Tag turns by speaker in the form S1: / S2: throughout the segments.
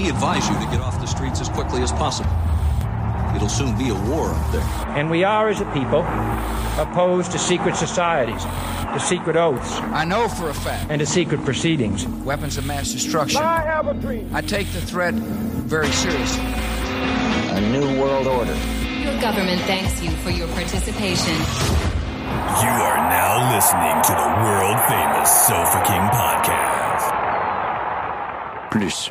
S1: advise you to get off the streets as quickly as possible. It'll soon be a war up there.
S2: And we are, as a people, opposed to secret societies, to secret oaths,
S3: I know for a fact
S2: and to secret proceedings.
S3: weapons of mass destruction. I have a dream. I take the threat very seriously.
S4: A new world order.
S5: Your government thanks you for your participation.
S6: You are now listening to the world famous Sofa King podcast.
S7: Please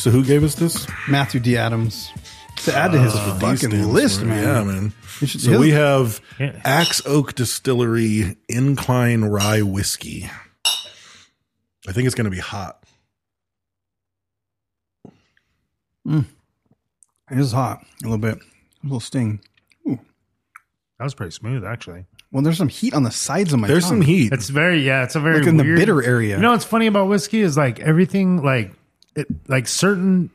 S8: So who gave us this?
S9: Matthew D. Adams. To add to his
S8: Uh,
S9: fucking
S8: these things
S9: list,
S8: were-
S9: man.
S8: Yeah, man.
S9: You should-
S8: so
S9: his-
S8: we have
S10: Yeah.
S8: Axe Oak Distillery Incline Rye Whiskey. I think it's going to be hot.
S9: It is hot a little bit. A little sting.
S10: That was pretty smooth, actually.
S9: Well, there's some heat on the sides of my
S8: There's
S9: tongue.
S8: some heat.
S10: It's very yeah. It's a very
S9: Like in the
S10: weird-
S9: bitter area.
S10: You know what's funny about whiskey is like everything like it like certain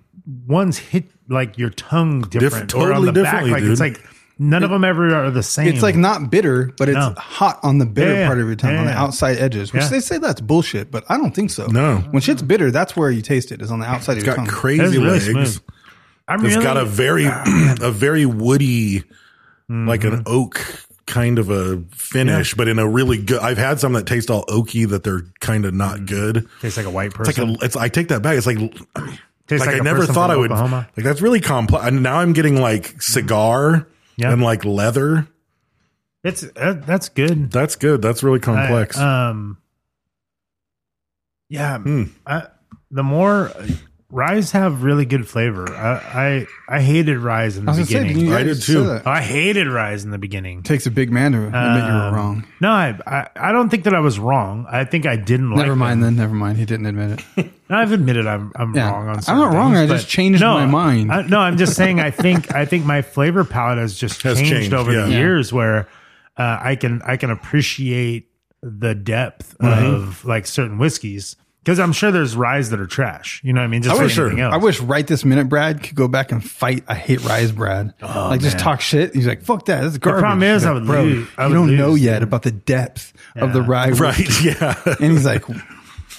S10: ones hit like your tongue different or on
S8: totally
S10: the
S8: differently,
S10: back. Like
S8: dude.
S10: it's like none of them ever are the same.
S9: It's like not bitter, but it's
S10: No.
S9: hot on the bitter
S10: Yeah, yeah.
S9: part of your tongue, on the
S10: Yeah.
S9: outside edges, which
S10: Yeah.
S9: they say that's bullshit, but I don't think so.
S8: No.
S9: When shit's bitter, that's where you taste it, is on the outside of
S8: it's
S9: your
S8: got
S9: tongue.
S8: crazy
S10: That's really
S8: legs.
S10: smooth. I'm
S8: It's
S10: really,
S8: got a very a very woody like an
S10: Mm-hmm.
S8: oak kind of a finish, but in a really good I've had some that taste all oaky that they're kind of
S10: Mm-hmm.
S8: not good.
S10: tastes like a white person.
S8: It's like a, it's I take that back. It's like
S10: Tastes
S8: like,
S10: like
S8: I
S10: a
S8: never
S10: person
S8: thought
S10: from
S8: I would
S10: Oklahoma.
S8: like that's really complex. And now I'm getting like cigar
S10: Yeah.
S8: and like leather.
S10: it's uh, that's good.
S8: That's good. That's really complex.
S10: I, um, yeah.
S9: Hmm.
S10: I, the more ryes have really good flavor. I I, I hated ryes in
S9: I
S10: the
S9: was going to say,
S10: beginning.
S9: didn't you
S8: I
S9: guys
S8: did
S9: say
S8: too.
S9: that?
S10: I hated ryes in the beginning.
S9: takes a big man to admit you were
S10: Um,
S9: wrong.
S10: No, I, I I don't think that I was wrong. I think I didn't like.
S9: Never mind
S10: them.
S9: then. Never mind. He didn't admit it.
S10: I've admitted I'm I'm
S9: Yeah.
S10: wrong
S9: I'm
S10: on. certain
S9: not wrong,
S10: things,
S9: I just
S10: but-
S9: changed my mind.
S10: I- no, I'm just saying. I think I think my flavor palette has just
S8: Has
S10: changed,
S8: changed,
S10: over
S8: yeah.
S10: the
S8: Yeah.
S10: years, where uh, I can I can appreciate the depth of like certain whiskeys because I'm sure there's ryes that are trash. You know what I mean? Just
S8: I
S10: like
S8: wish-
S10: anything
S8: sure.
S10: else.
S9: Oh, I wish right this minute Brad could go back and fight. I hate Rise Brad. like just talk shit. He's like, fuck that. That's garbage.
S10: Oh, problem is
S9: He's
S10: I
S9: like,
S10: would
S9: Bro,
S10: lose- I
S9: you
S10: would
S9: don't know
S10: lose,
S9: yet
S10: dude."
S9: about the depth of the rye.
S8: right. Yeah.
S9: And he's like,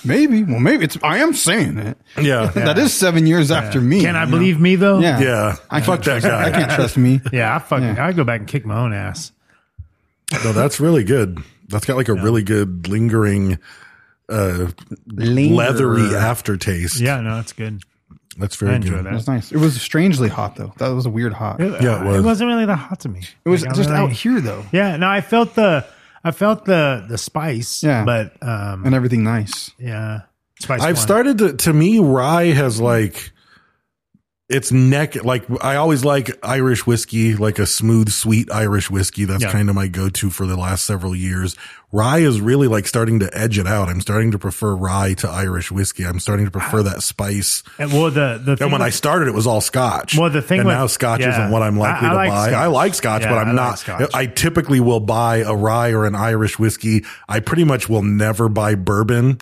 S9: maybe. Well, maybe it's. I am saying it.
S8: yeah.
S9: That is seven years after me.
S10: Can I
S9: you
S10: believe me though?
S9: know? Yeah.
S8: Yeah.
S9: I
S8: Fuck that
S9: can't trust,
S8: guy.
S9: I can't trust me.
S10: yeah. I fucking
S9: Yeah.
S10: I go back and kick my own ass.
S8: No, that's really good. That's got like a really good lingering uh leathery aftertaste.
S10: Yeah, no, it's good.
S8: That's
S10: I
S8: very
S10: enjoy
S8: good.
S9: It was
S10: that.
S9: nice. It was strangely hot though. That was a weird hot. It,
S8: Yeah, it was.
S10: It wasn't really that hot to me.
S9: was
S10: Like, I
S9: just
S10: really-
S9: out here though,
S10: Yeah, no, I felt the I felt the the spice.
S9: Yeah.
S10: but um,
S9: and everything nice.
S10: yeah, spice.
S8: I've
S10: one.
S8: started to to me rye has like it's neck like I always like Irish whiskey, like a smooth, sweet Irish whiskey. That's
S10: Yeah.
S8: kind of my go to for the last several years. Rye is really like starting to edge it out. I'm starting to prefer rye to Irish whiskey. I'm starting to
S10: Ah.
S8: prefer that spice.
S10: And, well, the the
S8: And
S10: thing
S8: when I
S10: with-
S8: started, it was all Scotch.
S10: Well, the thing
S8: and
S10: with-
S8: now Scotch
S10: yeah.
S8: isn't what I'm likely
S10: I- I
S8: to
S10: like
S8: buy.
S10: Scotch.
S8: I like Scotch,
S10: Yeah,
S8: but
S10: I
S8: I'm
S10: like
S8: not.
S10: Scotch.
S8: I typically will buy a rye or an Irish whiskey. I pretty much will never buy bourbon.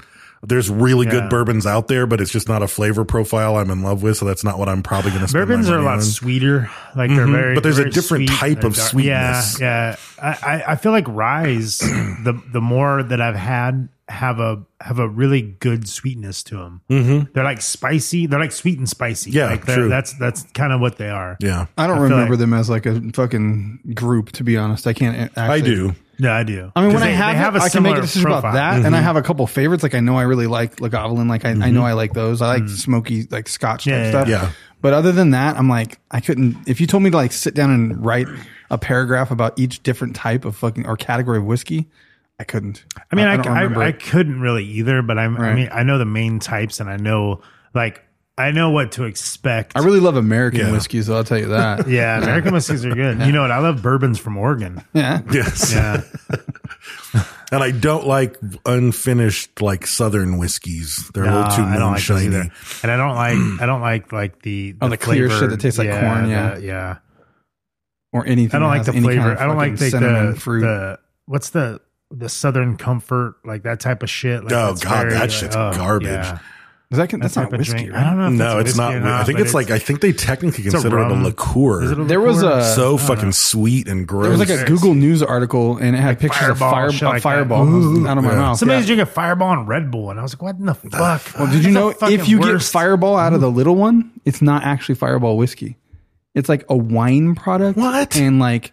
S8: There's really
S10: Yeah.
S8: good bourbons out there, but it's just not a flavor profile I'm in love with. So that's not what I'm probably going to. spend my
S10: bourbons are a
S8: money
S10: lot
S8: on. Mm-hmm.
S10: sweeter. Like they're very,
S8: but there's a
S10: very
S8: different
S10: sweet.
S8: type
S10: They're
S8: of
S10: dark.
S8: sweetness.
S10: Yeah, yeah. I, I- I feel like ryes. the the more that I've had have a have a really good sweetness to them. Mm-hmm. They're like spicy. They're like sweet and spicy.
S8: Yeah,
S10: like they're-
S8: true.
S10: That's that's kind of what they are.
S8: Yeah,
S9: I don't
S10: I feel
S9: remember
S10: like-
S9: them as like a fucking group. To be honest, I can't. Actually,
S8: I do.
S10: yeah, I do.
S9: I mean, when
S10: Because
S9: I
S10: they-
S9: have,
S10: they
S9: it, I can make a
S10: similar
S9: decision about
S10: profile.
S9: that, and
S8: Mm-hmm.
S9: I have a couple favorites. Like I know I really like Lagavulin. Like I, I know I like those. I like smoky, like Scotch
S10: Mm-hmm. Yeah,
S9: type
S10: yeah,
S9: stuff.
S8: yeah. Yeah.
S9: But other than that, I'm like, I couldn't. If you told me to like sit down and write a paragraph about each different type of fucking or category of whiskey, I couldn't.
S10: I mean, I,
S9: don't
S10: I,
S9: remember
S10: I,
S9: it.
S10: couldn't really either, but I'm, I
S9: Right.
S10: mean, I know the main types and I know, like, I know what to expect.
S9: I really love American
S8: Yeah.
S9: whiskeys, so I'll tell you that.
S10: yeah, American whiskeys are good. You know what? I love bourbons from Oregon.
S9: yeah.
S8: Yes.
S10: Yeah.
S8: And I don't like unfinished like southern whiskeys. They're a little too
S10: I don't like those
S8: moonshiny.
S10: either. And I don't like I don't like like the,
S9: Oh, the clear shit that tastes like corn, yeah.
S10: the- yeah.
S9: or anything.
S10: I don't
S9: that
S10: like
S9: has
S10: the
S9: any kind
S10: flavor.
S9: of
S10: I don't
S9: fucking
S10: like the,
S9: cinnamon
S10: the
S9: fruit.
S10: the- what's the the Southern Comfort like that type of shit. Like,
S8: Oh,
S10: that's
S8: God, that
S10: like,
S8: shit's garbage.
S9: Is that con- that's
S10: type
S9: not
S10: of
S9: whiskey,
S10: drink.
S9: right?
S10: I don't know. If
S8: No,
S10: that's
S8: it's
S10: whiskey
S8: not.
S10: or not.
S8: I think
S10: but
S8: it's like I think they technically
S10: a
S8: consider it a
S10: rum.
S8: liqueur.
S10: Is it a
S9: There was uh,
S10: liqueur?
S9: a-
S8: so
S10: I don't
S8: fucking
S10: know.
S8: sweet and gross.
S9: There was like a
S10: Gross.
S9: Google News article, and it had pictures
S10: fireball,
S9: of
S10: shit
S9: fire, a
S10: like that.
S9: fireball
S10: Ooh.
S9: out of my
S8: Yeah.
S9: mouth.
S10: Somebody's
S9: Yeah.
S10: drinking Fireball and Red Bull, and I was like, "What in the fuck?"
S9: Well, did you know if you get Fireball out of the little one, it's not actually Fireball whiskey. It's like a wine product,
S8: What?
S9: and like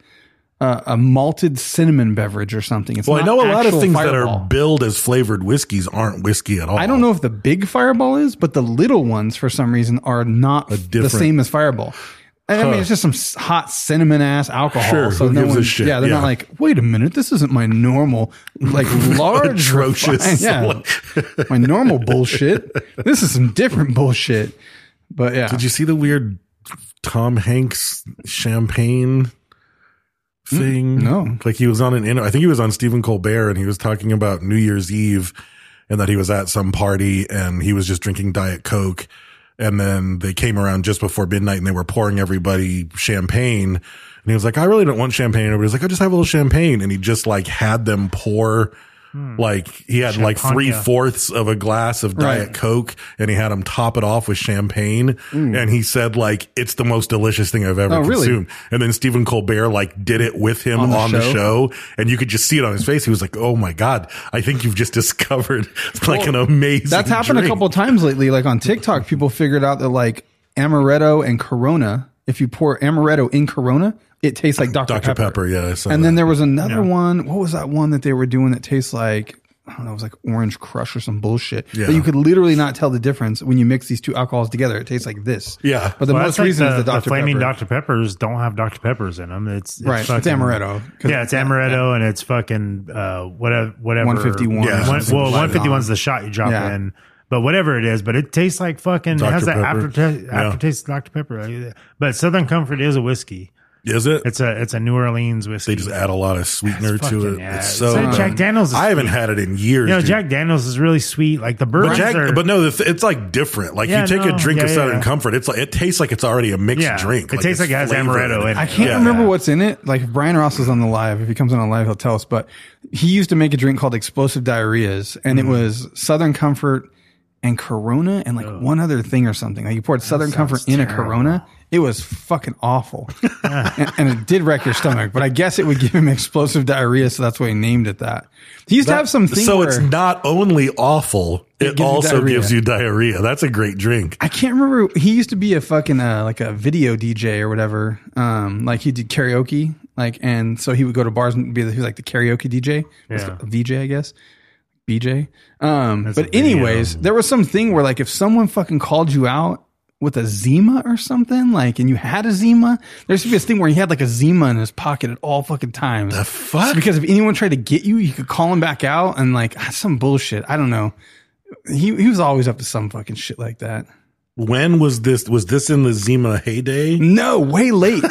S9: uh, a malted cinnamon beverage or something. It's
S8: well, I
S9: not
S8: know a lot of
S9: actual
S8: things that
S9: Fireball.
S8: are billed as flavored whiskeys aren't whiskey at all.
S9: I don't know if the big fireball is, but the little ones for some reason are not the
S8: different-
S9: same as fireball. And I mean, it's just some s- hot cinnamon ass alcohol.
S8: Sure,
S9: so
S8: who
S9: no
S8: gives a
S9: one,
S8: shit?
S9: Yeah, they're
S8: Yeah.
S9: not like, wait a minute, this isn't my normal, like large,
S8: Atrocious.
S9: refined- yeah, my normal bullshit. This is some different bullshit. But yeah,
S8: Did you see the weird Tom Hanks champagne thing?
S9: Hmm. no.
S8: Like he was on an inter- I think he was on Stephen Colbert and he was talking about New Year's Eve and that he was at some party and he was just drinking Diet Coke. And then they came around just before midnight and they were pouring everybody champagne. And he was like, I really don't want champagne. And everybody's like, I just have a little champagne. And he just like had them pour
S9: Hmm.
S8: like he had like
S10: Champagne.
S8: three fourths of a glass of Diet
S9: Right.
S8: Coke and he had him top it off with champagne.
S10: Mm.
S8: And he said, like, it's the most delicious thing I've ever
S9: Oh, really?
S8: consumed. And then Stephen Colbert, like, did it with him on,
S9: On
S8: the,
S9: the
S8: show.
S9: show?
S8: And you could just see it on his face. He was like, oh my God, I think you've just discovered like an amazing.
S9: that's happened a
S8: drink."
S9: couple times lately. Like on TikTok, people figured out that like amaretto and Corona, if you pour amaretto in Corona, it tastes like Dr.
S8: Dr. Pepper. yeah. I saw
S9: And
S8: that.
S9: then there was another one. What was that one that they were doing that tastes like I don't know, it was like orange crush or some bullshit.
S8: Yeah.
S9: But you could literally not tell the difference when you mix these two alcohols together. It tastes like this.
S8: Yeah.
S9: But the
S10: Well,
S9: most
S10: that's like
S9: reason
S10: the,
S9: is the Dr.
S10: the flaming
S9: Pepper.
S10: Dr. Peppers don't have Dr. Peppers in them. It's, it's
S9: Right, it's amaretto. 'Cause
S10: Yeah, it's
S9: it's-
S10: amaretto and it's fucking uh, whatever. whatever
S9: 151
S8: or
S10: Yeah, one,
S8: something
S10: well,
S8: like
S10: one
S8: that.
S10: fifty one's the shot you drop
S9: Yeah.
S10: in, but whatever it is, but it tastes like fucking. It
S8: Dr.
S10: has that
S8: Pepper.
S10: aftertaste,
S8: Yeah.
S10: aftertaste of Dr. Pepper. Like, But Southern Comfort is a whiskey.
S8: Is it?
S10: It's a it's a New Orleans whiskey.
S8: they just add a lot of sweetener
S10: It's
S8: to
S10: fucking-
S8: it.
S10: yeah,
S8: It's
S10: it's
S8: so.
S10: like Jack
S8: good.
S10: Daniels is
S8: I haven't
S10: sweet.
S8: had it in years.
S10: you know,
S8: dude.
S10: Jack Daniels is really sweet. Like the bourbons
S8: But Jack,
S10: are,
S8: but no, the th- it's like different. Like
S10: Yeah,
S8: you take
S10: no,
S8: a drink
S10: yeah,
S8: of
S10: yeah,
S8: Southern
S10: yeah.
S8: Comfort, it's like it tastes like it's already a mixed
S10: Yeah,
S8: drink.
S10: it tastes
S8: it's
S10: like it has
S8: flavored
S10: amaretto in
S9: I
S10: it.
S9: can't
S10: Yeah.
S9: remember what's in it. Like if Brian Ross is on the live, if he comes on the live, he'll tell us. But he used to make a drink called Explosive Diarrheas, and it was Southern Comfort and Corona and like one other thing or something. Like you poured Southern Comfort in a Corona. It was fucking awful, and, and it did wreck your stomach. But I guess it would give him explosive diarrhea, so that's why he named it that. He used to have some thing.
S8: So
S9: where,
S8: it's not only awful,
S9: It
S8: it,
S9: gives you
S8: also
S9: diarrhea.
S8: gives you diarrhea. That's a great drink.
S9: I can't remember. He used to be a fucking uh, like a video DJ or whatever. Um, like he did karaoke, like, and so he would go to bars and be the, he was like the karaoke DJ, It's
S10: Yeah.
S9: called VJ, I guess, BJ. Um,
S10: a
S9: but
S10: video.
S9: anyways, there was some thing where like if someone fucking called you out with a Zima or something, like, and you had a Zima, there's to be this thing where he had like a Zima in his pocket at all fucking times. The
S8: fuck?
S9: because if anyone tried to get you, you could call him back out and like ah, some bullshit. I don't know. He he was always up to some fucking shit like that.
S8: When was this? Was this in the Zima heyday?
S9: No, way late.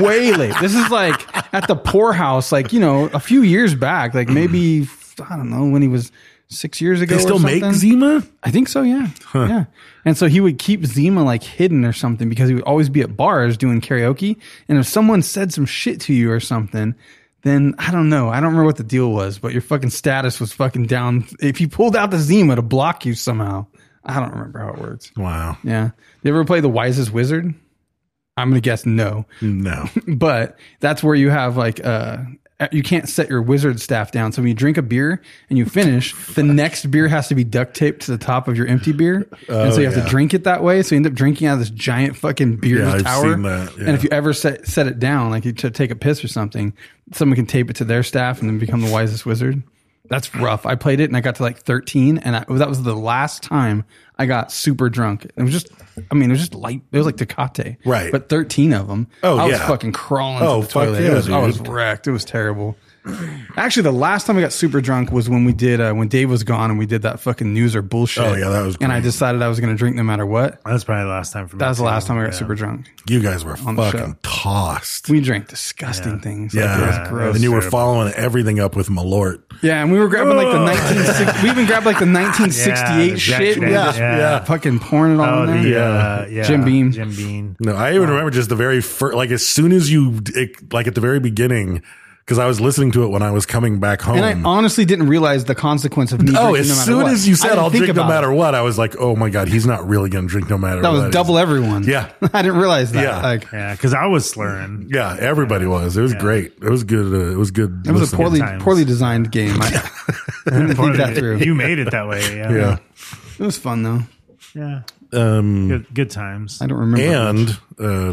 S9: way late. This is like at the poorhouse, like, you know, a few years back, like maybe, I don't know, when he was six years ago.
S8: They
S9: or
S8: still make
S9: something.
S8: Zima?
S9: I think so, yeah. Yeah. And so he would keep Zima like hidden or something because he would always be at bars doing karaoke. And if someone said some shit to you or something, then I don't know. I don't remember what the deal was, but your fucking status was fucking down. If you pulled out the Zima to block you somehow, I don't remember how it works.
S8: Wow.
S9: Yeah. You ever play The Wisest Wizard? I'm going to guess no.
S8: No.
S9: But that's where you have like, uh, you can't set your wizard staff down. So when you drink a beer and you finish, the next beer has to be duct taped to the top of your empty beer. and so you have
S8: Oh, yeah.
S9: to drink it that way. So you end up drinking out of this giant fucking beer
S8: Yeah, I've
S9: tower.
S8: seen that, yeah.
S9: And if you ever set, set it down, like you t- take a piss or something, someone can tape it to their staff and then become the wisest wizard. That's rough. I played it and I got to like 13 and I, that was the last time I got super drunk. It was just, I mean, it was just light. It was like Tecate.
S8: Right.
S9: But 13 of them.
S8: Oh,
S9: I was
S8: yeah.
S9: fucking crawling
S8: Oh,
S9: to the
S8: fuck
S9: toilet. It
S8: yeah,
S9: was- I was
S8: dude.
S9: wrecked. It was terrible. Actually, the last time I got super drunk was when we did uh, when Dave was gone and we did that fucking news or bullshit.
S8: Oh, yeah, that was
S9: And I
S8: great.
S9: decided I was going to drink no matter what.
S10: That was probably the last time for me.
S9: That was the
S10: too.
S9: last time I got
S10: Yeah.
S9: super drunk.
S8: You guys were
S9: the
S8: fucking
S9: show.
S8: tossed.
S9: We drank disgusting things. Like,
S8: yeah,
S9: it was gross.
S8: and you were
S10: Terrible.
S8: following everything up with Malort.
S9: Yeah, and we were grabbing like the 1960. We even grabbed like the 1968
S10: Yeah,
S9: shit.
S10: exactly.
S9: and we
S10: Yeah,
S9: just
S10: yeah.
S9: fucking pouring it all
S10: Oh,
S9: in
S10: the,
S9: there.
S10: uh, yeah.
S9: Jim Beam.
S10: Jim Beam.
S8: No, I even remember just the very first, like as soon as you, it, like at the very beginning, because I was listening to it when I was coming back home.
S9: And I honestly didn't realize the consequence of me.
S8: oh,
S9: drinking
S8: as
S9: no matter
S8: soon
S9: what.
S8: as you
S9: I
S8: said
S9: didn't
S8: I'll
S9: think
S8: drink no
S9: about
S8: matter
S9: it.
S8: what, I was like, oh my god, he's not really gonna drink no matter.
S9: That
S8: what.
S9: was double everyone.
S8: Yeah.
S9: I didn't realize that.
S8: Yeah.
S9: Like
S10: Yeah, because I was slurring.
S8: Yeah, everybody was. It was great. It was good. Uh, it was good.
S9: it was a
S8: listening.
S9: poorly
S10: times.
S9: poorly designed game. I, I didn't think that through.
S10: You made it that way. Yeah.
S8: Yeah.
S9: It was fun though.
S10: Yeah.
S8: Um,
S10: Good, good times.
S9: I don't remember.
S8: and uh,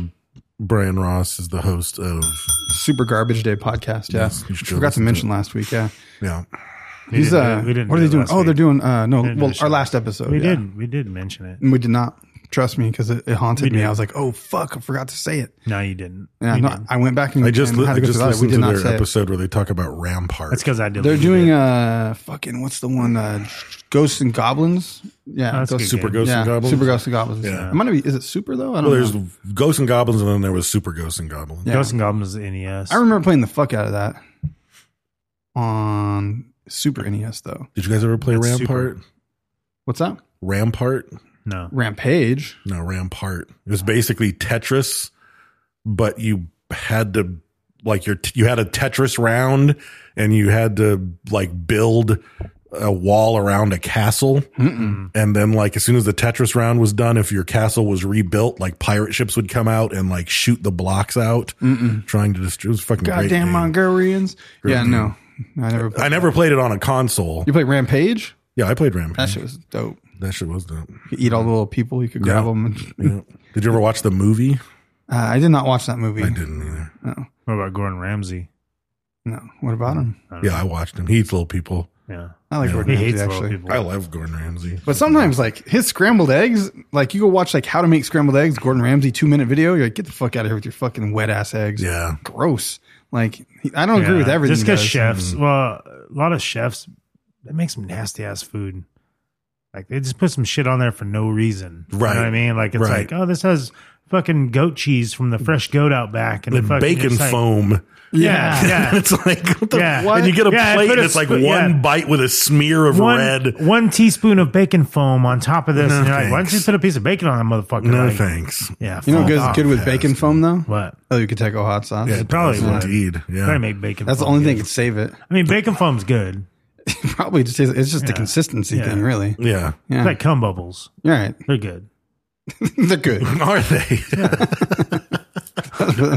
S8: Brian Ross is the host of.
S9: Super Garbage Day podcast. Yeah,
S8: Yes, you should go
S9: forgot
S8: listen
S9: to
S8: to
S9: mention last week. Yeah,
S8: Yeah.
S10: We
S9: he's
S10: didn't
S9: uh,
S10: do- we didn't
S9: what
S10: do
S9: are they
S10: it
S9: doing?
S10: last
S9: Oh, they're
S10: week.
S9: doing uh no,
S10: didn't do
S9: well
S10: the show.
S9: our last episode.
S10: We
S9: yeah.
S10: did. We did mention it.
S9: and we did not. Trust me, because it, it haunted
S10: We
S9: me.
S10: did.
S9: I was like, oh fuck, I forgot to say it.
S10: No, you didn't.
S9: Yeah,
S10: You
S9: no,
S10: didn't.
S9: I went back and
S8: I just,
S9: and
S8: li-
S9: had
S8: I
S9: to go
S8: just
S9: through that.
S8: listened
S9: We
S8: to
S9: did not
S8: their
S9: say it.
S8: episode where they talk about Rampart.
S10: That's because I did.
S9: They're doing uh fucking what's the one uh Ghosts and Goblins? Yeah,
S10: that's a
S9: Ghosts-
S10: good
S8: Super Ghosts
S9: yeah,
S8: and Goblins.
S9: Super Ghosts and Goblins.
S8: Yeah.
S9: Yeah, it might be. Is it Super though? I don't
S8: Well, there's
S9: know.
S8: Ghosts and Goblins, and then there was Super Ghosts and Goblins.
S9: uh, Yeah.
S10: Ghosts and Goblins E NES.
S9: I remember playing the fuck out of that on Super NES though.
S8: Did you guys ever play
S10: That's
S8: Rampart?
S9: What's that?
S8: Rampart?
S10: No.
S9: Rampage.
S8: No, Rampart. It was basically Tetris, but you had to like your you had a Tetris round, and you had to like build a wall around a castle. And then like as soon as the Tetris round was done, if your castle was rebuilt, like pirate ships would come out and like shoot the blocks out, trying to destroy. It was a fucking great
S9: Goddamn
S8: game.
S9: Mongolians. Yeah, no, I never. Played.
S8: I never played it on a console.
S9: You played Rampage?
S8: Yeah, I played Rampart.
S9: That shit was dope.
S8: That shit was dope.
S9: You could eat all the little people. You could
S8: Yeah.
S9: grab them. And,
S8: Yeah. Did you ever watch the movie?
S9: uh, I did not watch that movie.
S8: I didn't either.
S10: What about Gordon Ramsay?
S9: No. What about him?
S8: Yeah, I watched him. He eats little people.
S10: Yeah.
S9: I like Gordon
S10: He
S9: Ramsay,
S10: hates little
S9: actually.
S10: people.
S8: I love Gordon Ramsay.
S9: But sometimes, like his scrambled eggs, like you go watch like how to make scrambled eggs, Gordon Ramsay two minute video. You're like, get the fuck out of here with your fucking wet ass eggs.
S8: Yeah.
S9: gross. Like he- I don't agree with
S10: Yeah.
S9: everything.
S10: Just
S9: he
S10: because
S9: does.
S10: chefs, well, a lot of chefs, that makes some nasty ass food. Like they just put some shit on there for no reason. You
S8: Right.
S10: know what I mean? Like it's
S8: Right.
S10: like, oh, this has fucking goat cheese from the fresh goat out back and
S8: The
S10: it fucking-
S8: bacon
S10: it's like-
S8: foam.
S10: Yeah. Yeah.
S8: it's like, what the,
S10: Yeah.
S8: and you get a
S10: Yeah, I
S8: plate
S10: put
S8: and
S10: a
S8: it's like
S10: sp-
S8: one
S10: yeah.
S8: bite with a smear of red.
S10: one teaspoon of bacon foam on top of this.
S8: No,
S10: and you're like, why don't you
S8: thanks.
S10: put a piece of bacon on that motherfucker?
S8: No
S10: Like,
S8: thanks.
S10: Oh, Yeah.
S9: You know,
S10: fuck
S9: what goes
S10: off.
S9: good with bacon foam though.
S10: What?
S9: Oh, you could take a hot sauce.
S8: Yeah,
S10: It probably
S8: does
S10: would.
S8: Indeed. Yeah.
S10: Try to make bacon.
S9: That's the
S10: foam
S9: only
S10: good.
S9: thing that could save it.
S10: I mean, bacon foam's good.
S9: Probably just tastes, it's just the consistency
S10: Yeah.
S9: thing, really.
S8: yeah.
S9: Yeah,
S10: It's like cum bubbles.
S9: you're right.
S10: They're good.
S9: They're good.
S8: Are they?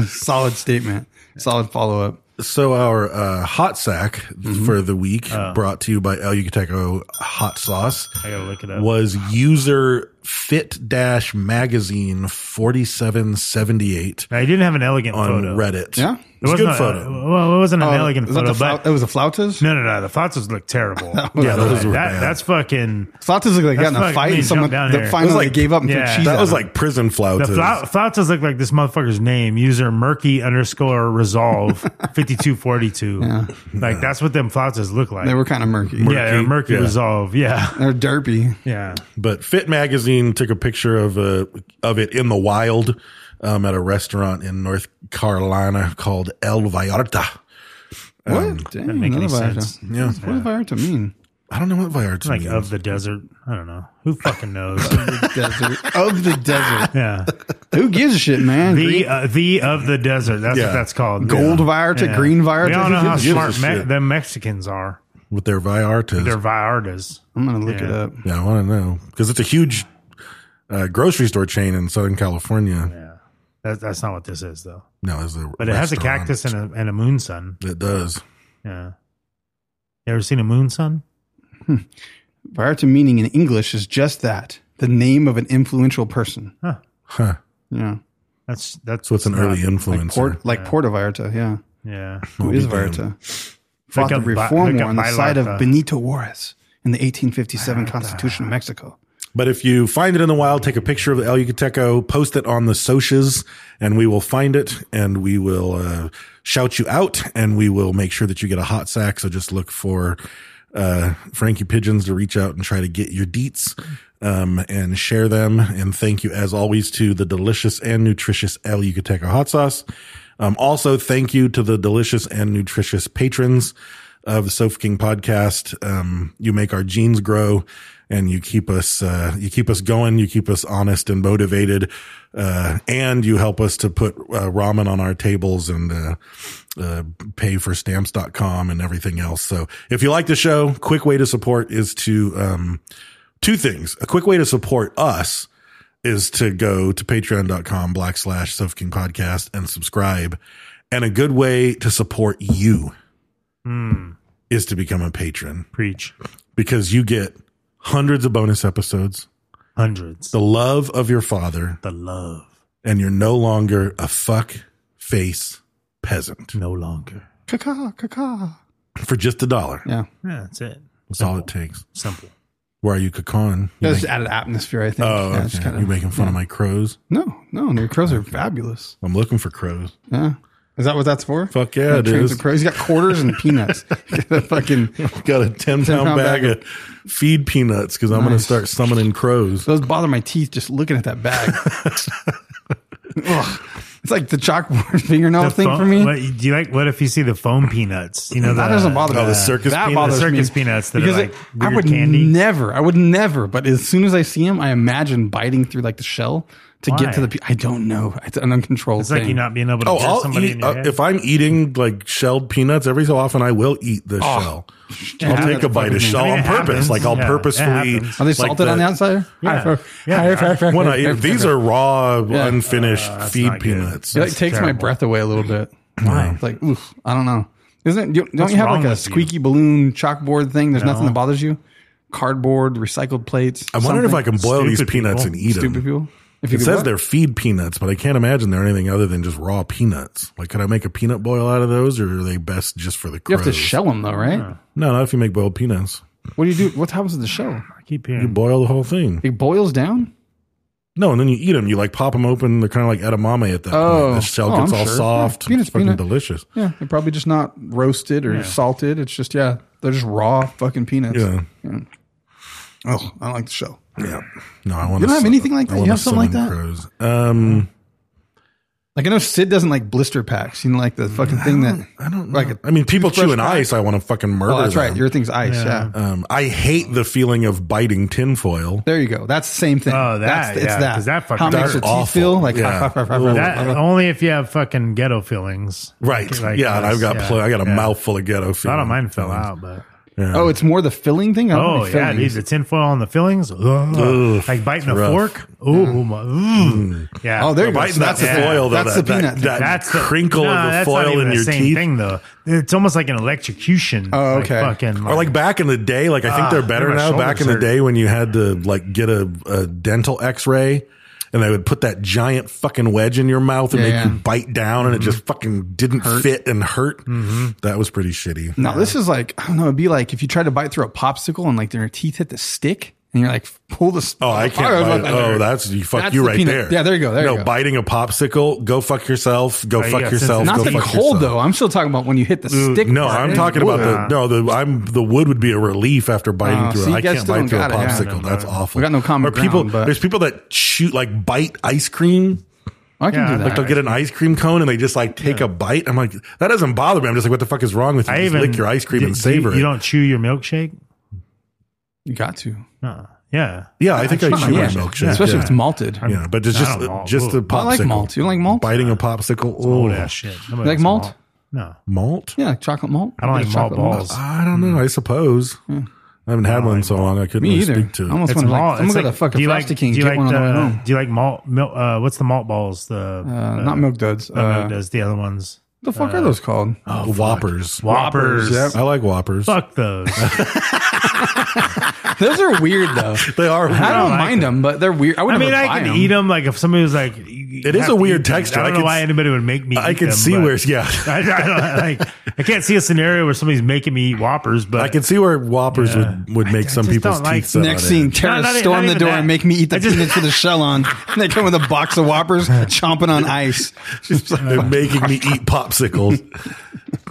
S9: Solid statement. Solid follow up.
S8: So our uh, hot sack
S10: Mm-hmm.
S8: for the week,
S10: Uh.
S8: brought to you by El Yucateco Hot Sauce,
S10: I gotta look it up.
S8: was user fit dash magazine forty seven seventy eight
S10: I didn't have an elegant
S8: on
S10: photo.
S8: Reddit.
S9: Yeah?
S10: It
S8: it's a good
S10: wasn't
S8: photo. Oh,
S10: well, it wasn't an elegant
S9: was Uh, that
S10: photo,
S9: the flau-
S10: but
S9: it was the flautas.
S10: no, no, no. The Foxes look terrible.
S8: yeah, those were
S10: that,
S8: bad.
S10: that's fucking.
S9: flautas look like they got in
S10: That's
S9: a
S10: fuck-
S9: fight
S10: me
S9: and someone
S10: jump down
S9: the
S10: here.
S9: finally
S8: It was like-
S9: gave up and
S10: Yeah.
S9: threw cheese.
S8: that
S9: at
S8: was
S9: him.
S8: like prison
S10: The
S8: flautas.
S10: fla- flautas look like this motherfucker's name. User murky underscore resolve fifty two forty two. Like that's what them flautas look like.
S9: they were kind of murky.
S10: yeah, they're murky
S8: Yeah.
S10: resolve. Yeah,
S9: They're derpy.
S10: yeah.
S8: but Fit Magazine took a picture of a of it in the wild um, at a restaurant in North Carolina called El Vallarta.
S9: What? Dang,
S10: Um, doesn't make any
S9: another Vallarta.
S10: sense.
S8: Yeah,
S9: What does Vallarta mean?
S8: I don't know what Vallarta
S10: Like
S8: means.
S10: uh, of the desert. I don't know. Who fucking knows?
S9: desert of the desert.
S10: yeah.
S9: Who gives a shit, man?
S10: The
S9: Green-
S10: uh, the of the desert. That's
S8: Yeah.
S10: what that's called.
S9: Gold Vallarta,
S10: Yeah.
S9: green Vallarta.
S10: We all
S9: Who
S10: know how
S9: gives a
S8: gives a
S10: smart me-
S8: shit?
S10: the Mexicans are.
S8: with their Vallartas.
S10: They're Vallartas.
S9: I'm gonna look
S10: Yeah.
S9: it up.
S8: yeah, I want to know because it's a huge uh, grocery store chain in Southern California.
S10: That, that's not what this is though.
S8: No, it's a
S10: But it has a
S8: restaurant.
S10: cactus and a and a moon sun.
S8: It does.
S10: Yeah. You ever seen a moon sun?
S9: Vallarta meaning in English is just that: the name of an influential person.
S8: Huh.
S9: Yeah,
S10: That's that's
S8: So it's an
S10: not-
S8: early
S9: like
S8: influencer.
S9: Port, like Porta Vallarta. Yeah,
S10: Yeah.
S9: who is
S8: be damned.
S9: Vallarta?
S10: Look
S9: Fought the
S10: up Vi-
S9: Reform
S10: look
S9: War
S10: up
S9: on the side of
S10: Vallarta.
S9: Benito Juarez in the 1857 Constitution of Mexico.
S8: But if you find it in the wild, take a picture of the El Yucateco, post it on the socias, and we will find it and we will uh, shout you out and we will make sure that you get a hot sack. So just look for uh, Frankie Pigeons to reach out and try to get your deets um, and share them. And thank you, as always, to the delicious and nutritious El Yucateco hot sauce. Um, also, thank you to the delicious and nutritious patrons of the Sofa King podcast. Um, you make our genes grow and you keep us, uh, you keep us going. You keep us honest and motivated. Uh, and you help us to put uh, ramen on our tables and, uh, uh, pay for stamps.com and everything else. So if you like the show, quick way to support is to, um, two things. A quick way to support us is to go to patreon.com blackslash Sofa King podcast and subscribe. And a good way to support you is to become a patron
S10: Preach.
S8: because you get hundreds of bonus episodes,
S10: Hundreds.
S8: the love of your father,
S10: the love.
S8: and you're no longer a fuck face peasant
S10: No longer.
S9: Caca, caca.
S8: for just a dollar.
S9: Yeah.
S10: Yeah, that's it.
S8: That's all it takes.
S10: Simple.
S8: Where are you, Kakon? You
S9: That's
S8: make-
S9: added atmosphere, I think.
S8: oh,
S9: Yeah,
S8: okay.
S9: just kinda-
S8: you making fun of my crows?
S9: No, no, the crows are fabulous.
S8: I'm looking for crows.
S9: Yeah. Is that what that's for?
S8: Fuck yeah, it is.
S9: Trains of crows. He's got quarters and peanuts. He's got a fucking
S8: Got a 10 pound
S9: pound
S8: bag
S9: bag
S8: of feed peanuts because I'm going to
S9: Nice.
S8: start summoning crows.
S9: those bother my teeth just looking at that bag. Ugh. It's like the chalkboard fingernail thing
S10: foam-
S9: for me.
S10: What, do you like? What if you see the foam peanuts? You know
S9: that doesn't bother
S8: oh,
S9: me.
S8: the circus
S9: that
S8: peanuts?
S9: bothers
S10: The circus
S9: me.
S10: peanuts that are
S9: Because
S10: like
S9: it- I
S10: weird
S9: would
S10: candy?
S9: never, I would never. But as soon as I see them, I imagine biting through like the shell to
S10: Why?
S9: get to the. Pe- I don't know. It's an uncontrolled.
S10: It's like
S9: thing.
S10: you not being able to
S8: Oh,
S10: hit
S8: I'll
S10: somebody
S8: eat,
S10: in your
S8: uh,
S10: head.
S8: if I'm eating like shelled peanuts every so often, I will eat the shell.
S9: Yeah,
S8: I'll take
S9: that's
S8: a bite
S9: fucking
S8: of shell
S10: mean,
S8: on
S10: Oh. it
S8: purpose.
S10: happens.
S8: Like I'll
S10: Yeah, it
S8: purposefully.
S10: happens.
S9: Are they
S8: like
S9: salted on the outside?
S10: Yeah.
S9: High five.
S10: Yeah,
S9: High
S10: they
S9: five, high
S8: When
S9: five,
S8: I
S9: high
S8: eat,
S9: five.
S8: these are raw,
S9: Yeah.
S8: unfinished
S10: Uh, that's
S8: feed
S10: not good.
S8: peanuts.
S9: It like, takes my
S10: terrible.
S9: breath away a little bit.
S8: Wow.
S9: It's like, oof, I don't know. Isn't it, you- don't
S10: What's
S9: you have
S10: wrong
S9: like a
S10: with you?
S9: squeaky balloon chalkboard thing? There's nothing
S10: No.
S9: that bothers you. Cardboard, recycled plates.
S8: I'm wondering if I
S9: something?
S8: can boil these
S10: Stupid
S8: peanuts
S10: people.
S8: and eat
S9: stupid
S8: them.
S9: people. If
S8: It
S9: could
S8: says
S9: what?
S8: they're feed peanuts, but I can't imagine they're anything other than just raw peanuts. Like, could I make a peanut boil out of those, or are they best just for the
S9: you
S8: crows?
S9: have to shell them though, right?
S8: No, not if you make boiled peanuts.
S9: What do you do? What happens to the shell?
S10: I keep
S8: You
S10: hearing.
S8: boil the whole thing.
S9: It boils down.
S8: No, and then you eat them. You like pop them open. They're kind of like edamame at that
S9: Oh.
S8: point. The shell
S9: Oh,
S8: gets
S9: I'm
S8: all
S9: sure.
S8: soft.
S9: Yeah, peanuts,
S8: it's fucking
S9: peanut.
S8: delicious.
S9: Yeah, they're probably just not roasted or salted. It's just yeah, they're just raw fucking peanuts.
S8: Yeah.
S9: Oh, I don't like the shell.
S8: Yeah. No, I want.
S9: You don't have anything like that? You have something like that?
S8: Crows. Um,
S9: Like I know Sid doesn't like blister packs. You know, like the fucking thing that I don't like. A,
S8: I mean, people
S9: Fresh
S8: chewing
S9: crack.
S8: ice. I want to fucking murder.
S9: oh, that's right.
S8: them.
S9: Your thing's ice. Yeah.
S8: um, I hate the feeling of biting tinfoil.
S9: There you go. That's the same thing.
S10: Oh, that,
S9: That's, it's
S10: yeah,
S9: that.
S10: 'cause that fucking-
S9: How it makes
S8: That's
S9: your
S8: awful.
S9: teeth feel? Like,
S8: Yeah.
S9: ah, ah, ah, ah,
S10: That,
S9: ah, ah.
S10: only if you have fucking ghetto feelings.
S8: Right.
S10: Like
S8: yeah. And
S10: this,
S8: I've got
S10: yeah,
S8: pl- I got a
S10: yeah.
S8: mouthful of ghetto.
S10: A
S8: Feeling.
S10: lot of mine fell out, but
S9: oh, it's more the filling thing? I don't
S10: oh
S9: like
S10: yeah, dude,
S9: fillings.
S10: the tinfoil on the fillings, Ugh.
S8: Ugh,
S10: like biting a
S8: rough. Mm.
S10: fork.
S9: Mm.
S10: Ooh, oh my, ooh. yeah.
S9: Oh, there you go.
S8: Biting that
S9: That's the-
S8: foil, though,
S9: that's
S8: that,
S9: the peanut.
S8: That, that
S10: That's the-
S8: crinkle
S10: Nah,
S8: of the
S10: that's not
S8: foil
S10: even
S8: in
S10: the
S8: your
S10: same
S8: teeth.
S10: thing though. It's almost like an electrocution.
S9: Oh,
S10: like
S9: okay.
S10: fucking,
S8: Or like back in the day, like I think
S10: Ah,
S8: they're better
S10: my
S8: now. Back in
S10: shoulders
S8: the
S10: hurt.
S8: day when you had to like get a, a dental X-ray, and they would put that giant fucking wedge in your mouth and
S9: Yeah,
S8: make
S9: yeah.
S8: you bite down,
S10: Mm-hmm.
S8: and it just fucking didn't fit and hurt. That was pretty shitty.
S9: No, this is like, I don't know. It'd be like if you try to bite through a popsicle and like their teeth hit the stick and you're like, pull the. s-
S8: Oh, I can't.
S9: Oh,
S8: bite. Oh, that's you. Fuck
S9: That's
S8: you
S9: the
S8: right
S9: peanut.
S8: there.
S9: Yeah, there you go, there you
S8: no,
S9: go.
S8: biting a popsicle. Go fuck yourself. Go
S10: you
S8: fuck
S10: got
S8: yourself.
S9: Not
S10: sensitive
S8: go fuck
S9: the cold,
S8: yourself.
S9: though. I'm still talking about when you hit the stick.
S8: No,
S9: part.
S8: I'm
S9: It's
S8: talking
S9: wood.
S8: about the no. The I'm the wood would be a relief after biting
S9: Oh,
S8: through.
S9: see,
S8: it.
S9: you
S8: I
S9: guys
S8: can't
S9: still
S8: bite
S9: don't
S8: through a
S9: got it, yeah.
S8: popsicle. That's awful.
S9: We got no common
S8: Or people,
S9: ground, but-
S8: there's people that shoot like bite ice cream.
S9: I can
S10: Yeah,
S9: do
S10: like
S9: that.
S8: Like they'll get an ice cream cone and they just like take a bite. I'm like, that doesn't bother me. I'm just like, what the fuck is wrong with you?
S10: I
S8: just
S10: even
S8: lick your ice cream
S10: do-
S8: and
S10: do
S8: savor
S10: you,
S8: it.
S10: You don't chew your milkshake.
S9: you got to.
S10: No. Yeah.
S8: yeah, I think I chew my
S9: Yeah.
S8: milkshake.
S9: Especially
S8: yeah.
S9: if it's malted.
S8: Yeah, but it's
S10: I
S8: just
S10: don't know.
S8: just the popsicle.
S9: I like malt. You don't like malt?
S8: Biting a popsicle.
S10: Old
S8: Oh,
S10: ass shit. Nobody
S9: You like
S10: likes
S9: malt?
S10: No.
S8: malt.
S9: Yeah, like chocolate malt.
S10: I don't
S9: A bit
S10: like
S9: of
S10: malt
S9: chocolate malt.
S10: balls.
S8: I don't know. I suppose I haven't had one in so long. I couldn't
S9: Me
S8: really
S9: either.
S8: speak to.
S9: I
S8: it.
S9: almost
S10: It's
S9: want to like,
S10: malt.
S9: I'm
S10: It's
S9: gonna go
S10: like-
S9: to fucking
S10: do you
S9: Frosty
S10: like-
S9: King.
S10: Do you
S9: Get
S10: like
S9: one on the way
S10: the-
S9: home.
S10: do you like malt? Milk, uh, what's the malt balls? The
S9: Uh, not milk duds. Uh,
S10: no, no, does the other ones?
S9: The
S10: Uh,
S9: fuck are those called?
S8: The Whoppers.
S10: Whoppers.
S8: I like Whoppers.
S10: Fuck those.
S9: Those are weird though.
S8: They are.
S9: I don't
S10: like
S9: mind them, but they're weird. I would
S10: I
S9: never
S10: mean, I
S9: buy
S10: can
S9: 'em.
S10: eat them. Like if somebody was like, you,
S8: It is a
S10: have to
S8: weird
S10: eat them.
S8: texture.
S10: I
S8: I
S10: don't
S8: could
S10: know why
S8: s-
S10: anybody would make me.
S8: I
S10: eat
S8: can
S10: them,
S8: see
S10: but-
S8: where, yeah.
S10: I, I don't, like, I can't see a scenario where somebody's making me eat Whoppers, but
S8: I can see where Whoppers
S10: Yeah.
S8: would, would
S10: I-
S8: make
S10: I
S8: some
S10: just
S8: people's
S10: don't like-
S8: teeth. set on
S9: Next
S8: edge.
S9: scene,
S10: No,
S9: terrorists
S10: not e-
S9: storm
S10: not
S9: the
S10: even
S9: door
S10: that.
S9: and make me eat the
S10: I just-
S9: peanuts with a shell on. And they come with a box of whoppers, chomping on ice. Just like,
S8: They're making me eat popsicles.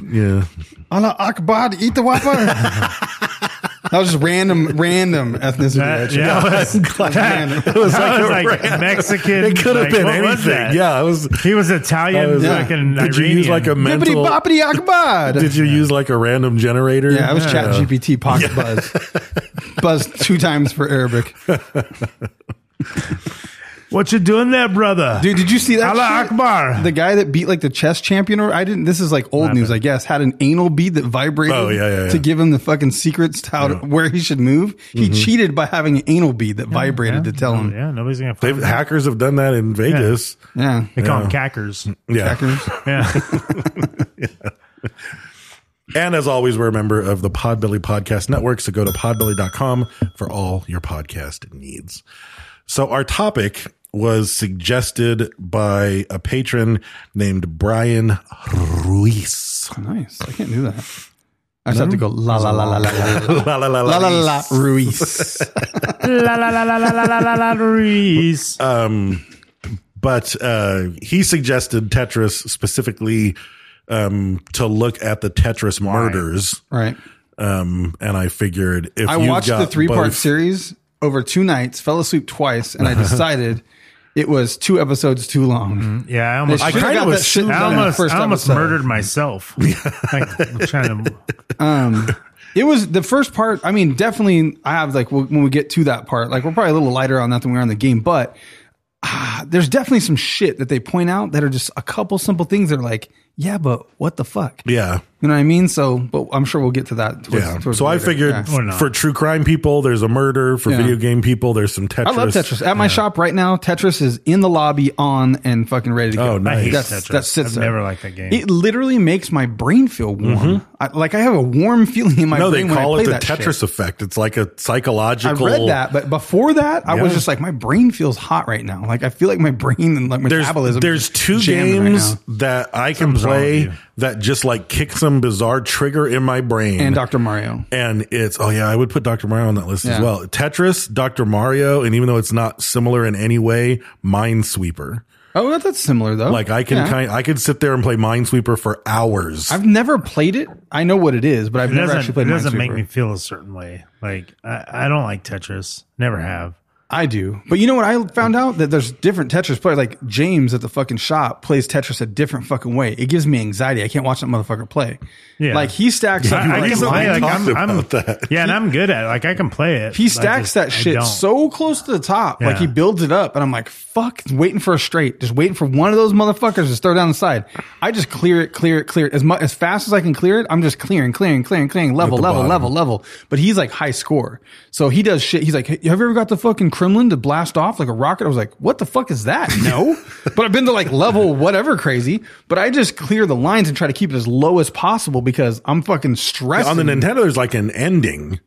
S8: yeah.
S9: Allah Akbar, eat the whopper. that was just random, random ethnicity.
S10: That-
S9: actually.
S10: yeah, that was,
S9: Random.
S8: It was
S10: that was
S8: a
S10: like
S8: random-
S10: Mexican.
S8: It could have
S10: like,
S8: been
S10: what was
S8: anything.
S10: that?
S8: Yeah, it was.
S10: He was Italian,
S8: I was-
S9: Yeah.
S10: fucking
S8: Did you
S10: Iranian.
S8: use like a
S9: Bippity
S8: mental?
S9: boppity Akbar.
S8: Did you use like a random generator?
S9: Yeah, I was chat GPT pocket buzz. Buzz two times for Arabic.
S10: What you doing there, brother?
S9: Dude, did you see that?
S10: Allah
S9: shit?
S10: Akbar.
S9: The guy that beat like the chess champion, or I didn't. This is like old news, I guess. Had an anal bead that vibrated
S8: Oh, yeah, yeah, Mm-hmm. yeah.
S9: to give him the fucking secrets to how to, where he should move. He cheated by having an anal bead that vibrated to tell him.
S10: Yeah, nobody's gonna.
S8: They've, hackers have done that in Vegas.
S9: Yeah,
S10: They call them cackers.
S8: Yeah.
S9: Hackers.
S10: Yeah.
S8: And as always, we're a member of the Podbelly Podcast Network. So go to podbelly.com for all your podcast needs. So our topic was suggested by a patron named Brian Ruiz.
S9: nice. I can't do that. I just have to go la la la la la la
S8: La la la la.
S9: la la la Ruiz.
S10: la la la la la la la la la Reese.
S8: But uh, he suggested Tetris specifically um, to look at the Tetris murders.
S9: Right.
S8: Um, and I figured if
S9: I
S8: you've
S9: watched the
S8: got
S9: three part
S8: both-
S9: series over two nights, fell asleep twice, and I decided it was two episodes too long.
S8: Mm-hmm.
S10: yeah, I almost,
S9: They
S10: I,
S9: should've
S8: kinda
S9: got
S8: was
S9: that shit
S8: shocked.
S9: done
S10: I
S9: in the
S10: almost,
S9: first
S10: I almost
S9: episode.
S10: murdered myself. like, I'm trying to,
S9: It was the first part. I mean, definitely, I have like w- when we get to that part, like we're probably a little lighter on that than we are on the game, but ah, there's definitely some shit that they point out that are just a couple simple things that are like, yeah, but what the fuck?
S8: Yeah.
S9: You know what I mean? So, but I'm sure we'll get to that. Towards,
S8: Yeah.
S9: towards
S8: So I
S9: later.
S8: figured
S9: Yeah.
S10: Or not.
S8: for true crime people, there's a murder. For
S9: Yeah.
S8: video game people, there's some Tetris.
S9: I love Tetris. At my shop right now, Tetris is in the lobby, on and fucking ready to go.
S8: Oh, nice. I hate
S9: That's-
S10: Tetris.
S9: That sits
S10: I've
S9: there.
S10: never liked that game.
S9: It literally makes my brain feel warm. I, like I have a warm feeling in my
S8: Mm-hmm. No, they
S9: brain.
S8: call
S9: when I
S8: it
S9: play
S8: the
S9: that
S8: Tetris
S9: shit.
S8: effect. It's like a
S9: I
S8: psychological.
S9: read that, but before that, I was
S8: Yeah.
S9: just like, my brain feels hot right now. Like I feel like my brain and like
S8: There's
S9: metabolism.
S8: there's
S9: is
S8: two
S9: jamming right
S8: games
S9: now.
S8: that I can
S10: wrong with
S8: play
S10: you.
S8: that just like kick some bizarre trigger in my brain.
S9: and Dr. Mario.
S8: and it's oh yeah, I would put Dr. Mario on that list as
S9: Yeah.
S8: well. Tetris, Dr. Mario, and even though it's not similar in any way, Minesweeper.
S9: Oh, that- that's similar though.
S8: Like I can
S9: Yeah.
S8: kind I could sit there and play Minesweeper for hours.
S9: I've never played it. I know what it is, but I've
S10: It
S9: never actually
S10: doesn't, it
S9: played it.
S10: doesn't make me feel a certain way. Like, I, I don't like Tetris. Never have.
S9: I do. But you know what? I found out that there's different Tetris players. Like James at the fucking shop plays Tetris a different fucking way. It gives me anxiety. I can't watch that motherfucker play.
S10: Yeah.
S9: Like he stacks up.
S10: I, I
S9: like,
S10: can
S8: recently
S10: play like
S8: talked
S10: I'm, I'm
S8: about that.
S10: yeah, and I'm good at it. like I can play it.
S9: he
S10: I
S9: stacks
S10: just- I
S9: that shit
S10: don't.
S9: so close to the top. Like
S10: Yeah.
S9: he builds it up, and I'm like, fuck, waiting for a straight, just waiting for one of those motherfuckers to throw down the side. I just clear it, clear it, clear it as much as fast as I can clear it. I'm just clearing, clearing, clearing, clearing, level,
S8: the
S9: level,
S8: bottom.
S9: level, level. But he's like high score, so he does shit. He's like, hey, have you ever got the fucking Kremlin to blast off like a rocket? I was like, what the fuck is that? No, but I've been to like level whatever crazy. But I just clear the lines and try to keep it as low as possible because I'm fucking stressed
S8: on the Nintendo, there's like an ending.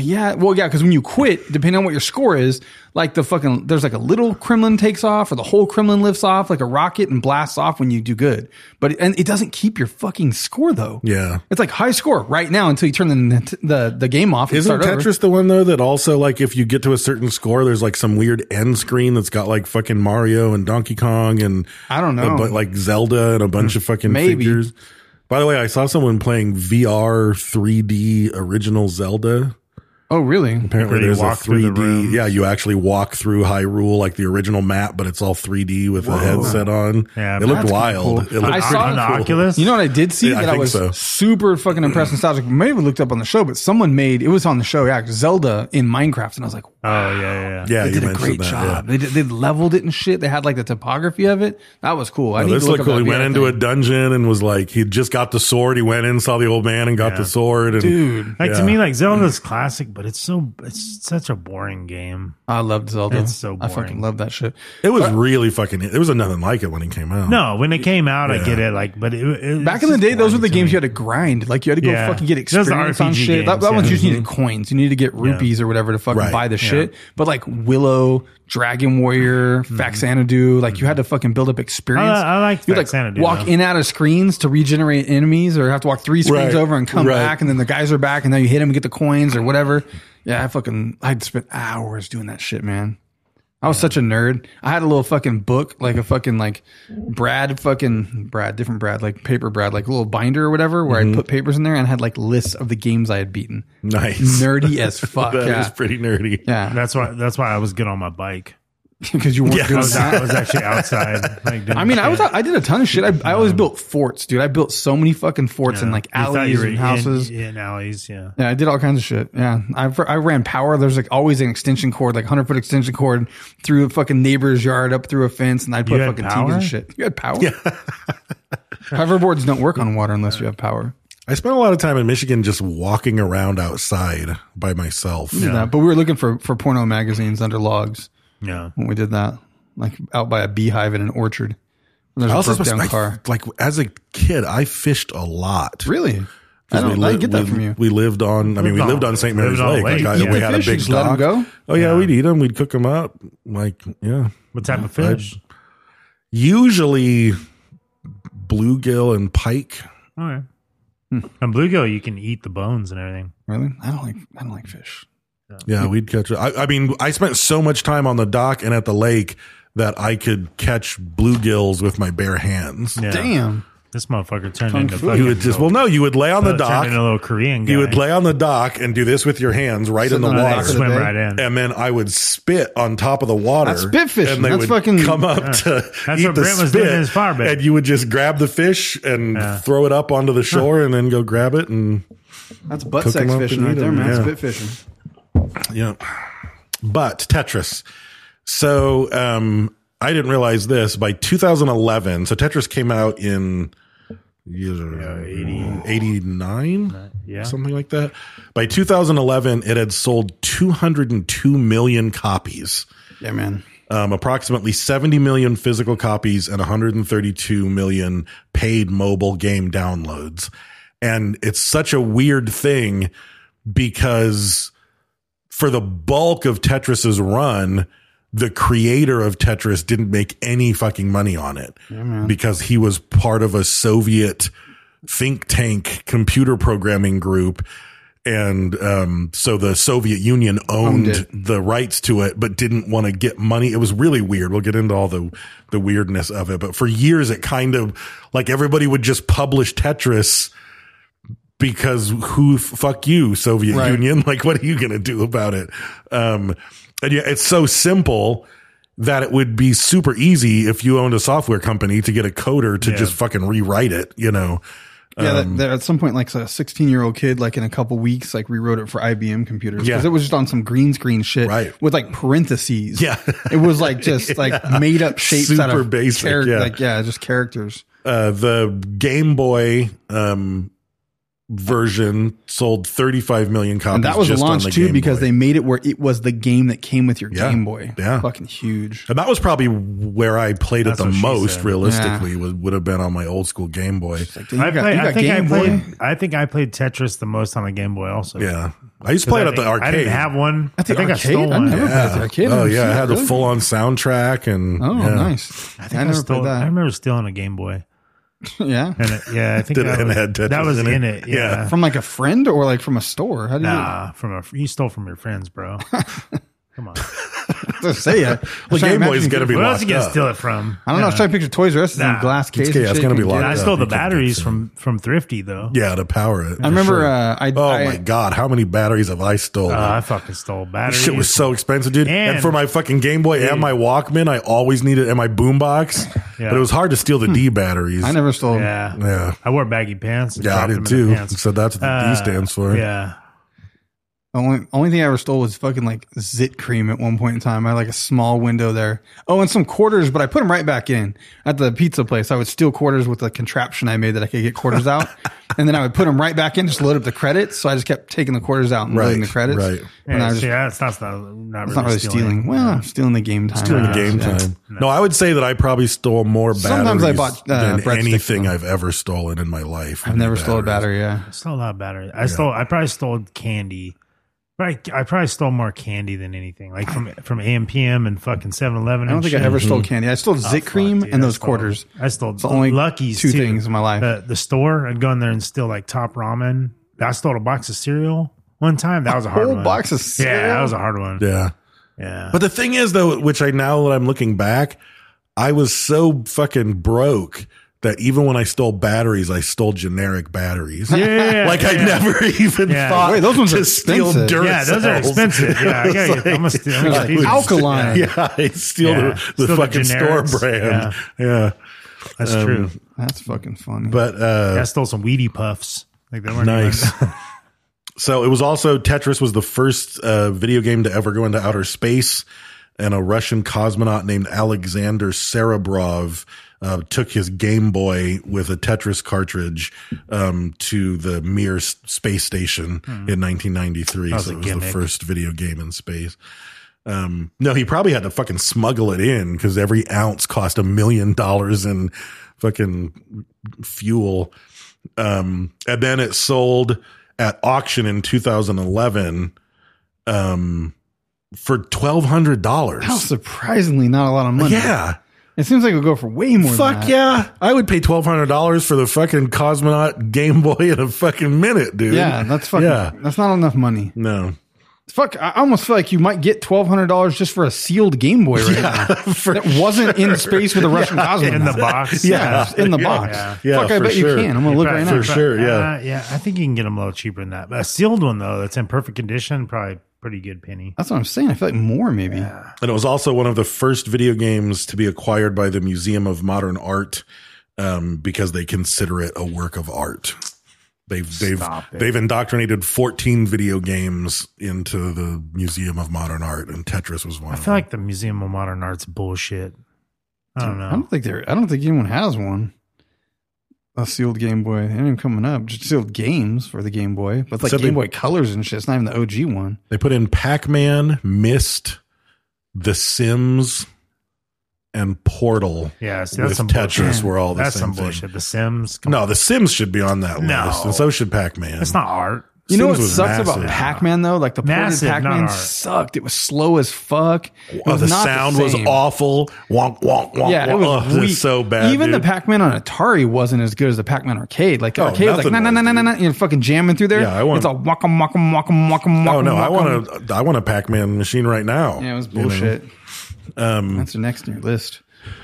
S9: yeah, well, yeah, because when you quit, depending on what your score is, like the fucking there's like a little Kremlin takes off, or the whole Kremlin lifts off like a rocket and blasts off when you do good. But and it doesn't keep your fucking score though.
S8: Yeah.
S9: it's like high score right now until you turn the the, the game off. And
S8: Isn't
S9: start
S8: Tetris
S9: Over.
S8: the one though that also like if you get to a certain score, there's like some weird end screen that's got like fucking Mario and Donkey Kong and
S9: I don't know. Hmm.
S8: but like Zelda and a bunch of fucking
S9: Maybe.
S8: figures. By the way, I saw someone playing VR 3D original Zelda.
S9: Oh, really?
S8: Apparently,
S10: Where you
S8: there's a
S10: walk through the
S8: 3D.
S10: room.
S8: yeah, you actually walk through Hyrule like the original map, but it's all 3D with a headset on.
S10: Yeah,
S8: it looked
S10: that's
S8: wild.
S9: cool.
S8: It looked
S9: I saw
S8: pretty
S10: on the Oculus.
S9: You know what I did see
S8: Yeah, I
S9: that I,
S8: think
S9: was
S8: so.
S9: super fucking impressed, nostalgic. Maybe we looked up on the show, but someone made it was on the show. Yeah, Zelda in Minecraft, and I was like,
S10: Oh yeah, yeah, yeah.
S8: Yeah,
S9: they
S8: you
S9: did a
S8: mentioned
S9: great
S8: that, yeah.
S9: job. They did, they leveled it and shit. They had like the topography of it. That was cool. I
S8: Oh,
S9: need
S8: this
S9: to look
S8: looked cool. He
S9: up that
S8: went
S9: VR
S8: into
S9: thing.
S8: a dungeon and was like, he just got the sword. He went in, saw the old man, and got the sword. And
S9: Dude.
S10: Like
S8: Yeah.
S10: to me, like Zelda's classic, but it's so it's such a boring game.
S9: I loved Zelda.
S10: It's so
S9: I fucking
S10: boring.
S9: love that shit.
S8: It was really fucking. There was nothing like it when it came out.
S10: uh, No, when it came out,
S8: Yeah.
S10: I get it. Like, but it, it-
S9: Back
S10: it's
S9: in the
S10: just
S9: day, those were
S10: boring
S9: the
S10: to
S9: games
S10: me.
S9: you had to grind. Like you had to go
S10: Yeah.
S9: fucking get
S10: Those are
S9: experience on
S10: RPG
S9: shit. that that
S10: games,
S9: one's
S10: yeah.
S9: just needed coins. You needed to get rupees or whatever to fucking
S8: Right.
S9: buy the shit. But like Willow, Dragon Warrior, Faxanadu. Like you had to fucking build up experience.
S10: Mm-hmm. I- I liked
S9: you like
S10: Faxanadu,
S9: walk
S10: yeah.
S9: in out of screens to regenerate enemies, or have to walk three screens
S8: Right,
S9: over and come
S8: right.
S9: back, and then the guys are back, and now you hit them and get the coins or whatever. Yeah, I fucking I'd spent hours doing that shit, man. I was such a nerd. I had a little fucking book, like a fucking like Brad fucking Brad, different Brad, like paper Brad, like a little binder or whatever, where
S10: Mm-hmm.
S9: I put papers in there and had like lists of the games I had beaten.
S8: Nice.
S9: Nerdy as fuck.
S8: That is
S9: yeah.
S8: pretty nerdy.
S9: yeah.
S10: That's why. That's why I was good on my bike.
S9: Because you weren't
S10: I
S9: doing
S10: was,
S9: that.
S10: out, I was actually outside. Like, doing
S9: I mean, I was
S10: shit.
S9: I did a ton of shit. I, I always built forts, dude. I built so many fucking forts in like
S10: You thought you
S9: alleys
S10: were
S9: and houses.
S10: in, in alleys. Yeah.
S9: Yeah, I did all kinds of shit. Yeah, I I ran power. There's like always an extension cord, like hundred foot extension cord through a fucking neighbor's yard up through a fence, and I put
S10: You had
S9: fucking TVs
S10: power?
S9: and shit. You had power. Hoverboards don't work on water unless you have power.
S8: I spent a lot of time in Michigan just walking around outside by myself.
S9: Uh, but we were looking for for porno magazines under logs
S10: Yeah.
S9: when we did that, like out by a beehive in an orchard. There's
S8: I
S9: a
S8: also
S9: broke down
S8: spent- I-
S9: car.
S8: like as a kid, I fished a lot.
S9: Really? I
S8: 'Cause
S9: don't. I
S8: li-
S9: didn't get that from you.
S8: We lived on. I mean, we
S10: Lived
S8: lived
S10: on-
S8: on St.
S10: lived
S8: Mary's
S10: on
S8: Lake.
S10: lake.
S8: Like, I-
S10: You
S8: we
S10: could
S8: had a
S9: fish,
S8: big
S9: just let 'em
S8: dock.
S9: go?
S8: Oh yeah, we'd eat them. We'd cook them up. Like yeah,
S10: What type of fish?
S8: usually bluegill and pike.
S9: Oh,
S10: Okay. And bluegill, you can eat the bones and everything.
S9: Really? I don't like. I don't like fish.
S8: Yeah, we'd catch. I, I mean, I spent so much time on the dock and at the lake that I could catch bluegills with my bare hands.
S10: Yeah.
S9: Damn.
S10: This motherfucker turned
S9: Kung
S10: into
S9: fu.
S10: fucking.
S8: You would just well, no, you would lay on the
S10: turned
S8: dock.
S10: into a little Korean guy.
S8: You would lay on the dock and do this with your hands right in
S9: Sitting
S8: the
S9: on the
S8: water.
S9: dock
S10: swim
S9: Today?
S10: right in.
S8: and then I would spit on top of the water.
S9: That's spit fishing.
S8: And they
S9: That's
S8: would
S9: fucking-
S8: come up to
S10: That's
S8: eat
S10: what
S8: the
S10: Brent
S8: spit.
S10: was doing in his fire bed.
S8: And you would just grab the fish and throw it up onto the shore, and then go grab it. And
S9: That's butt
S8: Cook 'em
S9: sex
S8: up
S9: fishing
S8: and
S9: right
S8: eat
S9: there,
S8: 'em,
S9: man.
S8: yeah.
S9: Spit fishing.
S8: yeah, but Tetris. So um, I didn't realize this by 2011. So Tetris came out in. Yeah, 89
S10: Yeah.
S8: something like that by 2011 it had sold 202 million copies
S9: Yeah, man.
S8: um, approximately 70 million physical copies and 132 million paid mobile game downloads. And it's such a weird thing because for the bulk of Tetris's run, the creator of Tetris didn't make any fucking money on it because he was part of a Soviet think tank computer programming group. And um, so the Soviet Union owned,
S9: Owned it.
S8: the rights to it, but didn't want to get money. It was really weird. We'll get into all the the weirdness of it. But for years, it kind of like everybody would just publish Tetris because who fuck you Soviet
S9: Right.
S8: Union? Like, what are you going to do about it? Um, and yeah, it's so simple that it would be super easy if you owned a software company to get a coder to
S10: Yeah.
S8: just fucking rewrite it. You know,
S9: Yeah, that,
S8: Um,
S9: that at some point, like a 16 year old kid, like in a couple weeks, like rewrote it for IBM computers because
S8: Yeah.
S9: it was just on some green screen shit,
S8: Right.
S9: With like parentheses.
S8: Yeah.
S9: it was like just like made up shapes out
S8: Super
S9: of
S8: basic, yeah.
S9: like yeah, just characters.
S8: uh, the Game Boy um, version sold 35 million copies.
S9: And that was
S8: just on the
S9: launched too
S8: Game
S9: because
S8: Boy.
S9: they made it where it was the game that came with your
S8: Yeah.
S9: Game Boy.
S8: Yeah.
S9: fucking huge.
S8: And that was probably where I played
S10: That's
S8: it the
S10: what she
S8: most
S10: said.
S8: realistically
S9: Yeah.
S8: would, would have been on my old school Game Boy.
S9: Like, you
S10: I,
S9: got,
S10: play,
S9: you
S10: I
S9: got
S10: think
S9: Game
S10: I
S9: Boy.
S10: played. I think I played Tetris the most on a Game Boy. Also,
S8: Yeah. I used to play it
S10: I
S8: at the
S10: think-
S8: arcade.
S10: I didn't have one.
S9: At the
S10: I
S9: arcade?
S10: think I stole
S9: I
S10: one.
S9: never-
S8: yeah.
S9: at the arcade.
S8: Oh
S9: I've
S8: yeah,
S9: seen
S8: I
S9: it,
S8: had the
S9: really?
S8: full on soundtrack and
S9: Oh,
S8: yeah.
S9: nice. I,
S10: I,
S9: never
S10: stole-
S9: played
S10: I
S9: that.
S10: remember stealing a Game Boy.
S9: yeah,
S10: And it, yeah, I think
S8: Did it
S10: that
S8: and
S10: was,
S8: had Tetris
S10: that was
S8: in
S10: in
S8: it?
S10: it.
S8: Yeah.
S10: Yeah.
S9: from like a friend or like from a store. How do you?
S10: Nah, from a you stole from your friends, bro. Come on,
S9: to say it.
S8: Well, Game Boy's
S9: going
S8: gonna
S9: to
S8: be
S10: where else
S8: locked
S10: you gonna
S8: up.
S10: steal it from?
S9: I don't know. I was trying to picture Toys R Us in a
S10: Nah.
S9: glass case.
S8: It's-
S9: and
S8: yeah, it's
S9: shit
S8: gonna
S9: you
S8: be
S9: can
S8: locked
S10: And I
S9: get it.
S8: up.
S10: stole the
S8: You can't do
S10: batteries
S8: that.
S10: from from Thrifty though.
S8: Yeah, to power it.
S9: I remember. Uh, I
S8: Oh
S9: I,
S8: my god, how many batteries have I stolen?
S10: Uh, I fucking stole batteries.
S8: Shit was so expensive, dude. And,
S10: And-
S8: for my fucking Game Boy and my Walkman, I always needed and my boombox.
S10: Yeah.
S8: But it was hard to steal the D batteries.
S9: Hmm. I never stole.
S10: Yeah,
S8: Yeah.
S10: I wore baggy pants. and
S8: Yeah, I
S10: dropped
S8: did
S10: them in the
S8: too.
S10: pants.
S8: So that's what the D
S10: Uh,
S8: stands for.
S10: Yeah,
S9: The only only thing I ever stole was fucking like zit cream at one point in time. I had like a small window there. Oh, and some quarters, but I put them right back in at the pizza place. I would steal quarters with a contraption I made that I could get quarters out, and then I would put them right back in, just load up the credits. So I just kept taking the quarters out and loading
S8: Right,
S9: the credits.
S8: right.
S9: And I
S10: yeah,
S9: was,
S10: see, that's not, not, not
S9: it's not really stealing. Well, I'm stealing the game time.
S8: During
S9: I guess,
S8: game
S9: yeah.
S8: time. No. I would say that I probably stole more batteries
S9: Sometimes I bought, uh,
S8: than
S9: breadsticks,
S8: anything
S9: though.
S8: I've ever stolen in my life.
S9: I've never stole a battery. Yeah.
S10: I stole a lot of batteries. I stole. I probably stole candy But I, I probably stole more candy than anything, like from from AMPM and fucking 7-Eleven.
S9: I don't think I ever
S8: Mm-hmm.
S9: stole candy. I stole
S8: Oh,
S9: zit cream and those quarters.
S10: I stole
S9: It's the only
S10: Lucky's
S9: two
S10: too.
S9: things in my life.
S10: The, the store, I'd go in there and steal like top ramen. I stole a box of cereal one time. That was a hard
S9: whole
S10: one.
S9: box of
S10: Yeah,
S9: cereal?
S10: that was a hard one.
S8: Yeah.
S10: Yeah.
S8: But the thing is, though, which I now that I'm looking back, I was so fucking broke that even when I stole batteries, I stole generic batteries.
S10: yeah,
S8: like I
S10: yeah.
S8: never even
S10: Yeah.
S8: thought
S9: Wait, those ones
S8: to
S9: are
S8: steal
S9: expensive.
S8: Duracell.
S10: Yeah, those are expensive. Yeah, I gotta get- I'm gonna steal- I'm gonna
S9: Like
S10: steal these.
S9: alkaline.
S8: Yeah, I steal
S10: Yeah.
S8: the, the
S10: Steal the
S8: fucking store
S10: generics.
S8: brand. Yeah.
S10: That's true.
S8: um,
S9: That's fucking funny.
S8: But uh
S10: I stole some Weedy Puffs. Like they weren't
S8: nice.
S10: even-
S8: so it was also Tetris was the first uh, video game to ever go into outer space, and a Russian cosmonaut named Alexander Serebrov uh, took his Game Boy with a Tetris cartridge um, to the Mir s- space station in 1993.
S10: Hmm. was
S8: So
S10: a
S8: it was the
S10: gimmick.
S8: first video game in space. Um, no, he probably had to fucking smuggle it in because every ounce cost a million dollars in fucking fuel. Um, and then it sold at auction in 2011 um, for
S9: That was
S8: $1,200.
S9: surprisingly not a lot of money.
S8: Yeah.
S9: It seems like it would go for way more than
S8: Fuck
S9: that.
S8: yeah. I would pay $1,200 for the fucking Cosmonaut Game Boy in a fucking minute, dude.
S9: Yeah, that's fucking.
S8: Yeah.
S9: That's not enough money.
S8: No.
S9: Fuck, I almost feel like you might get twelve hundred dollars just for a sealed Game Boy right now
S8: For
S9: that wasn't in space with a Russian cosmonaut
S10: in the box.
S9: Yeah, it's in the
S8: Yeah.
S9: box.
S10: Yeah.
S8: Yeah,
S9: Fuck, I
S8: for
S9: bet
S8: sure.
S9: you can. I'm gonna look right now.
S8: for sure, yeah.
S10: uh, yeah. I think you can get them a little cheaper than that. But a sealed one though, that's in perfect condition, probably pretty good penny.
S9: That's what I'm saying. I feel like more maybe.
S8: And it was also one of the first video games to be acquired by the Museum of Modern Art um, because they consider it a work of art. They've they've they've indoctrinated 14 video games into the Museum of Modern Art, and Tetris was one.
S10: I
S8: of
S10: feel
S8: them.
S10: like the Museum of Modern Art's bullshit. I don't
S9: I
S10: know.
S9: don't think there. I don't think anyone has one. A sealed Game Boy. It ain't even coming up. Just sealed games for the Game Boy, but like
S8: So they-
S9: Game Boy Colors and shit. It's not even the OG one.
S8: they put in Pac Man, Mist, The Sims, and Portal.
S10: Yeah, see, that's
S8: with
S10: some
S8: Tetris
S10: bullshit.
S8: were all the
S10: that's
S8: same
S10: some
S8: thing.
S10: bullshit. The Sims, come
S8: No, The Sims should be on that
S10: No.
S8: list, and so should Pac Man.
S10: That's not art.
S9: You know what
S8: Sims was
S9: sucks about
S8: massive.
S9: Pac Man though? Like the ported
S10: Massive,
S9: Pac
S10: not
S9: Man
S10: art.
S9: sucked. It was slow as fuck. It
S8: Oh,
S9: was
S8: the
S9: not
S8: sound was
S9: same.
S8: awful. Wonk wonk wonk.
S9: Yeah, it
S8: wonk.
S9: was
S8: Ugh, this
S9: weak.
S8: is so bad.
S9: Even
S8: dude.
S9: the Pac Man on Atari wasn't as good as the Pac Man arcade. Like the
S8: Oh,
S9: arcade was like
S8: nothing
S9: no no no
S8: was,
S9: no no
S8: dude.
S9: no. You're fucking jamming through there.
S8: Yeah, I want-
S9: It's a wackum wackum wackum wackum wackum.
S8: Oh no, I
S9: wackum.
S8: want a I want a Pac-Man machine right now.
S9: Yeah, it was
S8: You know?
S9: bullshit. That's the next on your list.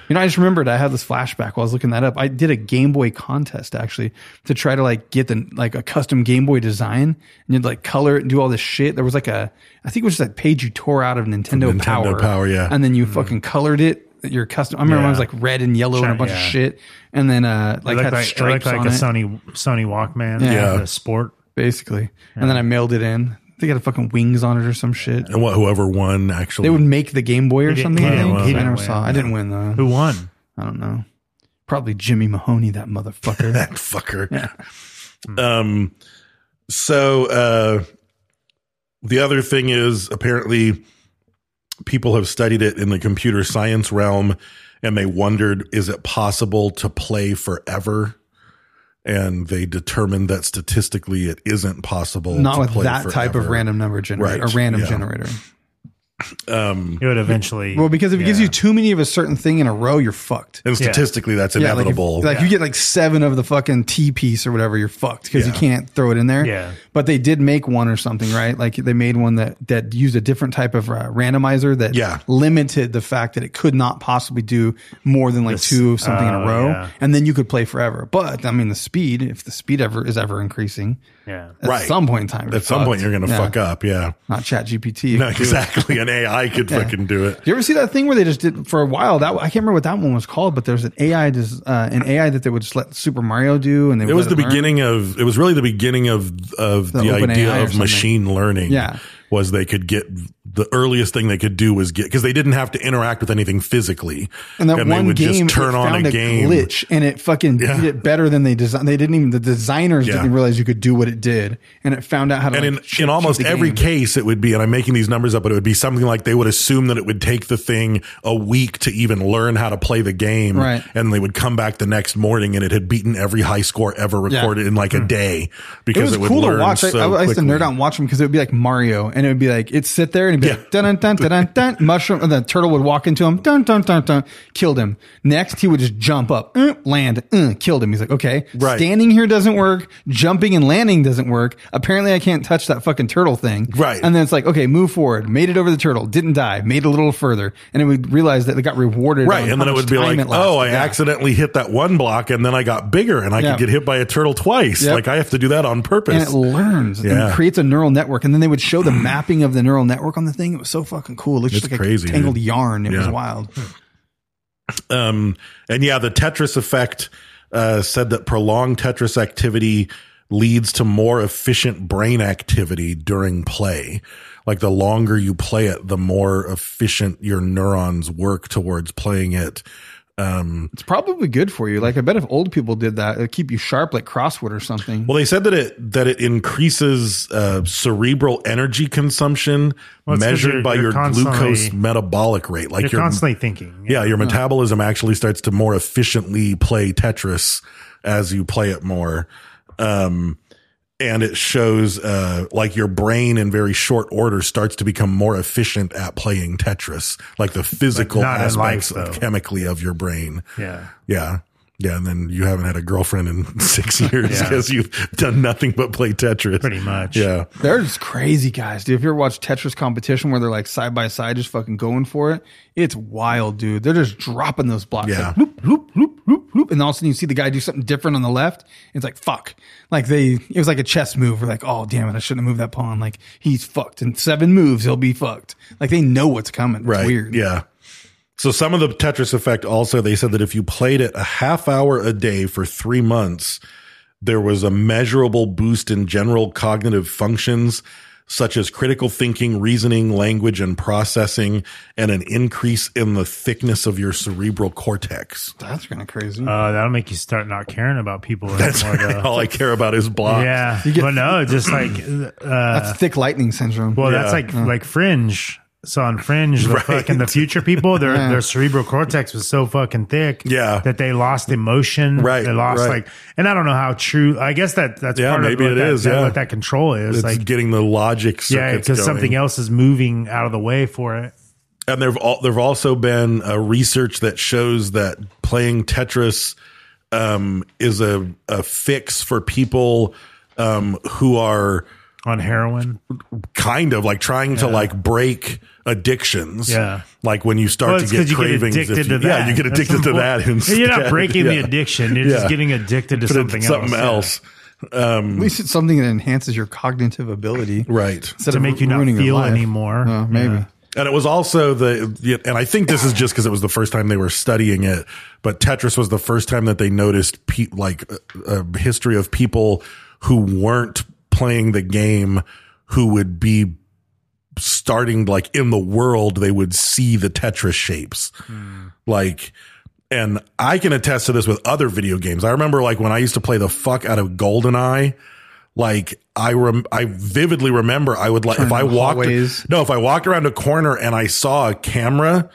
S9: You know, I just remembered I had this flashback while I was looking that up. I did a Game Boy contest actually to try to like get the like a custom Game Boy design and you'd like color it and do all this shit. There was like a I think it was that page you tore out of Nintendo,
S8: Nintendo
S9: Power.
S8: Power, yeah.
S9: And then you fucking colored it your custom. I remember when it was
S10: Yeah.
S9: like red and yellow and a
S10: Sure,
S9: bunch of
S10: yeah.
S9: shit. And then uh
S10: It
S9: like
S10: looked
S9: had
S10: like, it looked
S9: stripes
S10: like
S9: on
S10: a
S9: it,
S10: Sony Sony Walkman.
S9: Yeah.
S10: the sport.
S9: basically. And then I mailed it in. They got fucking wings on it or some shit.
S8: And what whoever won actually
S9: They would make the Game Boy or
S10: didn't-
S9: something.
S10: he
S9: I,
S10: didn't-
S9: think.
S10: he
S9: I
S10: didn't
S9: never
S10: win.
S9: saw. I didn't win though.
S10: Who won?
S9: I don't know. Probably Jimmy Mahoney, that motherfucker.
S8: that fucker. Um so uh the other thing is apparently people have studied it in the computer science realm and they wondered is it possible to play forever? And they determined that statistically it isn't possible.
S9: Not
S8: to
S9: with
S8: play
S9: that type of
S8: forever.
S9: random number generator,
S8: Right,
S9: a random
S8: yeah.
S9: generator.
S10: It would eventually.
S9: Well, because if it gives you too many of a certain thing in a row, you're fucked.
S8: And statistically that's
S9: like if-
S8: inevitable.
S9: Like, you get like seven of the fucking T piece or whatever, you're fucked because
S8: Yeah.
S9: you can't throw it in there.
S10: Yeah.
S9: But they did make one or something, right? Like they made one that that used a different type of uh, randomizer that
S8: Yeah.
S9: limited the fact that it could not possibly do more than like
S10: This-
S9: two of something in
S10: oh,
S9: a row,
S10: yeah.
S9: and then you could play forever. But I mean, the speed, if the speed ever is ever increasing,
S10: yeah.
S9: at
S8: Right.
S9: some point in time,
S8: At some point, you're going to fuck up. Yeah.
S9: Not Chat GPT.
S8: No, exactly. An AI could fucking do it.
S9: You ever see that thing where they just did for a while? That I can't remember what that one was called, but there's an AI, des- uh, an AI that they would just let Super Mario do, and they
S8: It
S9: would
S8: was
S9: let
S8: the
S9: learn.
S8: beginning of, it was really the beginning of, of the,
S9: open
S8: idea
S9: AI or
S8: of
S9: something.
S8: machine learning.
S9: Yeah.
S8: Was they could get the earliest thing they could do was get because they didn't have to interact with anything physically,
S9: And that
S8: they
S9: one
S8: would
S9: game
S8: just turn
S9: it
S8: on
S9: found
S8: a game.
S9: glitch, and it fucking
S8: Yeah.
S9: did it better than they designed. They didn't even the designers
S8: Yeah.
S9: didn't realize you could do what it did, and it found out how to.
S8: And
S9: like,
S8: in,
S9: cheat-
S8: in almost
S9: cheat the
S8: every
S9: game.
S8: case, it would be, and I'm making these numbers up, but it would be something like they would assume that it would take the thing a week to even learn how to play the game.
S9: Right.
S8: And they would come back the next morning and it had beaten every high score ever
S9: Yeah. Hmm.
S8: recorded in like a day
S9: It
S8: because
S9: was
S8: it, would
S9: cool
S8: learn
S9: to watch. I-
S8: so
S9: I, I used to nerd
S8: quickly.
S9: out and watch them because it would be like Mario, and it would be like it'd sit there and it'd be
S8: Yeah.
S9: like dun dun dun dun dun dun. Mushroom, and the turtle would walk into him, dun dun dun dun, killed him. Next, he would just jump up, uh, land, uh, killed him. He's like, okay,
S8: Right.
S9: standing here doesn't work, jumping and landing doesn't work. Apparently, I can't touch that fucking turtle thing.
S8: Right.
S9: and then it's like, okay, move forward, made it over the turtle, didn't die, made it a little further, and it would realize that they got rewarded.
S8: Right.
S9: on
S8: And
S9: how
S8: then it
S9: much
S8: would be
S9: time
S8: like,
S9: it lasted.
S8: oh, I
S9: Yeah.
S8: accidentally hit that one block and then I got bigger and I
S9: Yeah.
S8: could get hit by a turtle twice.
S9: Yep.
S8: Like I have to do that on
S9: and
S8: purpose.
S9: it learns
S8: Yeah.
S9: and creates a neural network. And then they would show the mapping of the neural network on the thing. It was so fucking cool. It looked
S8: It's
S9: just like
S8: crazy,
S9: a tangled
S8: dude.
S9: yarn. It was
S8: Yeah.
S9: wild.
S8: Um, and yeah, the Tetris effect uh, said that prolonged Tetris activity leads to more efficient brain activity during play. Like the longer you play it, the more efficient your neurons work towards playing it.
S9: It's probably good for you. Like I bet if old people did that, it'd keep you sharp like crossword or something.
S8: Well, they said that it that it increases uh, cerebral energy consumption
S10: Well, it's 'cause
S8: measured
S10: you're-
S8: by
S10: you're
S8: your glucose
S10: constantly-
S8: metabolic rate. Like
S10: You're
S8: your
S10: constantly thinking.
S8: yeah, your metabolism actually starts to more efficiently play Tetris as you play it more. Um, and it shows uh, like your brain in very short order starts to become more efficient at playing Tetris, like the physical
S10: not in life,
S8: aspects of
S10: though.
S8: chemically of your brain.
S10: Yeah.
S8: Yeah. Yeah. And then you haven't had a girlfriend in six years
S10: Yeah.
S8: because you've done nothing but play Tetris.
S10: Pretty much.
S8: Yeah.
S9: There's crazy guys, dude. If you ever watch Tetris competition where they're like side by side, just fucking going for it, it's wild, dude. They're just dropping those blocks.
S8: Yeah.
S9: Like, loop, loop, loop, loop, loop. And all of a sudden you see the guy do something different on the left. It's like, fuck. Like they, it was like a chess move. We're like, oh, damn it. I shouldn't have moved that pawn. Like he's fucked. In seven moves, he'll be fucked. Like they know what's coming. It's
S8: Right.
S9: weird.
S8: Yeah. So some of the Tetris effect also, they said that if you played it a half hour a day for three months, there was a measurable boost in general cognitive functions such as critical thinking, reasoning, language, and processing, and an increase in the thickness of your cerebral cortex.
S9: That's kind of crazy.
S10: Uh, that'll make you start not caring about people.
S8: That's
S10: anymore, though.
S8: all I care about is blocks.
S10: Oh Yeah,
S9: You get-
S10: but no, just like uh,
S9: That's thick lightning syndrome.
S10: well,
S8: Yeah.
S10: that's like
S9: Mm.
S10: like Fringe. So on Fringe, the
S8: Right.
S10: fucking the future people, their
S9: Yeah.
S10: their cerebral cortex was so fucking thick,
S8: Yeah.
S10: that they lost emotion,
S8: Right,
S10: They lost
S8: right.
S10: like, and I don't know how true. I guess that that's
S8: Yeah,
S10: part
S8: maybe
S10: of
S8: it
S10: what that,
S8: is,
S10: that-
S8: yeah.
S10: what that control is,
S8: It's
S10: like
S8: getting the logic circuits
S10: yeah, because
S8: going.
S10: something else is moving out of the way for it.
S8: and there've all, there've also been uh, research that shows that playing Tetris um, is a, a fix for people um, who are
S10: On heroin,
S8: kind of like trying to like break addictions.
S10: Yeah.
S8: like when you start
S10: Well,
S8: to
S10: it's
S8: get
S10: 'cause you get
S8: cravings. if
S10: addicted
S8: you-
S10: to
S8: Yeah,
S10: that.
S8: you get
S10: That's
S8: addicted to that.
S10: important. You're not
S8: instead.
S10: breaking the addiction. You're just getting addicted to
S8: But
S10: something
S8: it's
S10: else,
S8: Something
S10: yeah.
S8: else,
S9: At least it's something that enhances your cognitive ability.
S8: right?
S9: Instead
S10: To
S9: of
S10: make you not
S9: ruining your
S10: feel
S9: life.
S10: anymore.
S9: Uh, maybe.
S10: Yeah.
S8: And it was also the, and I think this is just because it was the first time they were studying it, but Tetris was the first time that they noticed pe- like a, a history of people who weren't playing the game who would be starting like in the world, they would see the Tetris shapes.
S9: Hmm.
S8: Like, and I can attest to this with other video games. I remember like when I used to play the fuck out of GoldenEye, like I rem- I vividly remember I would like if I
S9: Turn
S8: walked
S9: hallways.
S8: no if I walked around a corner and I saw a camera,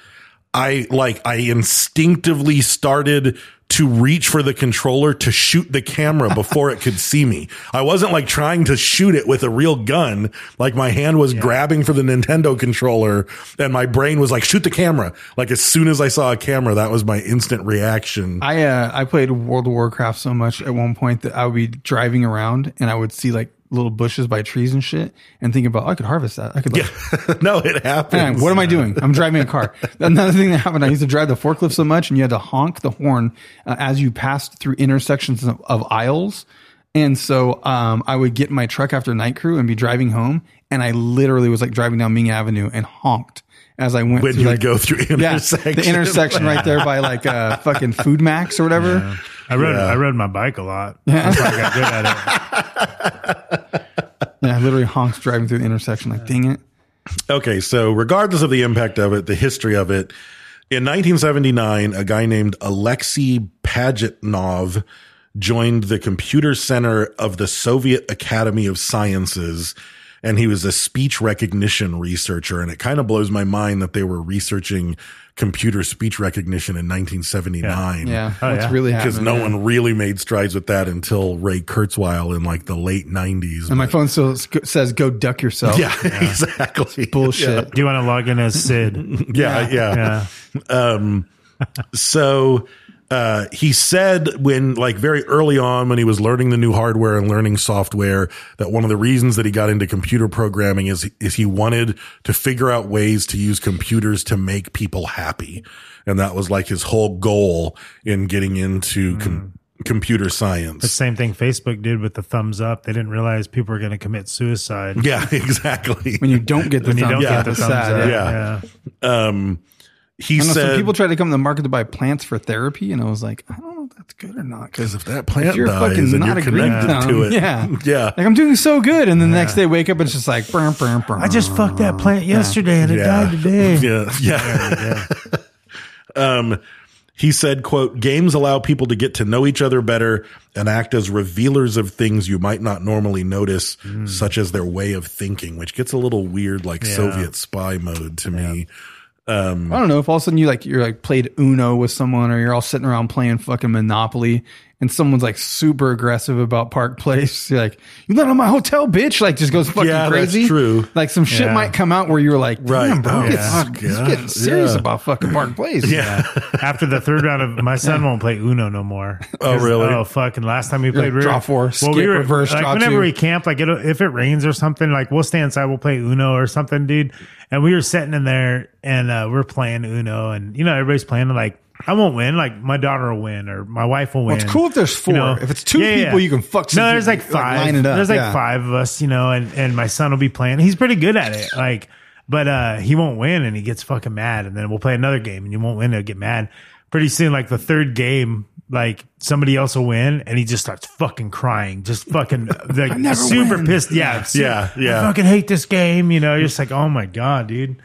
S8: I like I instinctively started to reach for the controller to shoot the camera before it could see me. I wasn't like trying to shoot it with a real gun. Like my hand was grabbing for the Nintendo controller and my brain was like, shoot the camera. Like as soon as I saw a camera, that was my instant reaction.
S9: I uh, I played World of Warcraft so much at one point that I would be driving around and I would see like little bushes by trees and shit and think about I could harvest that. I could like,
S8: no, it
S9: Man,
S8: happened.
S9: what am I doing? I'm driving a car. Another thing that happened, I used to drive the forklift so much, and you had to honk the horn uh, as you passed through intersections of, of aisles. And so um, I would get in my truck after night crew and be driving home, and I literally was like driving down Ming Avenue and honked as I went.
S8: When
S9: through,
S8: you would
S9: like-
S8: go through
S9: Yeah,
S8: intersections.
S9: the intersection right there by like uh, fucking Food Max or whatever.
S10: I rode
S8: Yeah.
S10: I rode my bike a lot. That's how I got good at it.
S9: Yeah, I literally honks driving through the intersection. Like, dang it.
S8: Okay, so regardless of the impact of it, the history of it, in 1979, a guy named Alexei Pajitnov joined the Computer Center of the Soviet Academy of Sciences, and he was a speech recognition researcher. And it kind of blows my mind that they were researching computer speech recognition in 1979.
S9: Yeah,
S10: Oh,
S9: what's
S10: yeah.
S9: really happening?
S8: Because no
S9: yeah.
S8: one really made strides with that until Ray Kurzweil in like the late 90s.
S9: And my
S8: But-
S9: phone still sc- says, "Go duck yourself."
S8: Yeah, exactly.
S9: bullshit.
S10: Do you want to log in as Sid?
S8: Yeah, yeah.
S10: Yeah.
S8: So uh, he said when, like, very early on when he was learning the new hardware and learning software, that one of the reasons that he got into computer programming is is he wanted to figure out ways to use computers to make people happy, and that was like his whole goal in getting into com-
S10: Hmm.
S8: computer science.
S10: Same thing Facebook did with the thumbs up. They didn't realize people were going to commit suicide.
S8: yeah, exactly.
S9: When you don't get the
S10: When you
S9: thumbs
S10: don't
S9: up,
S10: get the
S9: that's
S10: thumbs
S9: sad,
S10: up.
S9: yeah.
S8: Yeah. um, he
S9: I know,
S8: said
S9: some people tried to come to the market to buy plants for therapy, and I was like, I don't know if that's good or not.
S8: because if that plant
S9: you're
S8: dies
S9: fucking
S8: and
S9: not
S8: you're
S9: agreeing
S8: connected
S9: with
S8: to
S9: them,
S8: it,
S9: yeah.
S8: yeah,
S9: like I'm doing so good, and the next day wake up, and it's just like, burn, burn, burn.
S10: I just fucked that plant yesterday and it died today.
S8: Yeah. Yeah. um, he said, quote, games allow people to get to know each other better and act as revealers of things you might not normally notice, such as their way of thinking, which gets a little weird, like
S10: Hmm. Yeah.
S8: Soviet spy mode to me.
S9: I don't know if all of a sudden you like you're like played Uno with someone, or you're all sitting around playing fucking Monopoly, and someone's like super aggressive about Park Place. You're like, you let on my hotel, bitch! Like just goes fucking
S8: Yeah, that's
S9: crazy.
S8: true.
S9: Like some shit
S10: Yeah.
S9: might come out where you're like, damn,
S8: Right.
S9: bro,
S8: Oh,
S9: he's,
S8: yeah.
S9: he's
S8: Yeah.
S9: getting serious
S8: Yeah.
S9: about fucking Park Place. Yeah,
S10: After the third round of my son won't play Uno no more.
S8: Oh,
S10: 'Cause-
S8: really?
S10: Oh fucking last time we played
S9: like, draw four, skip, reverse,
S10: like,
S9: draw
S10: whenever
S9: two.
S10: we camp, like it, if it rains or something, like we'll stay inside, we'll play Uno or something, dude. And we were sitting in there and uh, we're playing Uno and you know, everybody's playing and, like I won't win. Like my daughter will win, or my wife will win.
S9: Well, it's cool if there's
S10: You
S9: four.
S10: know?
S9: If it's two people, you can fuck some
S10: No, there's like
S9: people, like,
S10: five.
S9: line it up,
S10: There's like
S9: yeah.
S10: five of us, uh, you know, and and my son will be playing. He's pretty good at it, like, but uh, he won't win, and he gets fucking mad. And then we'll play another game, and he won't win. He'll get mad. Pretty soon, like the third game, like somebody else will win, and he just starts fucking crying, just fucking like
S9: never
S10: super
S9: win.
S10: pissed. Yeah, su-
S8: Yeah, yeah.
S10: I fucking hate this game. You know, you're just like, oh my god, dude.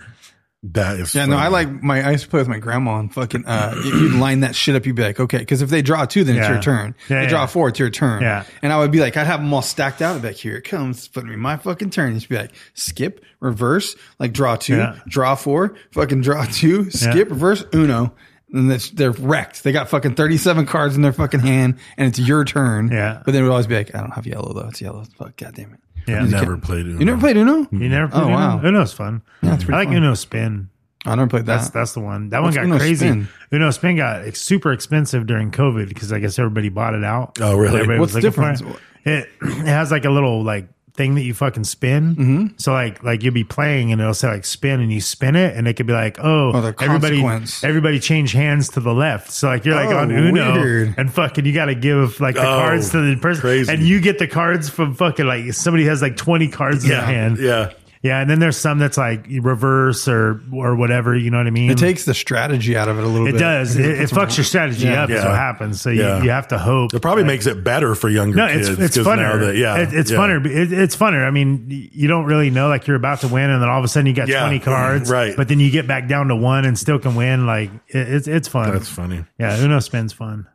S8: That is,
S9: Yeah, no,
S8: funny.
S9: I like my. I used to play with my grandma and fucking. Uh, if you'd line that shit up, you'd be like, okay, because if they draw two, then it's
S10: Yeah.
S9: your turn.
S10: Yeah,
S9: they
S10: yeah.
S9: draw four, it's your turn.
S10: Yeah.
S9: and I would be like, I'd have them all stacked out. I'd be like, here it comes, it's putting me my fucking turn. And she'd be like, skip, reverse, like draw two,
S10: Yeah.
S9: draw four, fucking draw two, skip, reverse, uno. And it's, they're wrecked. They got fucking thirty-seven cards in their fucking hand, and it's your turn.
S10: Yeah.
S9: but they would always be like, I don't have yellow though. It's yellow. Fuck, goddamn it.
S10: Yeah,
S8: I never played Uno.
S9: You never played Uno?
S10: You never played
S9: Oh,
S10: Uno?
S9: wow.
S10: Uno's fun. I like
S9: fun.
S10: Uno Spin.
S9: I never played that.
S10: That's that's the one. That
S9: What's
S10: one got
S9: Uno
S10: crazy.
S9: Spin?
S10: Uno Spin got ex- super expensive during COVID because I guess everybody bought it out.
S8: Oh, really?
S10: Everybody was
S9: What's the
S10: looking for
S9: difference?
S10: It, It- it has like a little like thing that you fucking spin.
S9: Mm-hmm.
S10: So like like you'll be playing and it'll say like spin and you spin it and it could be like oh,
S9: Oh, the
S10: everybody
S9: consequence.
S10: everybody change hands to the left. So like you're like
S9: Oh,
S10: on Uno
S9: weird.
S10: and fucking you got to give like the
S8: Oh,
S10: cards to the person
S8: crazy.
S10: and you get the cards from fucking like somebody has like 20 cards in
S8: yeah,
S10: their hand.
S8: yeah.
S10: Yeah, and then there's some that's like reverse or or whatever. You know what I mean?
S9: it takes the strategy out of it a little
S10: It
S9: bit.
S10: does. It, it fucks your strategy
S9: Yeah.
S10: up. Is
S8: Yeah.
S10: what happens. So
S8: Yeah.
S10: you, you have to hope.
S8: It probably
S10: Like-
S8: makes it better for younger
S10: no. It's
S8: kids.
S10: it's
S8: 'cause now
S10: funner.
S8: that- yeah,
S10: It- it's
S8: yeah.
S10: funner. It, it's funner. I mean, y- you don't really know like you're about to win, and then all of a sudden you got
S8: Yeah.
S10: twenty cards,
S8: Right.
S10: But then you get back down to one and still can win. Like it, it's it's fun.
S8: That's funny.
S10: Yeah, Uno spins fun.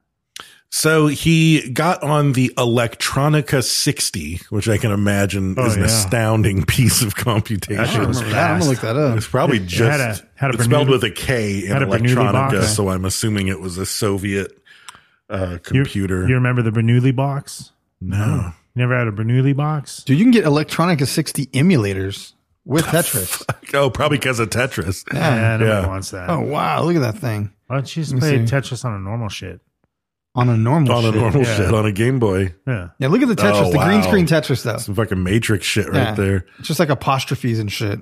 S8: So he got on the Electronica 60, which I can imagine
S10: Oh,
S8: is an
S10: yeah.
S8: astounding piece of
S10: That shit
S8: computation.
S10: was
S9: Remember that? I'm gonna look that up.
S8: It's probably
S10: It had
S8: just
S10: a- had a
S8: it's spelled
S10: Bernoulli-
S8: with a K in
S10: had a Bernoulli
S8: Electronica,
S10: box.
S8: so I'm assuming it was a Soviet uh,
S10: You-
S8: computer.
S10: You remember the Bernoulli box?
S8: no,
S10: You never had a Bernoulli box?
S9: Dude, you can get Electronica 60 emulators with Tetris.
S8: oh, probably because of Tetris.
S10: Yeah, nobody
S8: Yeah.
S10: wants that.
S9: oh, wow. Look at that thing
S10: Why don't you just
S9: Let me
S10: play
S9: see.
S10: Tetris on a normal shit?
S9: on a normal
S8: on a
S9: shit.
S8: normal
S10: yeah.
S8: shit on a Game Boy,
S10: Yeah.
S9: Yeah, look at the Tetris,
S8: Oh,
S9: the green
S8: wow.
S9: screen Tetris, though.
S8: some fucking Matrix shit right
S9: Yeah.
S8: there.
S9: It's just like apostrophes and shit.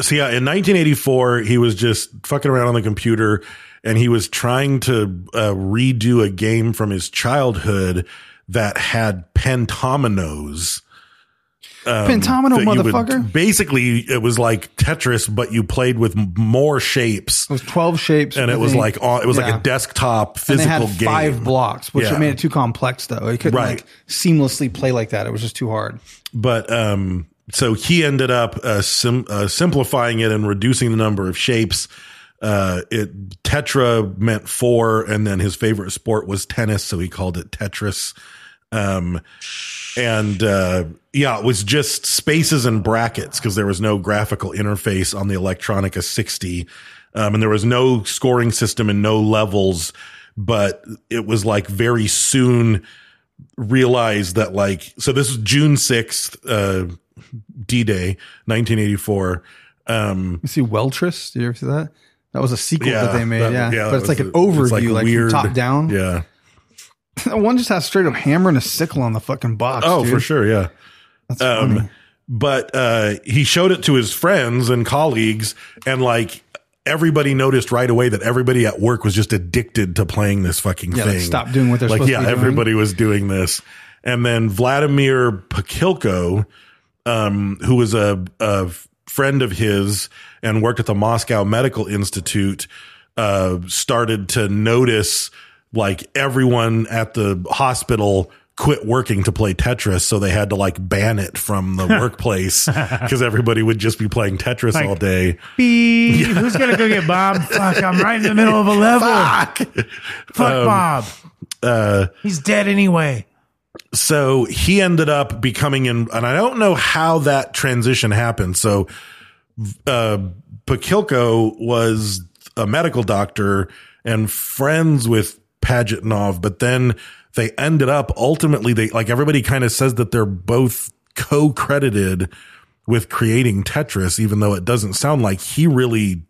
S8: So yeah, uh, in 1984, he was just fucking around on the computer and he was trying to uh, redo a game from his childhood that had pentominoes.
S9: Pentomino,
S8: Um, that you would-
S9: motherfucker.
S8: basically, it was like Tetris, but you played with m- more shapes.
S9: It was 12 shapes.
S8: and
S9: I
S8: it was
S9: think.
S8: like on, it was like
S9: Oh, Yeah.
S8: a desktop
S9: And they
S8: physical
S9: had
S8: game.
S9: five blocks, which
S8: Yeah.
S9: made it too complex, though. It couldn't
S8: Right.
S9: like seamlessly play like that. It was just too hard.
S8: But um, so he ended up uh, sim- uh, simplifying it and reducing the number of shapes. Uh, it tetra meant four, and then his favorite sport was tennis, so he called it Tetris. Um, and uh, yeah, it was just spaces and brackets because there was no graphical interface on the Electronica 60, um, and there was no scoring system and no levels. But it was like very soon realized that like so this was June 6th, uh, D Day, 1984. Um,
S9: You see Weltress? Did you ever see that? That was a sequel that they made.
S8: that-
S9: yeah. but
S8: that
S9: it's like
S8: was
S9: an
S8: a-
S9: overview,
S8: it's
S9: like,
S8: a
S9: from top down.
S8: Yeah.
S9: One just has straight up hammer and a sickle on the fucking box.
S8: Oh,
S9: dude.
S8: for sure. Yeah.
S9: That's funny.
S8: Um, but uh, he showed it to his friends and colleagues, and like everybody noticed right away that everybody at work was just addicted to playing this fucking
S9: Yeah, like,
S8: thing.
S9: stop doing what they're
S8: like.
S9: supposed
S8: yeah,
S9: to be doing.
S8: everybody was doing this, and then Vladimir Pakilko, um, who was a, a friend of his and worked at the Moscow Medical Institute, uh, started to notice like everyone at the hospital quit working to play Tetris. So they had to like ban it from the workplace because everybody would just be playing Tetris
S10: Like-
S8: all day.
S10: Beep. Who's gonna go get Bob? Fuck! I'm right in the middle of a level. Fuck,
S8: Um, uh,
S10: Bob. He's dead anyway.
S8: so he ended up becoming in, and I don't know how that transition happened. So, uh, Pakilko was a medical doctor and friends with Pagetnov, but then they ended up ultimately they like everybody kind of says that they're both co-credited with creating Tetris, even though it doesn't sound like he really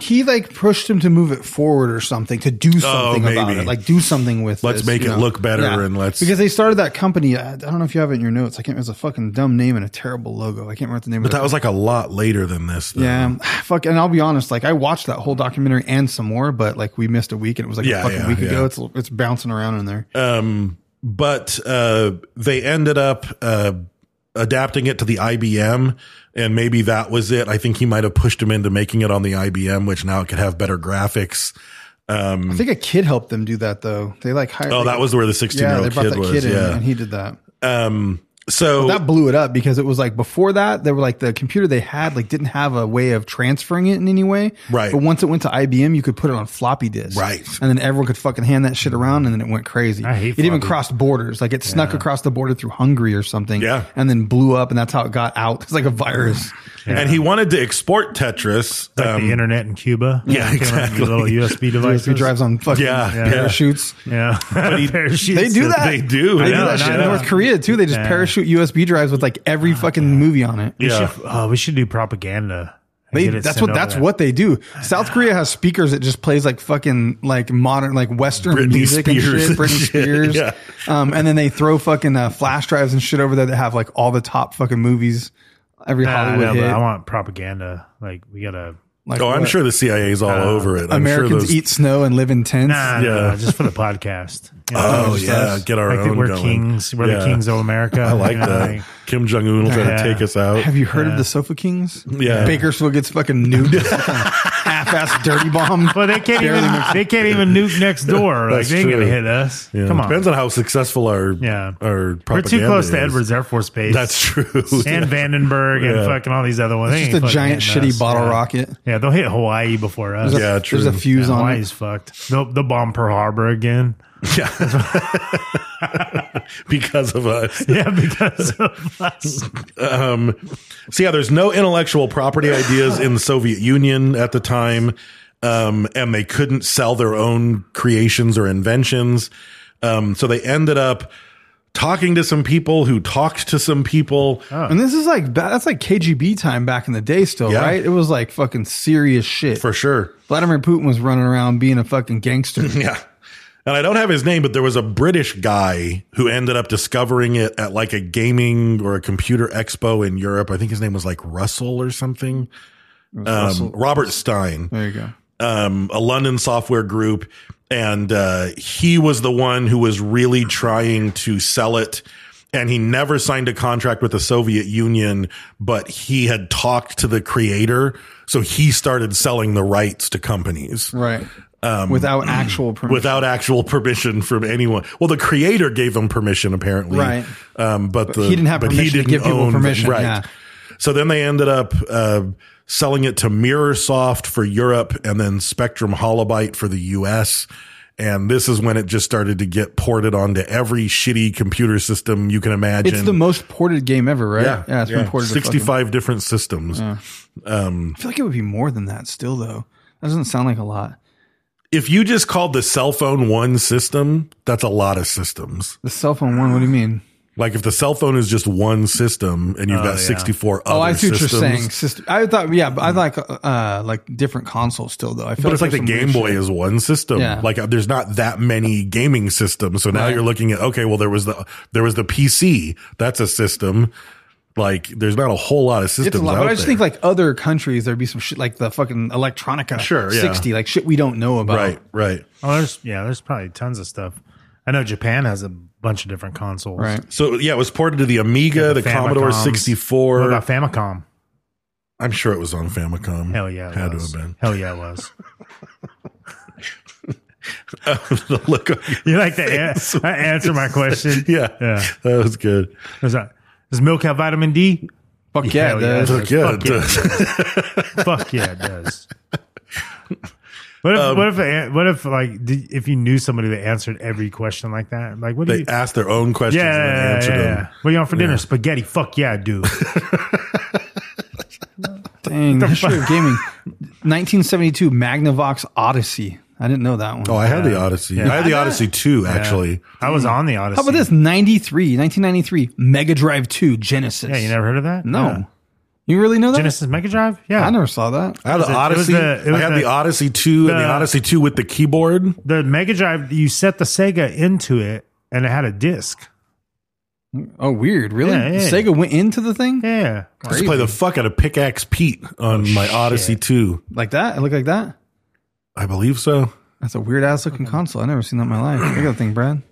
S9: He like pushed him to move it forward or something to do something about
S8: Oh, maybe.
S9: it, like do something with.
S8: Let's
S9: this,
S8: make
S9: you
S8: it look better and let's-
S9: because they started that company. I I don't know if you have it in your notes. I can't. It's a fucking dumb name and a terrible logo. I can't remember the name.
S8: but
S9: of it.
S8: that was like a lot later than this. though.
S9: Yeah, fuck. And I'll be honest, like I watched that whole documentary and some more, but like we missed a week, and it was like
S8: Yeah,
S9: a fucking
S8: yeah,
S9: week ago.
S8: yeah. Um,
S9: It's it's bouncing around in there.
S8: but uh, they ended up uh, adapting it to the IBM, and maybe that was it. I think he might have pushed him into making it on the IBM, which now it could have better graphics.
S9: I think a kid helped them do that though. They like hired.
S8: Oh, that was where the 16
S9: yeah.
S8: year
S9: They
S8: old
S9: brought
S8: kid
S9: that
S8: was.
S9: kid in,
S8: yeah.
S9: and he did that.
S8: so
S9: That blew it up because it was like before that they were like the computer they had like didn't have a way of transferring it in any way.
S8: Right.
S9: But once it went to IBM, you could put it on floppy disk.
S8: Right.
S9: And then everyone could fucking hand that shit around, and then it went crazy.
S10: I hate
S9: it even
S10: floppy.
S9: crossed borders. Like it snuck across the border through Hungary or something.
S8: Yeah.
S9: And then blew up, and that's how it got out. It's like a virus.
S8: and he wanted to export Tetris.
S10: Like
S8: um,
S10: the internet in Cuba.
S8: yeah,
S10: Came out with
S8: exactly.
S10: Little USB devices.
S9: USB drives on fucking
S8: Yeah, yeah.
S9: parachutes.
S10: Yeah, but
S8: he-
S9: They do that.
S8: They do, yeah,
S9: They do that
S8: I
S9: shit in
S8: know.
S9: North Korea too. They just
S10: Yeah. Ah,
S9: parachute USB drives with like every fucking movie on it.
S10: We
S8: Yeah.
S10: should, oh, we should do propaganda. and
S9: They,
S10: get it
S9: that's
S10: sent
S9: what
S10: over
S9: that's
S10: there.
S9: what they do. South Korea has speakers that just plays like fucking like modern like Western
S8: Britney
S9: music and
S8: Spears
S9: shit,
S8: and
S9: Britney
S8: shit,
S9: Spears,
S8: yeah.
S9: um, and then they throw fucking uh, flash drives and shit over there that have like all the top fucking movies, every
S10: Nah,
S9: Hollywood
S10: no, but
S9: hit.
S10: I want propaganda. Like Uh, we gotta.
S9: like,
S8: oh, I'm
S9: what?
S8: sure the CIA is all over it. I'm
S9: Americans
S8: sure those,
S9: eat snow and live in tents.
S10: Nah,
S8: Yeah.
S10: yeah, just for the podcast. You know,
S8: Oh
S10: just
S8: yeah,
S10: us.
S8: get our
S10: like that
S8: own.
S10: We're
S8: going.
S10: kings. We're
S8: Yeah.
S10: the kings of America.
S8: I like
S10: you know,
S8: that.
S10: like-
S8: Kim Jong Un will try
S10: Yeah.
S8: to take us out.
S9: Have you heard of the Sofa Kings?
S8: Yeah.
S9: Bakersfield gets fucking nuked. half-ass dirty bomb.
S10: Well, they can't
S9: Barely
S10: even
S9: makes-
S10: they can't even nuke next door. Like
S8: That's
S10: they ain't gonna
S8: true.
S10: hit us.
S8: Yeah.
S10: Come on,
S8: Depends on how successful our
S10: yeah.
S8: our
S10: we're too
S8: propaganda
S10: close to
S8: is.
S10: Edwards Air Force Base.
S8: That's true.
S10: and Vandenberg and
S8: Yeah.
S10: fucking all these other ones. They
S9: Just a
S10: ain't fucking
S9: giant
S10: hitting
S9: shitty
S10: us.
S9: bottle
S10: Yeah.
S9: rocket.
S10: Yeah, they'll hit Hawaii before us.
S8: Yeah,
S9: There's
S8: true.
S9: a fuse
S10: Yeah,
S9: on
S10: Hawaii's
S9: it.
S10: fucked. They'll, they'll bomb Pearl Harbor again.
S8: Yeah. because of us.
S10: Yeah, because of us.
S8: Um, so yeah, there's no intellectual property ideas in the Soviet Union at the time. Um, and they couldn't sell their own creations or inventions. Um, so they ended up talking to some people who talked to some people.
S9: And this is like ba- that's like KGB time back in the day, still,
S8: Yeah.
S9: right? It was like fucking serious shit.
S8: For sure.
S9: Vladimir Putin was running around being a fucking gangster.
S8: Yeah. And I don't have his name, but there was a British guy who ended up discovering it at like a gaming or a computer expo in Europe. I think his name was like Russell or something. Um, Robert Stein.
S9: there you go.
S8: um, a London software group, and uh, he was the one who was really trying to sell it. And he never signed a contract with the Soviet Union, but he had talked to the creator, so he started selling the rights to companies
S9: Right. without actual permission.
S8: Um, without actual permission from anyone. Well, the creator gave them permission apparently,
S9: Right.
S8: Um, but, the,
S9: he didn't have
S8: but
S9: permission to give people
S8: own the-
S9: permission,
S8: right?
S9: yeah.
S8: So then they ended up uh, selling it to MirrorSoft for Europe and then Spectrum Holobyte for the US. And this is when it just started to get ported onto every shitty computer system you can imagine.
S9: It's the most ported game ever, right?
S8: yeah,
S9: yeah it's been ported to fucking-
S8: 65 different systems.
S9: I feel like it would be more than that still, though. That doesn't sound like a lot.
S8: If you just called the cell phone one system, that's a lot of systems.
S9: The cell phone one. What do you mean?
S8: Like if the cell phone is just one system and you've
S10: Oh,
S8: got
S10: yeah.
S8: 64 other
S9: Oh, I see what
S8: systems, Hmm.
S9: you're saying. System. I thought, yeah, but I like uh, like different consoles still, though. I feel
S8: But it's like the
S9: there's some
S8: Game
S9: weird
S8: Boy
S9: shit.
S8: is one system.
S9: Yeah.
S8: Like uh, there's not that many gaming systems. So now
S9: Right.
S8: you're looking at okay, well there was the there was the PC. That's a system. Like there's not a whole lot of systems.
S9: It's a lot,
S8: out
S9: but I just
S8: there.
S9: think like other countries, there'd be some shit like the fucking electronica,
S8: Sure, yeah.
S9: sixty, like shit we don't know about.
S8: right, right.
S10: Oh, there's yeah, there's probably tons of stuff. I know Japan has a bunch of different consoles.
S9: right.
S8: So yeah, it was ported to the Amiga, the, Commodore
S10: Famicoms. What
S8: 64.
S10: about Famicom?
S8: I'm sure it was on Famicom.
S10: Hell yeah, it
S8: had
S10: was.
S8: to have been.
S10: Hell yeah, it was.
S8: the look on your
S10: You like to an-
S8: face.
S10: uh, answer my question?
S8: Yeah,
S10: yeah.
S8: that was good.
S10: Does that does milk have vitamin D?
S9: Fuck yeah,
S10: Hell
S9: it
S10: yeah,
S9: does.
S10: it
S8: Look, yeah,
S10: Fuck yeah. Fuck yeah, it does. What if, what if a- what if like did, if you knew somebody that answered every question like that? Like what do
S8: they
S10: you?
S8: asked their own questions
S10: yeah,
S8: and then
S10: yeah, yeah,
S8: answered
S10: yeah.
S8: them.
S10: What you want for dinner? Spaghetti. Fuck yeah, dude.
S9: Dang, the history of gaming. 1972 Magnavox Odyssey. I didn't know that one.
S8: Oh, I had the Odyssey. I had the Odyssey too, actually.
S10: I was on the Odyssey.
S9: How about this? 93, 1993 Mega Drive 2 Genesis.
S10: Yeah, you never heard of that?
S9: No.
S10: Yeah.
S9: You really know that?
S10: Genesis Mega Drive. Yeah,
S9: I never saw that.
S8: I had
S10: Was
S8: the
S10: it- it was
S8: Odyssey.
S10: the- it
S8: I
S10: was
S8: had the,
S10: the-
S8: Odyssey 2 and the
S10: the-
S8: Odyssey 2 with the keyboard.
S10: the Mega Drive. You set the Sega into it, and it had a disc.
S9: Oh, weird. Really?
S10: Yeah, yeah.
S9: Sega went into the thing
S10: Yeah,
S8: I used to play the fuck out of Pickaxe Pete on my Odyssey 2.
S9: like that? It looked like that?
S8: I believe so.
S9: That's a weird ass looking console. i never seen that in my life. Look at that thing, Brad.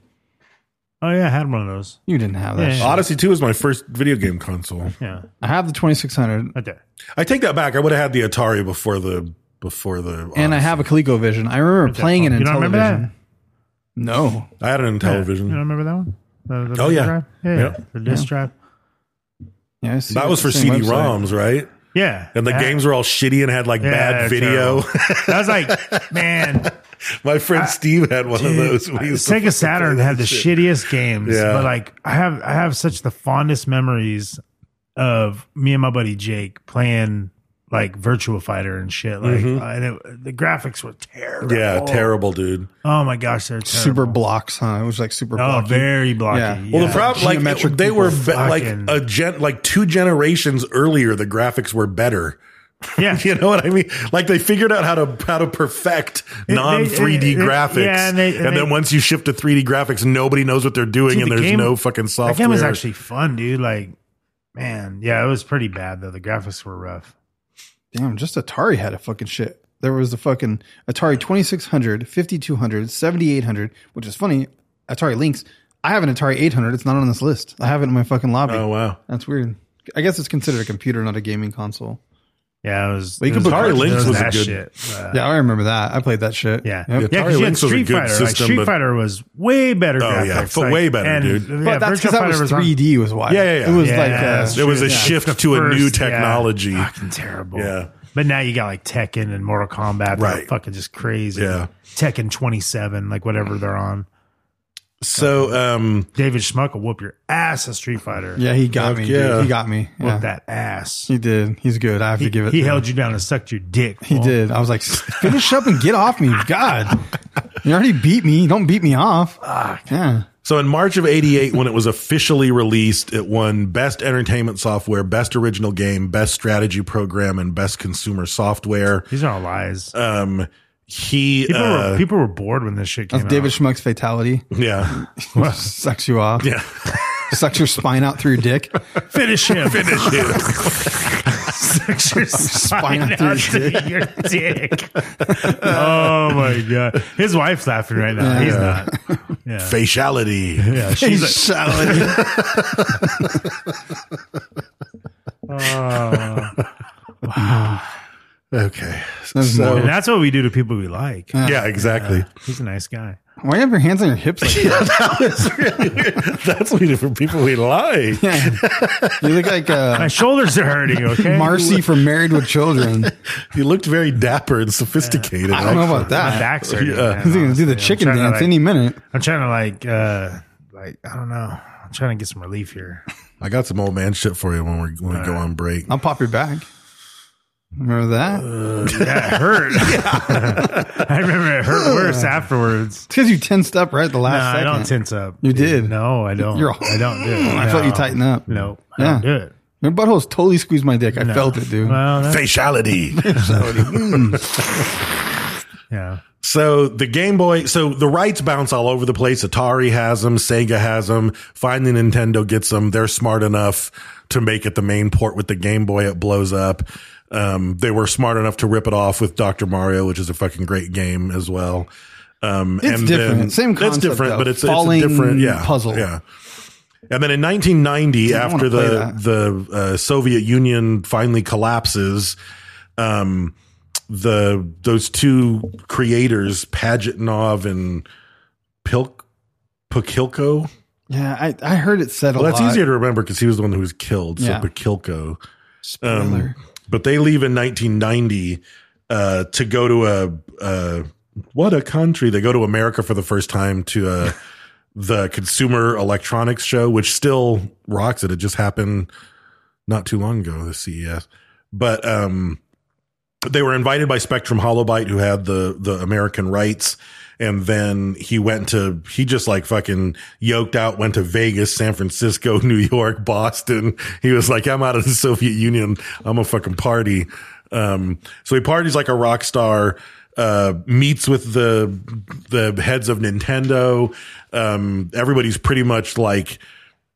S10: Oh yeah, I had one of those.
S9: You didn't have that.
S10: Yeah.
S9: shit.
S8: Odyssey 2 is my first video game console.
S10: Yeah,
S9: I have the 2600
S10: right there.
S8: I take that back. I would have had the Atari before the before the
S9: and I
S8: Odyssey.
S9: have a ColecoVision. I remember playing it in
S10: Oh, You don't remember that?
S9: television. No.
S8: I had an Intellivision.
S10: You don't remember that one? The, the
S8: Oh,
S10: Mega
S8: yeah.
S10: Drive? yeah,
S8: Yeah.
S10: yeah. The disc drive.
S9: Yeah, I see
S8: That
S9: it.
S8: was for
S9: Same website.
S8: CD-ROMs, right?
S10: Yeah,
S8: And the
S10: Yeah.
S8: games were all shitty and had like
S10: Yeah,
S8: bad video.
S10: terrible. I was like, man,
S8: my friend Steve had one of those. We used to
S10: Ah, Sega
S8: fucking
S10: Saturn
S8: play
S10: had the
S8: that shit.
S10: shittiest games,
S8: Yeah.
S10: but like I have I have such the fondest memories of me and my buddy Jake playing like Virtua Fighter and shit. Like, uh, and it, the graphics were terrible.
S8: Mm-hmm. Yeah, terrible, dude.
S10: Oh my gosh, they're terrible.
S9: Super blocks, huh? It was like super
S10: Oh,
S9: blocky.
S10: very blocky.
S9: Yeah.
S8: Well, the
S10: yeah.
S8: problem, like
S9: Geometric
S8: they were be-
S9: people
S8: like
S10: fucking-
S8: a gen, like two generations earlier, the graphics were better.
S10: Yeah.
S8: You know what I mean? Like they figured out how to how to perfect
S10: they-
S8: non 3D
S10: it- it-
S8: graphics,
S10: yeah,
S8: and,
S10: and they- and
S8: then
S10: they-
S8: once you shift to 3D graphics, nobody knows what they're doing,
S10: Dude,
S8: and
S10: the
S8: there's
S10: game-
S8: no fucking software.
S10: That game was actually fun, dude. Like, man, yeah, it was pretty bad though. The graphics were rough.
S9: Damn, just Atari had a fucking shit. There was the fucking Atari 2600, 5200, 7800, which is funny. Atari Lynx. I have an Atari 800. It's not on this list. I have it in my fucking lobby.
S8: oh wow,
S9: That's weird. I guess it's considered a computer, not a gaming console.
S10: Yeah, it was.
S9: Well, you
S10: it
S9: could
S10: was
S9: put
S10: hard-
S9: Atari
S10: it
S8: Lynx was a
S10: that
S8: good-
S10: shit. Uh,
S9: Yeah, I remember that. I played that shit.
S10: Yeah,
S9: Yep.
S10: yeah,
S8: Atari
S10: because you had
S8: Lynx was a
S10: Street
S8: good
S10: Fighter. like,
S8: system,
S10: Street
S8: but-
S10: Fighter was way better.
S8: Oh,
S10: graphics.
S8: yeah, but
S10: like,
S8: way better,
S10: and,
S8: dude.
S10: Yeah,
S9: But that's
S10: Virtua
S9: because that
S10: Fighter
S9: was
S10: on-
S9: 3D was why.
S8: Yeah, yeah, yeah.
S9: It was
S10: Yeah,
S9: like
S10: yeah,
S9: uh,
S10: that's
S8: there was a
S10: Yeah.
S8: shift
S10: It's
S8: to
S10: the
S8: a new
S10: first, yeah.
S8: technology. Yeah,
S10: Fucking terrible.
S8: Yeah.
S10: But now you got like Tekken and Mortal Kombat. They're
S8: Right.
S10: Fucking just crazy.
S8: Yeah.
S10: Tekken 27, like whatever they're on.
S8: so um,
S10: David Schmuck will whoop your ass at Street Fighter.
S9: Yeah, he got
S8: Fuck
S9: me.
S8: yeah.
S9: Dude. He got me.
S10: Whoop
S9: Yeah.
S10: that ass.
S9: He did. He's good. I have to give it.
S10: He
S9: to him.
S10: held you down and sucked your dick.
S9: He
S10: Well,
S9: did. I was like, finish up and get off me. God. You already beat me. Don't beat me off.
S10: Ah,
S9: Yeah.
S8: So in March of 88, when it was officially released, it won Best Entertainment Software, Best Original Game, Best Strategy Program, and Best Consumer Software.
S10: These are all lies.
S8: Um, he,
S10: people,
S8: uh,
S10: were, people were bored when this shit came
S9: That's
S10: out.
S9: David Schmuck's fatality.
S8: yeah,
S9: Sucks you off.
S8: yeah,
S9: Sucks your spine out through your dick.
S10: Finish him. Finish him. Suck
S9: Spine
S10: your spine
S9: out through
S10: out
S9: your
S10: to your dick. oh my god. His wife's laughing right now. He's not. Yeah.
S8: faciality.
S10: Yeah, she's like,
S9: Salad.
S8: Okay,
S9: There's
S8: so
S10: and that's what we do to people we like.
S8: yeah, exactly.
S10: He's a nice guy.
S9: Why do you have your hands on your hips like that?
S8: That's what we do for people we like.
S9: You look like
S10: My
S9: uh,
S10: shoulders are hurting. Okay,
S9: Marcy from Married with Children.
S8: You looked very dapper and sophisticated.
S9: I don't know about
S10: My
S9: that.
S10: back's hurting.
S8: Yeah.
S10: man.
S9: He's going to do
S10: Honestly,
S9: the
S10: I'm
S9: chicken
S10: trying to,
S9: dance
S10: like-
S9: any minute.
S10: I'm trying to like, uh like I don't know. I'm trying to get some relief here.
S8: I got some old man shit for you when, we're, when we go on break.
S9: I'll pop your back. Remember that?
S10: Uh, Yeah, it hurt. I remember it hurt worse afterwards.
S9: it's because you tensed up right at the
S10: No,
S9: last
S10: I
S9: second.
S10: don't tense up.
S9: You
S10: dude.
S9: did.
S10: No, I don't.
S9: You're all-
S10: I don't do it.
S9: I felt you
S10: No.
S9: tighten up.
S10: No, I don't do
S9: Yeah.
S10: it. Oh,
S9: Your butthole's totally squeezed my dick. I felt it, dude.
S10: Well, that's,
S8: Faciality.
S10: yeah.
S8: So the Game Boy, so the rights bounce all over the place. Atari has them, Sega has them. Finally, Nintendo gets them. They're smart enough to make it the main port with the Game Boy. It blows up. Um, they were smart enough to rip it off with Dr. Mario, which is a fucking great game as well. Um,
S9: It's different. Same
S8: It's
S9: concept,
S8: different,
S9: though.
S8: but it's,
S9: Falling
S8: it's a different yeah,
S9: puzzle.
S8: Yeah. And then in 1990,
S9: I
S8: after
S9: wanna play
S8: the the uh, Soviet Union finally collapses, um, the those two creators, Pagetnov and Pilk Pakilko.
S9: Yeah, I, I heard it said a
S8: Well, that's
S9: lot.
S8: easier to remember because he was the one who was killed.
S9: Yeah.
S8: So Pakilko.
S9: Spoiler.
S8: But they leave in 1990 uh, to go to a uh, what a country. They go to America for the first time to uh, the Consumer Electronics Show, which still rocks it. It just happened not too long ago, the CES. But um, they were invited by Spectrum Holobyte, who had the the American rights. And then he went to, he just like fucking yoked out, went to Vegas, San Francisco, New York, Boston. He was like, I'm out of the Soviet Union. I'm a fucking party. Um, so he parties like a rock star, uh, meets with the, the heads of Nintendo. Um, everybody's pretty much like,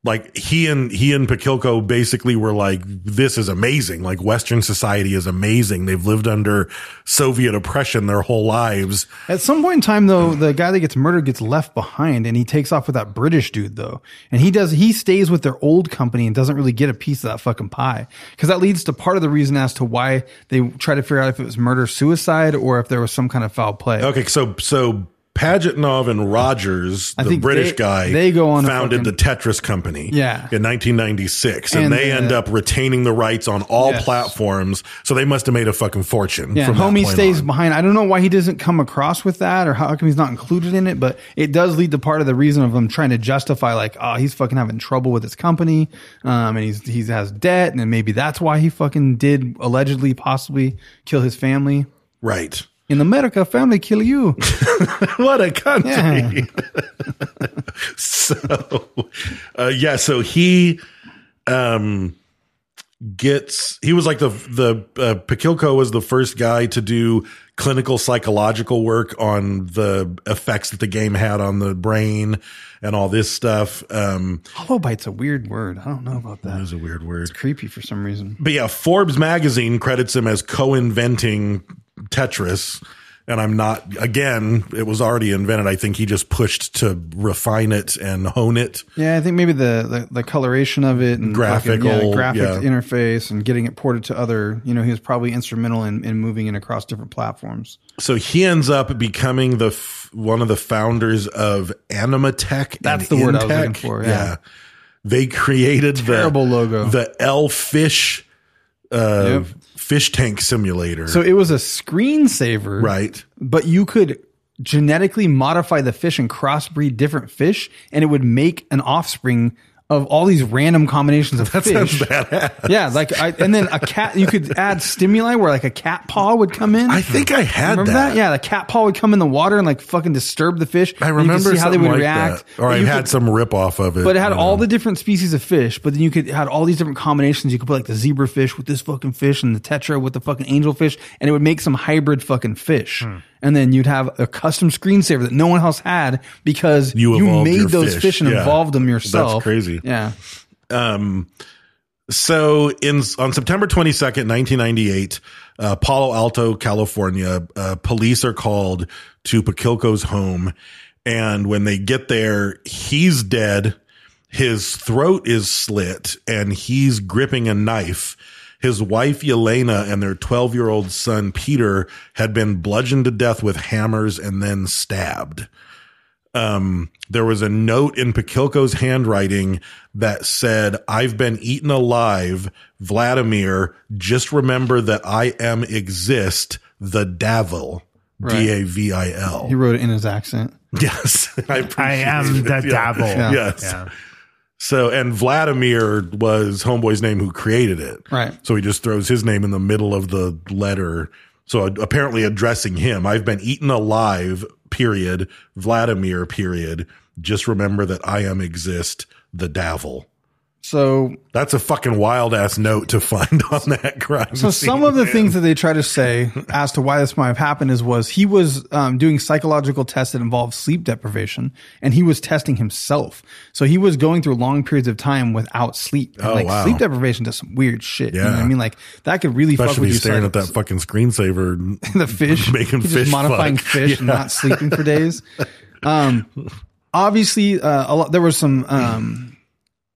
S8: like he and he and Pakilko basically were like, this is amazing. Like Western society is amazing. They've lived under Soviet oppression their whole lives.
S9: At some point in time, though, the guy that gets murdered gets left behind, and he takes off with that British dude, though. And he does he stays with their old company and doesn't really get a piece of that fucking pie because that leads to part of the reason as to why they try to figure out if it was murder suicide or if there was some kind of foul play.
S8: Okay, so so Pagetnov and Rogers,
S9: I
S8: the
S9: think
S8: British
S9: they-
S8: guy,
S9: they go on to
S8: founded
S9: fucking-
S8: the Tetris company,
S9: Yeah.
S8: in 1996, and,
S9: And,
S8: they
S9: uh,
S8: end up retaining the rights on all
S9: Yes.
S8: platforms. So they must have made a fucking fortune.
S9: Yeah,
S8: from that
S9: homie
S8: point
S9: stays
S8: on.
S9: behind. I don't know why he doesn't come across with that or how come he's not included in it, but it does lead to part of the reason of him trying to justify like, oh, he's fucking having trouble with his company, um, and he's he has debt, and then maybe that's why he fucking did allegedly possibly kill his family.
S8: right.
S9: In America, family kill you.
S8: what a country.
S9: Yeah.
S8: so, uh, yeah, so he um gets he was like the the uh, Pakilko was the first guy to do clinical psychological work on the effects that the game had on the brain and all this stuff. Um
S9: Holobite's a weird word. I don't know about that. It's
S8: a weird word.
S9: creepy for some reason.
S8: But yeah, Forbes magazine credits him as co-inventing Tetris. And I'm not, again, it was already invented. I think he just pushed to refine it and hone it.
S9: Yeah, I think maybe the, the, the coloration of it and
S8: Graphical,
S9: fucking, yeah, graphic
S8: yeah.
S9: interface and getting it ported to other, you know, he was probably instrumental in, in moving it across different platforms.
S8: So he ends up becoming the, f- one of the founders of Animatech.
S9: That's
S8: and
S9: the word I was
S8: Intech.
S9: looking for, yeah.
S8: They created the
S9: Terrible logo.
S8: the L fish, uh,
S9: Yep.
S8: fish tank simulator.
S9: So it was a screensaver,
S8: right.
S9: But you could genetically modify the fish and crossbreed different fish, and it would make an offspring of all these random combinations of fish. Yeah, like I, and then a cat. You could add stimuli where like a cat paw would come in.
S8: I think I had
S9: Remember
S8: that.
S9: that? Yeah, the cat paw would come in the water and like fucking disturb the fish.
S8: I
S9: and you could
S8: remember
S9: see how they would
S8: something like
S9: react.
S8: that. Or I
S9: But you
S8: had
S9: could-
S8: some rip off of it.
S9: But it had
S8: you
S9: all
S8: know.
S9: the different species of fish. But then you could had all these different combinations. You could put like the zebra fish with this fucking fish, and the tetra with the fucking angelfish, and it would make some hybrid fucking fish.
S8: Hmm.
S9: And then you'd have a custom screensaver that no one else had because
S8: You
S9: you,
S8: evolved your
S9: made those
S8: fish.
S9: fish, and
S8: Yeah.
S9: evolved them yourself.
S8: That's crazy.
S9: Yeah,
S8: Um, so in on September 22nd, 1998, uh, Palo Alto, California, uh, police are called to Pakilko's home. And when they get there, he's dead. His throat is slit and he's gripping a knife. His wife, Yelena, and their 12 year old son, Peter, had been bludgeoned to death with hammers and then stabbed. um, there was a note in Pakilko's handwriting that said, I've been eaten alive, Vladimir. Just remember that I am exist, the devil.
S9: Right.
S8: D A V I L.
S9: He wrote it in his accent.
S8: Yes. I, appreciate
S10: I am
S8: it.
S10: the
S8: Yeah.
S10: devil.
S8: Yes.
S10: Yeah.
S8: So, and Vladimir was Homeboy's name who created it.
S9: Right.
S8: So he just throws his name in the middle of the letter. So uh, apparently addressing him, I've been eaten alive, period. Vladimir, period. Just remember that I am exist, the devil.
S9: So
S8: That's a fucking wild ass note to find on that crime.
S9: So some
S8: scene,
S9: of the
S8: man.
S9: things that they try to say as to why this might have happened is was he was um, doing psychological tests that involved sleep deprivation, and he was testing himself. So he was going through long periods of time without sleep. And,
S8: Oh,
S9: like
S8: wow.
S9: sleep deprivation does some weird shit. You know what
S8: Yeah.
S9: I mean, like that could really fuck
S8: especially
S9: with
S8: if
S9: you.
S8: he's staring at that
S9: psych-
S8: fucking screensaver.
S9: the fish,
S8: making
S9: He's
S8: fish
S9: just modifying
S8: fuck.
S9: fish, and
S8: Yeah.
S9: not sleeping for days. Um, obviously, uh, a lot, there was some um,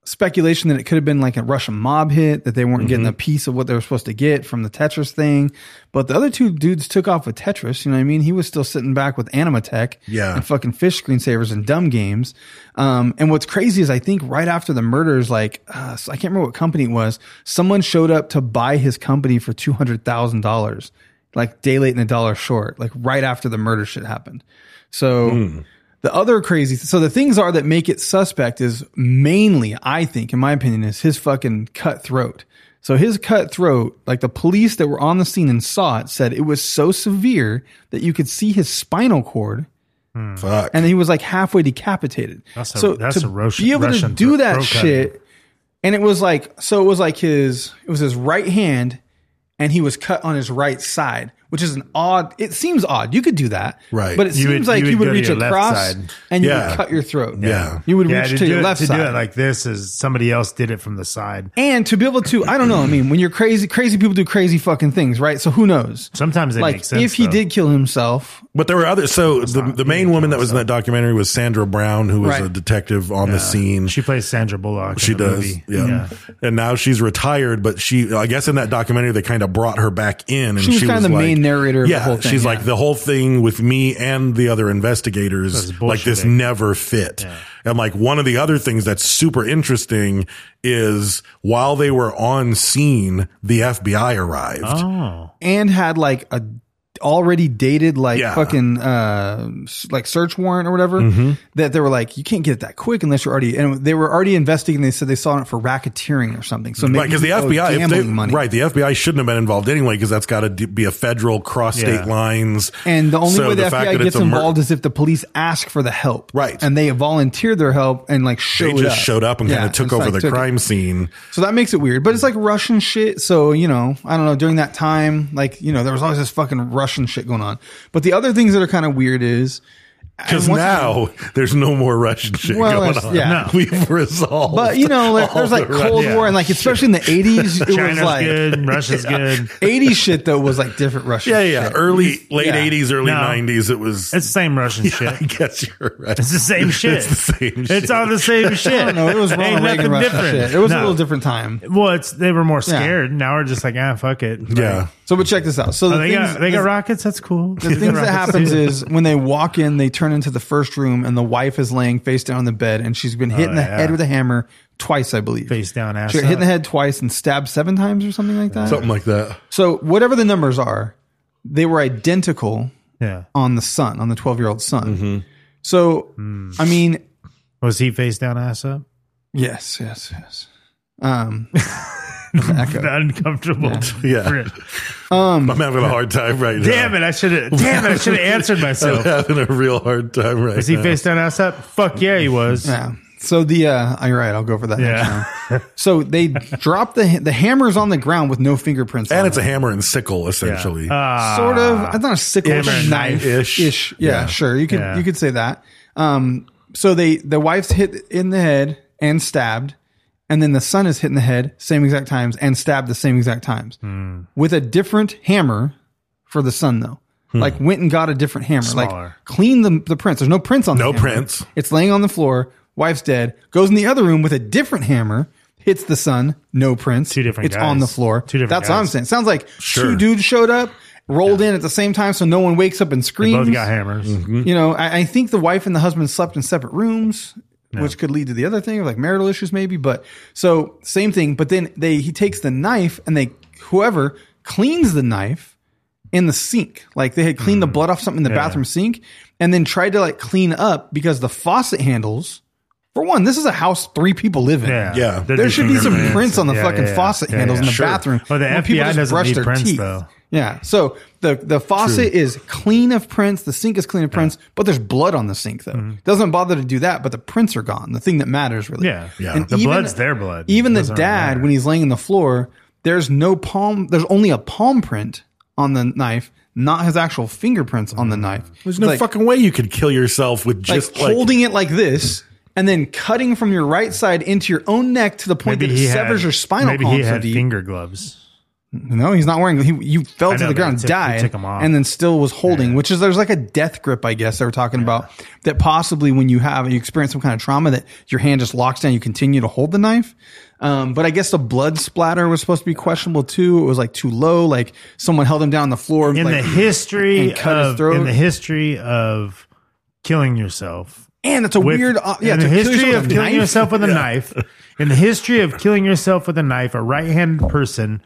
S9: speculation that it could have been like a Russian mob hit that they weren't getting a piece of what they were supposed to get from the Tetris thing. But the other two dudes took off with Tetris. You know what I mean? He was still sitting back with Animatech,
S8: Yeah.
S9: and fucking fish screensavers and dumb games. Um, and what's crazy is I think right after the murders, like uh, so I can't remember what company it was, someone showed up to buy his company for two hundred thousand dollars, like day late and a dollar short, like right after the murder shit happened. So the other crazy, so the things are that make it suspect is mainly, I think, in my opinion, is his fucking cutthroat. So his cutthroat, like the police that were on the scene and saw it, said it was so severe that you could see his spinal cord
S8: Fuck.
S9: and he was like halfway decapitated.
S10: That's a-
S9: so
S10: that's
S9: to
S10: a Russian-
S9: be able
S10: Russian
S9: to do
S10: bro-
S9: that
S10: bro cut.
S9: shit, and it was like so it was like his it was his right hand, and he was cut on his right side, which is an odd. It seems odd. You could do that,
S8: Right.
S9: But it
S10: You
S9: seems
S10: would-
S9: like
S10: you
S9: you,
S10: would
S9: would
S10: go to
S9: reach
S10: your left
S9: across
S10: side.
S9: and you
S8: Yeah.
S9: would cut your throat.
S8: Yeah.
S9: you would
S10: Yeah,
S9: reach
S10: to,
S9: to
S10: do
S9: your
S10: it,
S9: left
S10: to
S9: side.
S10: do it like this is somebody else did it from the side.
S9: and to be able to, I don't know. I mean, when you're crazy, crazy people do crazy fucking things, right? So who knows?
S10: Sometimes it
S9: like
S10: makes sense.
S9: if he
S10: though.
S9: did kill himself,
S8: But there were others. So the,
S10: not-
S8: the
S10: he
S8: main
S10: didn't
S8: woman
S10: kill
S8: that was in that
S10: himself.
S8: documentary was Sandra Brown, who was
S9: Right.
S8: a detective on the scene.
S10: she plays Sandra Bullock.
S8: She
S10: in the
S8: does.
S10: movie.
S8: Yeah. And now she's retired, but she, I guess in that documentary, they kind of brought her back in. And
S9: She was kinda the
S8: like-
S9: main narrator of the
S8: yeah,
S9: whole thing,
S8: She's
S9: yeah.
S8: like, the whole thing with me and the other investigators,
S10: That's
S8: like this
S10: bullshitting.
S8: never fit. And like one of the other things that's super interesting is while they were on scene, the FBI arrived.
S10: Oh,
S9: and had like a already dated like
S8: Yeah. Mm-hmm.
S9: fucking uh s- like search warrant or whatever that they were like you can't get it that quick unless you're already and they were already investigating they said they saw it for racketeering or something so maybe
S8: Right, because the
S9: he owed
S8: FBI, if
S9: Oh, gambling
S8: they,
S9: money
S8: right, the FBI shouldn't have been involved anyway, because that's got to be a federal cross state
S10: Yeah.
S8: lines.
S9: and the only
S8: So
S9: way the,
S8: fact that
S9: FBI
S8: it's
S9: gets
S8: a mur-
S9: involved is if the police ask for the help
S8: Right.
S9: and they volunteer their help and like
S8: they
S9: showed
S8: just
S9: up.
S8: showed up and
S9: Yeah,
S8: kind of took
S9: it's
S8: over
S9: like,
S8: the
S9: took it.
S8: crime scene.
S9: So that makes it weird, but it's like Russian shit. So, you know, I don't know, during that time, like, you know, there was always this fucking Russian shit going on. But the other things that are kind of weird is
S8: Because
S9: And once-
S8: now there's no more Russian shit
S9: Well,
S8: going
S9: there's-
S8: on.
S9: yeah. No.
S8: We've resolved.
S9: But you know, like,
S8: all
S9: there's like
S8: the Ru-
S9: Cold
S10: yeah.
S9: War and like especially in the eighties, it was
S10: China's
S9: like
S10: good. Russia's good.
S9: eighties shit though was like different Russian.
S8: Yeah, yeah.
S9: shit.
S8: Early, late
S9: Yeah.
S8: 80s, early
S10: No.
S8: 90s, it was.
S10: It's the same Russian
S8: I
S10: shit.
S8: guess you're right.
S10: It's the same shit.
S8: It's the same shit.
S10: It's all the same shit.
S9: No, it was
S10: Ain't
S9: Ronald Reagan
S10: nothing
S9: Russian
S10: different.
S9: shit. It was
S10: No.
S9: a little different time.
S10: Well, it's they were more scared. Now we're just like, ah, fuck it. Like,
S8: yeah.
S9: So, but check this out. So the
S10: oh, they
S9: things,
S10: got they got rockets. That's cool.
S9: the things that happens is when they walk in, they turn into the first room, and the wife is laying face down on the bed, and she's been hit in the
S10: Oh, yeah.
S9: head with a hammer twice, I believe.
S10: Face down, ass
S9: She got hit in
S10: up.
S9: the head twice and stabbed seven times or something like that.
S8: Something like that.
S9: so whatever the numbers are, they were identical
S10: yeah.
S9: on the son, on the twelve-year-old son.
S8: Mm-hmm.
S9: So,
S8: Hmm.
S9: I mean,
S10: Was he face down, ass up?
S9: Yes, yes, yes. Um, echo.
S10: Uncomfortable.
S8: Yeah. I'm having a hard time right now.
S10: Damn it! I should have. Damn it! I should have answered
S8: I'm
S10: myself.
S8: having a real hard time right
S10: Was he
S8: now.
S10: face down, ass up? Fuck yeah, he was.
S9: Yeah. So the uh, oh, you're right. I'll go for that. next
S10: Yeah.
S9: time. So they drop the the hammers on the ground with no fingerprints. on
S8: and it's a
S9: it.
S8: hammer and sickle, essentially.
S9: sort of. It's not a sickle, it's
S10: Hammer
S9: a
S10: and
S9: knife
S8: knife-ish.
S9: ish. Yeah,
S8: Yeah.
S9: sure. You could
S10: Yeah.
S9: you could say that. Um, so they the wife's hit in the head and stabbed, and then the son is hit in the head same exact times and stabbed the same exact times with a different hammer for the son though. Like went and got a different hammer.
S10: Smaller.
S9: Like clean the the prints. There's no prints on
S8: No
S9: the hammer.
S8: prints.
S9: It's laying on the floor. Wife's dead. Goes in the other room with a different hammer. Hits the son. No prints.
S10: Two different
S9: It's on the
S10: guys.
S9: floor.
S10: Two different
S9: That's what I'm
S10: guys.
S9: saying. Sounds like
S8: Sure.
S9: two dudes showed up rolled in at the same time so no one wakes up and
S10: They
S9: screams.
S10: both got hammers.
S8: Mm-hmm.
S9: You know, I, I think the wife and the husband slept in separate rooms, which could lead to the other thing, like marital issues, maybe. But so same thing. But then they he takes the knife and they whoever cleans the knife in the sink, like they had cleaned the blood off something in the bathroom sink, and then tried to like clean up because the faucet handles. For one, this is a house three people live in.
S10: Yeah.
S8: Yeah.
S10: They're
S9: There
S10: just
S9: should be some
S10: fingerprints.
S9: prints on the
S10: Yeah,
S9: fucking
S10: yeah, yeah.
S9: faucet
S10: Yeah,
S9: handles
S10: yeah.
S9: in the
S10: Sure.
S9: bathroom.
S10: Well, the
S9: When
S10: FBI doesn't need prints, though.
S9: Yeah. So the the faucet is clean of prints. The sink is clean of prints, but there's blood on the sink though.
S10: Mm-hmm.
S9: Doesn't bother to do that, but the prints are gone. The thing that matters really.
S10: Yeah. Yeah.
S9: And
S10: The blood's their blood.
S9: Even the
S10: Doesn't really
S9: dad,
S10: matter.
S9: when he's laying on the floor, there's no palm. There's only a palm print on the knife, not his actual fingerprints on the
S10: Mm-hmm.
S9: knife.
S8: There's no
S9: Like-
S8: fucking way you could kill yourself with just
S9: like holding it like this and then cutting from your right side into your own neck to the point that it severs your spinal
S10: maybe
S9: column
S10: he
S9: so
S10: had
S9: deep.
S10: finger gloves.
S9: no, he's not wearing. He, you fell
S10: I
S9: to
S10: know,
S9: the
S10: but
S9: ground,
S10: he took- he
S9: died,
S10: took 'em off.
S9: and then still was holding. Which is there's like a death grip, I guess they were talking about that. Possibly when you have you experience some kind of trauma that your hand just locks down, you continue to hold the knife. Um, but I guess the blood splatter was supposed to be questionable too. It was like too low. Like someone held him down on the floor.
S10: In
S9: like,
S10: the history
S9: and cut his
S10: of
S9: throat.
S10: in the history of killing yourself.
S9: and it's a
S10: with-
S9: weird. Uh, yeah,
S10: in
S9: to
S10: the
S9: kill
S10: history
S9: yourself
S10: of
S9: with a
S10: killing
S9: knife.
S10: yourself with a knife, in the history of killing yourself with a knife, a right-handed person,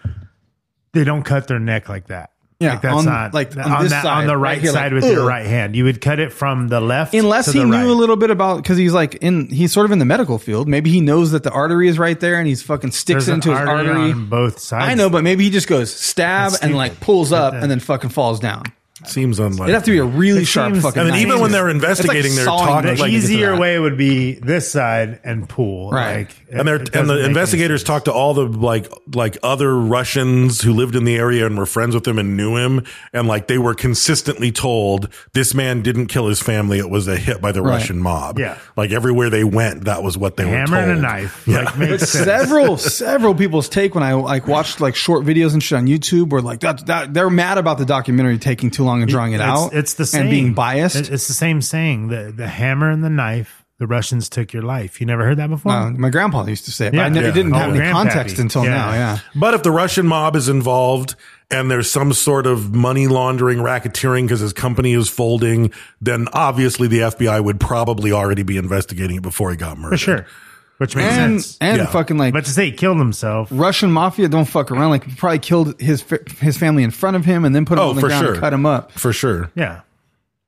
S10: they don't cut their neck like that.
S9: Yeah,
S10: like that's
S9: on-
S10: not
S9: like, on
S10: on,
S9: this
S10: that,
S9: side,
S10: on the
S9: right
S10: right,
S9: here, like,
S10: side with your
S9: ugh.
S10: right hand. You would cut it from the left,
S9: unless
S10: to
S9: he
S10: the
S9: knew
S10: right.
S9: a little bit about because he's like in he's sort of in the medical field maybe he knows that the artery is right there and he's fucking sticks
S10: There's
S9: it
S10: an
S9: into his
S10: artery
S9: artery,
S10: on both sides.
S9: i know but maybe he just goes stab
S10: That's
S9: and
S10: stupid.
S9: like pulls up
S10: that.
S9: and then fucking falls down
S8: seems unlikely.
S9: it'd have to be a really
S10: It
S9: sharp
S10: seems-
S9: fucking
S10: I mean,
S9: knife.
S10: even when
S8: they're
S9: It's like
S8: investigating, they're
S9: sawing
S8: talking
S9: wood.
S10: the
S8: like-
S10: easier way would be this side and pull.
S9: Right.
S10: Like,
S8: and they're,
S10: it- it
S8: and
S10: doesn't make
S8: the
S10: any
S8: investigators
S10: sense.
S8: talked to all the like like other Russians who lived in the area and were friends with him and knew him and like they were consistently told this man didn't kill his family it was a hit by the
S9: Right.
S8: Russian mob
S10: Yeah.
S8: like everywhere they went that was what they were
S10: hammer
S8: told
S10: and a knife.
S8: yeah
S10: Like, makes sense.
S9: several several people's take when I like watched like short videos and shit on YouTube were like that, that they're mad about the documentary taking too long and drawing it
S10: it's,
S9: out.
S10: It's the same.
S9: and being biased.
S10: It- It's the same saying. The the hammer and the knife. The Russians took your life. You never heard that before.
S9: Uh, my grandpa used to say it, but
S10: Yeah.
S9: I never,
S10: Yeah.
S9: it didn't
S10: Oh,
S9: have any
S10: grandpappy.
S9: context until
S10: Yeah.
S9: now. Yeah.
S8: but if the Russian mob is involved and there's some sort of money laundering racketeering because his company is folding then obviously the FBI would probably already be investigating it before he got murdered
S10: For sure. Which makes
S9: And,
S10: sense.
S9: and
S8: Yeah.
S9: fucking like
S10: but to say he killed himself.
S9: Russian mafia don't fuck around. Like he probably killed his fa- his family in front of him and then put him
S8: Oh,
S9: on the
S8: for
S9: ground
S8: sure.
S9: and cut him up.
S8: for sure
S10: Yeah.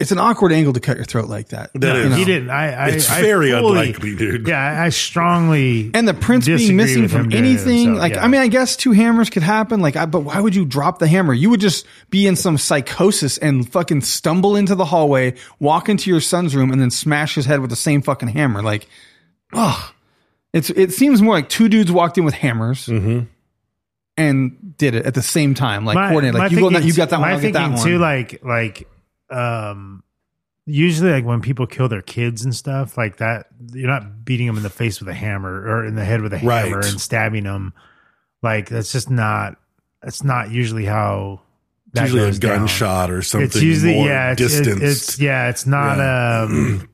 S9: It's an awkward angle to cut your throat like that.
S8: That
S9: You
S8: is.
S9: know?
S10: He didn't. I. I
S8: It's
S10: I
S8: very
S10: fully-
S8: unlikely, dude.
S10: Yeah, I, I strongly
S9: And the prints
S10: disagree
S9: being missing
S10: with him
S9: from
S10: doing it
S9: anything,
S10: himself.
S9: like
S10: Yeah.
S9: I mean, I guess two hammers could happen. Like, I, but why would you drop the hammer? You would just be in some psychosis and fucking stumble into the hallway, walk into your son's room, and then smash his head with the same fucking hammer. Like, ugh, it's it seems more like two dudes walked in with hammers
S10: Mm-hmm.
S9: and did it at the same time, like coordinated. Like you go,
S10: thinking
S9: you got that
S10: too-
S9: one,
S10: my
S9: I get that
S10: thinking
S9: one.
S10: too, like like um, usually like when people kill their kids and stuff like that, you're not beating them in the face with a hammer or in the head with a
S8: Right.
S10: hammer and stabbing them. Like that's just not that's not usually how. That
S8: It's usually a
S10: goes down.
S8: gunshot or something.
S10: It's usually
S8: more
S10: yeah, it's, it's-
S8: distanced.
S10: it's- yeah, it's not um,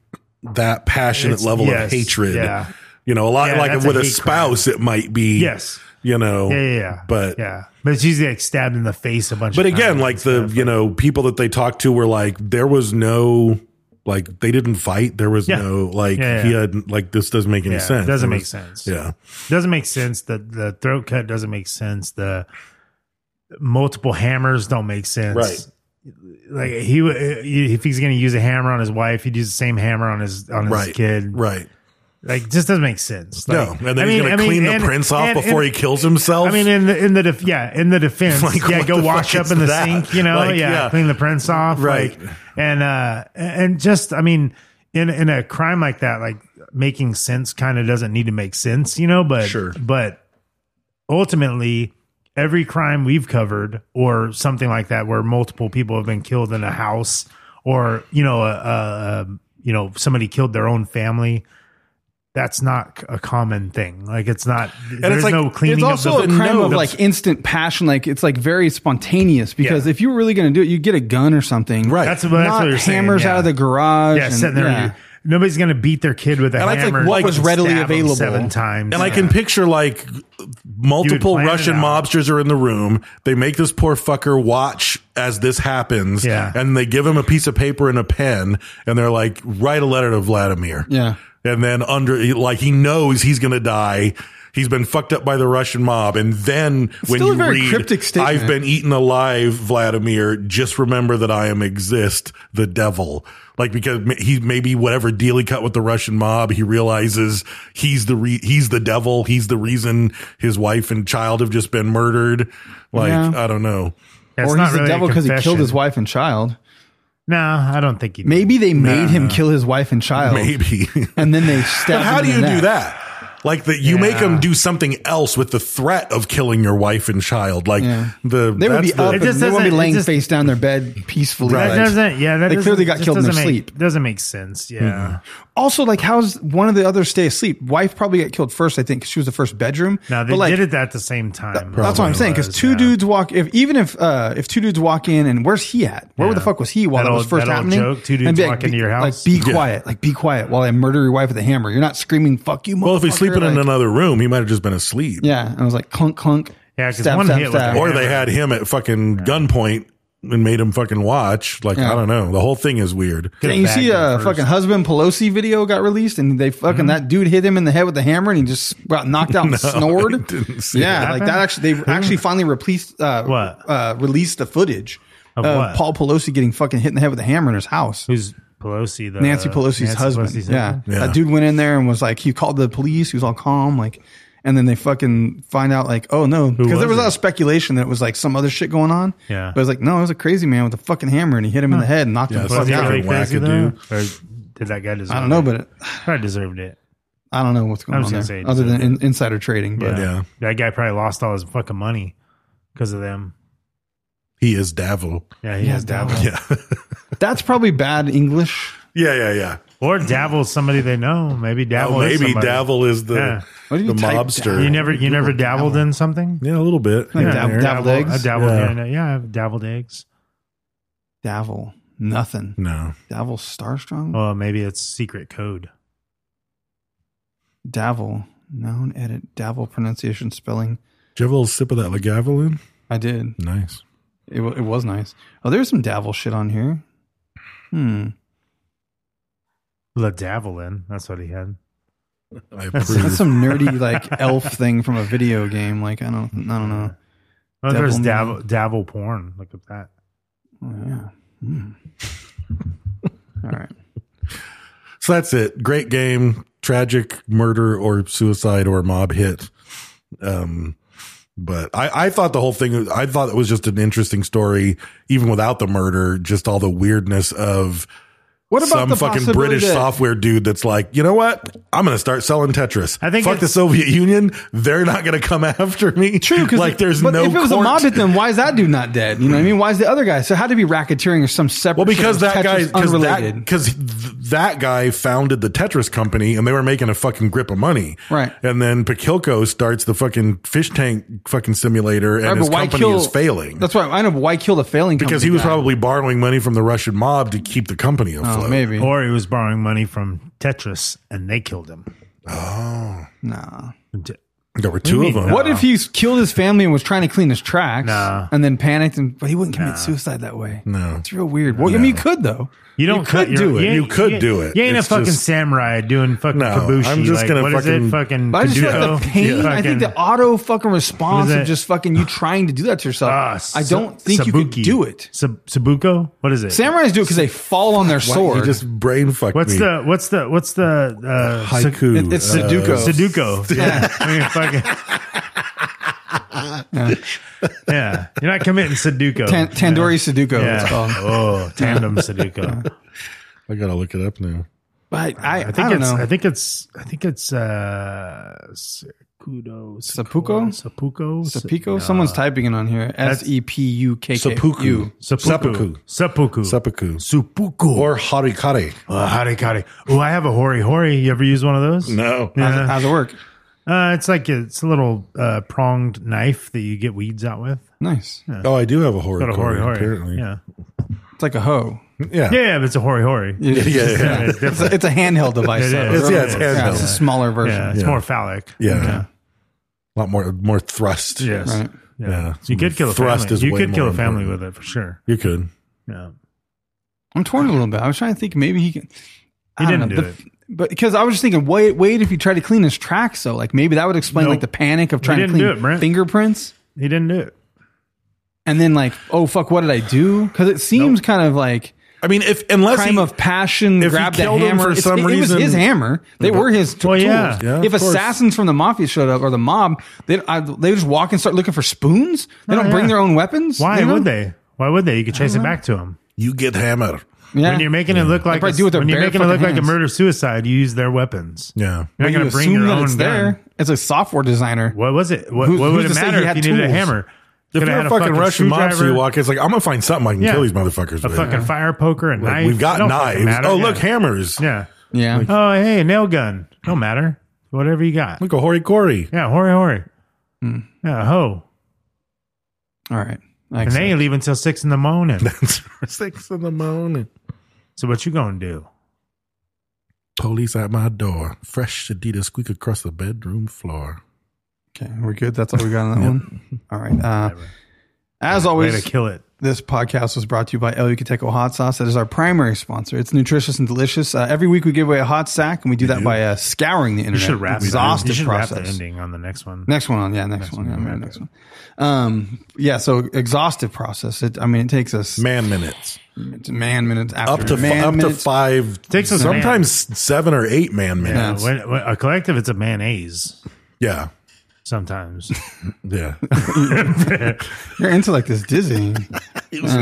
S8: that passionate
S10: It's-
S8: level of
S10: yes,
S8: hatred.
S10: yeah.
S8: You know, a lot
S10: Yeah,
S8: like
S10: that's a
S8: with a,
S10: hate crime.
S8: spouse, it might be
S10: Yes.
S8: You know,
S10: yeah, yeah, yeah,
S8: But
S10: yeah, but it's usually like stabbed in the face a bunch.
S8: but
S10: of
S8: again,
S10: times
S8: like
S10: and
S8: the
S10: stuff.
S8: you know people that they talked to were like there was no like they didn't fight. There was
S10: Yeah.
S8: no like
S10: Yeah, yeah.
S8: he had like this doesn't make any
S10: Yeah, it
S8: sense. It
S10: doesn't make
S8: was-
S10: sense.
S8: Yeah,
S10: doesn't make sense. The the throat cut doesn't make sense. The multiple hammers don't make sense.
S8: Right.
S10: Like he, w- if he's going to use a hammer on his wife, he'd use the same hammer on his on his
S8: right,
S10: kid.
S8: right.
S10: Like just doesn't make sense. Like,
S8: no, and then he's gonna clean the
S10: and-
S8: prints off
S10: and-
S8: before
S10: and-
S8: he kills himself.
S10: I mean, in the in the def- yeah, in the defense,
S8: Like,
S10: yeah,
S8: what
S10: go
S8: the
S10: wash
S8: fuck
S10: up
S8: is
S10: in the
S8: that?
S10: sink, you know,
S8: Like,
S10: yeah,
S8: yeah.
S10: clean the prints off,
S8: Right.
S10: like, and uh, and just, I mean, in in a crime like that, like making sense kind of doesn't need to make sense, you know, but
S8: Sure.
S10: but ultimately. Every crime we've covered, or something like that, where multiple people have been killed in a house, or you know, a, a, a you know, somebody killed their own family. That's not a common thing. Like it's not. there's
S8: like-
S10: no cleaning.
S9: It's
S10: up
S9: also
S10: the-
S9: a crime
S10: no,
S9: of
S10: the-
S9: like instant passion. Like it's like very spontaneous because
S10: Yeah.
S9: if you were really going to do it, you'd get a gun or something.
S8: Right.
S10: That's what, that's
S9: Not
S10: what you're saying.
S9: hammers
S10: yeah.
S9: out of the garage.
S10: Yeah,
S9: and-
S10: sitting there.
S9: yeah.
S10: nobody's gonna beat their kid with a
S8: And I think
S10: hammer.
S8: what
S10: and
S8: was
S10: stab
S9: readily
S10: them
S9: available.
S10: seven times.
S8: And I can picture like multiple
S10: plan it
S8: Russian
S10: out.
S8: mobsters are in the room. They make this poor fucker watch as this happens.
S10: Yeah.
S8: And they give him a piece of paper and a pen and they're like, write a letter to Vladimir.
S9: Yeah.
S8: And then under, like, he knows he's going to die. He's been fucked up by the Russian mob. And then when
S9: still a
S8: you
S9: very
S8: read,
S9: cryptic statement.
S8: I've been eaten alive, Vladimir, just remember that I am exist, the devil. Like, because ma- he, maybe whatever deal he cut with the Russian mob, he realizes he's the, re- he's the devil. He's the reason his wife and child have just been murdered. Like,
S9: Yeah.
S8: I don't know.
S10: That's
S9: or
S10: not
S9: he's
S10: really
S9: the
S10: a
S9: devil because he killed his
S10: confession.
S9: wife and child.
S10: No, I don't think he. Did.
S9: Maybe they made him kill his wife and child,
S8: Maybe.
S9: and then they stabbed.
S8: But how
S9: him
S8: do
S9: in
S8: you
S9: the
S8: do
S9: neck.
S8: that? Like that, you make
S10: Yeah.
S8: them do something else with the threat of killing your wife and child. Like
S9: Yeah.
S8: the
S9: They would
S8: that's
S9: be
S8: the-
S9: up.
S10: It
S9: And
S10: just
S9: they wouldn't be
S10: doesn't- it
S9: laying
S10: just-
S9: face down their bed peacefully.
S8: Right.
S10: That
S9: like-
S10: doesn't. Yeah, that
S9: They
S10: doesn't-
S9: clearly got
S10: just
S9: killed in their
S10: doesn't make-
S9: sleep. Mm-hmm.
S10: Doesn't make sense. Yeah.
S9: Also, like, how's one of the others stay asleep? Wife probably got killed first, I think, because she was the first bedroom.
S10: No, they
S9: But, like,
S10: did it at the same time.
S9: That's what I'm saying. Because
S10: was,
S9: two
S10: yeah.
S9: dudes walk. If even if uh, if two dudes walk in, and where's he at? Where
S10: Yeah.
S9: the fuck was he while
S10: That
S9: that, was
S10: old-
S9: first
S10: that old
S9: happening?
S10: joke, two dudes
S9: And be
S10: walk into your house.
S9: Like, be
S8: Yeah.
S9: quiet. Like, be quiet while I murder your wife with a hammer. You're not screaming, "Fuck you!"
S8: well, if he's
S9: motherfucker,"
S8: sleeping in
S9: like-
S8: another room, he might have just been asleep.
S9: Yeah, and I was like, clunk, clunk.
S10: Yeah, 'cause
S9: stab,
S10: one
S9: stab,
S10: hit with
S9: stab.
S10: the
S8: Or they had him at fucking gunpoint and made him fucking watch. Like
S9: Yeah.
S8: I don't know. The whole thing is weird.
S10: Could've
S9: And you
S10: bagged
S9: see
S10: him
S9: a
S10: first. Mm-hmm.
S9: fucking husband Pelosi video got released, and they fucking that dude hit him in the head with a hammer, and he just got knocked out and snored.
S8: I didn't see
S9: yeah,
S10: that.
S9: like that actually they actually finally replaced uh,
S10: What?
S9: uh, released the footage
S10: Of
S9: of,
S10: what?
S9: Paul Pelosi getting fucking hit in the head with a hammer in his house.
S10: Who's Pelosi? The
S9: Nancy Pelosi's
S10: Uh, Nancy
S9: husband.
S10: Pelosi's
S9: yeah.
S10: husband?
S8: Yeah.
S9: that dude went in there and was like, he called the police. He was all calm, like, and then they fucking find out like, oh no, because there
S10: was
S9: was a lot
S10: it?
S9: of speculation that it was like some other shit going on.
S10: Yeah.
S9: but it was like, no, it was a crazy man with a fucking hammer, and he hit him in the head and knocked him the
S8: Yeah,
S9: fuck
S10: Was he
S8: fucking
S9: out.
S10: really crazy though?
S8: wackadoo.
S10: Or did that guy deserve?
S9: I don't know,
S10: it?
S9: but it,
S10: probably deserved it.
S9: I don't know what's
S10: I
S9: going
S10: was
S9: on
S10: gonna
S9: there,
S10: say,
S9: other than in, insider trading. But
S8: Yeah.
S10: That guy probably lost all his fucking money because of them.
S8: He is Davil.
S10: Yeah, he has Davil.
S8: Yeah.
S9: that's probably bad English.
S8: yeah, yeah, yeah.
S10: Or Davil's somebody they know. Maybe Davil.
S8: Oh,
S10: is
S8: maybe
S10: somebody.
S8: Davil is the
S10: Yeah.
S9: What do you
S8: the
S9: type
S8: mobster.
S9: down?
S10: You never, you never dabbled in something.
S8: yeah, a little bit.
S9: Like
S8: Yeah.
S9: dab- dabbled eggs?
S10: I've dabbled
S8: Yeah.
S10: here and there. yeah. I've dabbled eggs.
S9: Davil, nothing.
S8: no.
S9: Davil Starstrong.
S10: Well, Oh, maybe it's secret code.
S9: Davil, known edit. Davil pronunciation spelling.
S8: Did you have a little sip of that Lagavilin?
S9: I did.
S8: Nice.
S9: It, wa- it was nice. Oh, there's some Davil shit on here. Hmm.
S10: La Davilin. That's what he had.
S8: I
S9: That's
S8: approve.
S9: some nerdy like elf thing from a video game. Like I don't, I don't know.
S10: Oh, there's
S9: Devil
S10: Davil, Davil porn. Look at that.
S9: Oh, yeah. Hmm. All right.
S8: So that's it. Great game, tragic murder or suicide or mob hit. Um, but I, I thought the whole thing, I thought it was just an interesting story, even without the murder, just all the weirdness of
S9: What about
S8: some
S9: the
S8: fucking
S9: possibility
S8: British
S9: that-
S8: software dude that's like, you know what? I'm going to start selling Tetris.
S10: I think
S8: Fuck the
S10: it's-
S8: Soviet Union. They're not going to come after me.
S9: True, because
S8: like there's no
S9: If it was
S8: court.
S9: a mob hit them, why is that dude not dead? You know what I mean? Why is the other guy? So how to be racketeering or some separate?
S8: Well, because
S9: shit
S8: that
S9: was
S8: guy,
S9: Tetris
S8: because that,
S9: unrelated.
S8: 'cause th- that guy founded the Tetris company, and they were making a fucking grip of money,
S9: Right.
S8: And then Pakilko starts the fucking fish tank fucking simulator, and
S9: Right,
S8: his
S9: but why
S8: company
S9: kill-
S8: is failing
S9: That's why I know but why kill the failing
S8: because
S9: company
S8: he was
S9: guy?
S8: probably borrowing money from the Russian mob to keep the company afloat.
S9: oh, maybe
S10: Or he was borrowing money from Tetris and they killed him.
S9: nah.
S10: D-
S8: there were two
S10: do you
S8: of
S10: mean?
S8: them.
S9: What if he s- killed his family and was trying to clean his tracks
S10: Nah.
S9: and then panicked and but he wouldn't commit suicide that way.
S8: No.
S9: It's real weird. Well, I mean you could though.
S10: You don't
S8: could
S10: cut your-
S8: do it.
S10: ain't-
S8: You could
S10: ain't-
S8: do it.
S10: You ain't
S8: It's
S10: a fucking
S8: just-
S10: samurai doing fucking
S8: No,
S10: kabushi.
S8: I'm just
S10: like,
S8: gonna
S10: what is
S8: fucking-
S10: it? Fucking.
S9: But I just feel
S10: kabuko?
S9: like the pain. I think the
S10: Fucking-
S9: auto fucking response
S10: What is
S9: of
S10: it?
S9: just fucking you trying to do that to yourself.
S10: Ah, sa-
S9: I don't think you could
S10: sabuki.
S9: do it.
S10: Sab- Sabuko? What is it?
S9: Samurais do it because they fall on their
S8: Why-
S9: sword.
S8: You just brain fucked
S10: What's
S8: me.
S10: the what's the what's the uh,
S8: haiku?
S9: It- it's
S8: Uh,
S9: Sudoku.
S10: Sudoku. Yeah. I mean, fucking. yeah. You're not committing Sudoku.
S9: Tan- Tandoori Sudoku.
S10: yeah.
S9: It's called.
S10: Oh, tandem Sudoku.
S8: I gotta look it up now.
S9: But I, I,
S10: I think
S9: don't
S10: it's
S9: know.
S10: I think it's I think it's uh Sakudo
S9: Seppuku?
S10: Sapuko
S9: Sapico. Someone's typing it on here. S e p u k k
S8: Seppuku.
S9: u.
S10: Sapuku Sapuku
S8: Seppuku.
S10: Sapuku
S8: Or harikari.
S10: uh, hare kare. Oh, I have a hori hori. You ever use one of those?
S8: No.
S10: Yeah.
S9: How's it work?
S10: Uh, it's like a, it's a little uh, pronged knife that you get weeds out with.
S9: Nice.
S8: Oh, I do have a horror.
S10: Got a hori hori.
S8: Apparently.
S10: Yeah.
S9: It's like a hoe.
S8: Yeah.
S10: Yeah, yeah, but it's a hori hori.
S9: Yeah,
S8: yeah, yeah.
S10: It's
S9: It's,
S10: different.
S9: a, it's a handheld device.
S10: It
S9: though.
S8: It's-
S10: is.
S8: yeah, it's handheld.
S9: it's a smaller version.
S10: Yeah, it's
S8: Yeah.
S10: more phallic.
S8: Yeah. A lot more more thrust.
S10: Yes.
S9: Right.
S10: Yeah.
S8: Yeah.
S10: You could kill a
S8: Thrust
S10: family.
S8: is
S10: You
S8: way
S10: could kill
S8: more
S10: a family
S8: important.
S10: with it for sure.
S8: You could.
S10: Yeah.
S9: I'm torn a little bit. I was trying to think maybe he can.
S10: He
S9: I don't
S10: didn't
S9: know,
S10: do
S9: the-
S10: it.
S9: But because I was just thinking, wait, wait, if you try to clean his tracks, though, like maybe that would explain
S10: Nope.
S9: like the panic of
S10: He
S9: trying to
S10: didn't
S9: clean
S10: do it, Brent.
S9: fingerprints,
S10: He didn't do it.
S9: and then like, oh fuck, what did I do? Because it seems kind of like
S8: I mean, if unless
S9: crime
S8: he,
S9: of passion.
S8: if he
S9: grabbed the
S8: killed him
S9: hammer.
S8: for
S9: It's-
S8: some
S9: it,
S8: reason-
S9: it was his hammer. They were his t-
S10: Well,
S9: tools.
S10: yeah.
S8: Yeah, of
S9: if
S8: course.
S9: assassins from the mafia showed up or the mob, they I, they just walk and start looking for spoons. They
S10: Oh,
S9: don't bring
S10: yeah.
S9: their own weapons.
S10: Why
S9: you know?
S10: would they? Why would they? You could chase it back to him.
S8: you get hammer.
S9: Yeah.
S10: When you're making it look like
S9: probably
S10: a-
S9: do with their
S10: when you're
S9: bare
S10: making it look
S9: fucking
S10: like a
S9: hands.
S10: murder suicide, you use their weapons.
S8: Yeah.
S10: You're not
S9: Well, you
S10: going to bring
S9: assume
S10: your
S9: that
S10: own
S9: it's
S10: gun.
S9: there as a software designer.
S10: What was it? What,
S9: Who's-
S10: what would
S9: who's
S10: it
S9: to say
S10: matter
S9: he
S10: if
S9: had
S10: you needed a
S9: tools?
S10: hammer?
S8: If
S10: Coulda
S8: you're
S10: had
S8: a fucking Russian mobster,
S10: screwdriver,
S8: you walk, it's like, I'm going to find something I can
S10: Yeah.
S8: kill these motherfuckers
S10: a
S8: with.
S10: fucking fire poker, and
S8: Like,
S10: knife.
S8: We've
S10: It
S8: got
S10: don't fucking
S8: knives.
S10: matter.
S8: Oh,
S10: Yeah.
S8: look, hammers.
S10: Yeah.
S9: Yeah.
S10: Oh, hey, nail gun. No matter. Whatever you got.
S8: Look, a hori kori.
S10: Yeah, hori hori.
S9: Hmm.
S10: Yeah, ho.
S9: All right.
S10: And they ain't leaving till six in the morning.
S8: That's six in the morning.
S10: so what you gonna do?
S8: Police at my door. Fresh Adidas squeak across the bedroom floor.
S9: Okay, we're good. That's all we got on that one. All right. Uh, as
S10: Way
S9: always,
S10: to kill it.
S9: this podcast was brought to you by El Yucateco Hot Sauce. That is our primary sponsor. It's nutritious and delicious. Uh, every week we give away a hot sack, and we do that by uh, scouring the
S10: You
S9: internet.
S10: should wrap it.
S9: Exhaustive
S10: You should
S9: process.
S10: wrap the ending on the next one.
S9: Next one on, yeah, next, one, yeah, man, next one. Um, yeah, so exhaustive process. It, I mean, it takes us man,
S8: Man minutes.
S9: minutes after
S8: Up to
S9: man
S8: fi- up
S9: minutes.
S8: to five.
S10: Takes us
S8: sometimes seven or eight man
S10: Yeah,
S8: minutes.
S10: when- when- a collective, it's a mayonnaise
S8: Yeah.
S10: sometimes.
S8: Yeah.
S9: Your intellect is dizzying.
S8: he, was,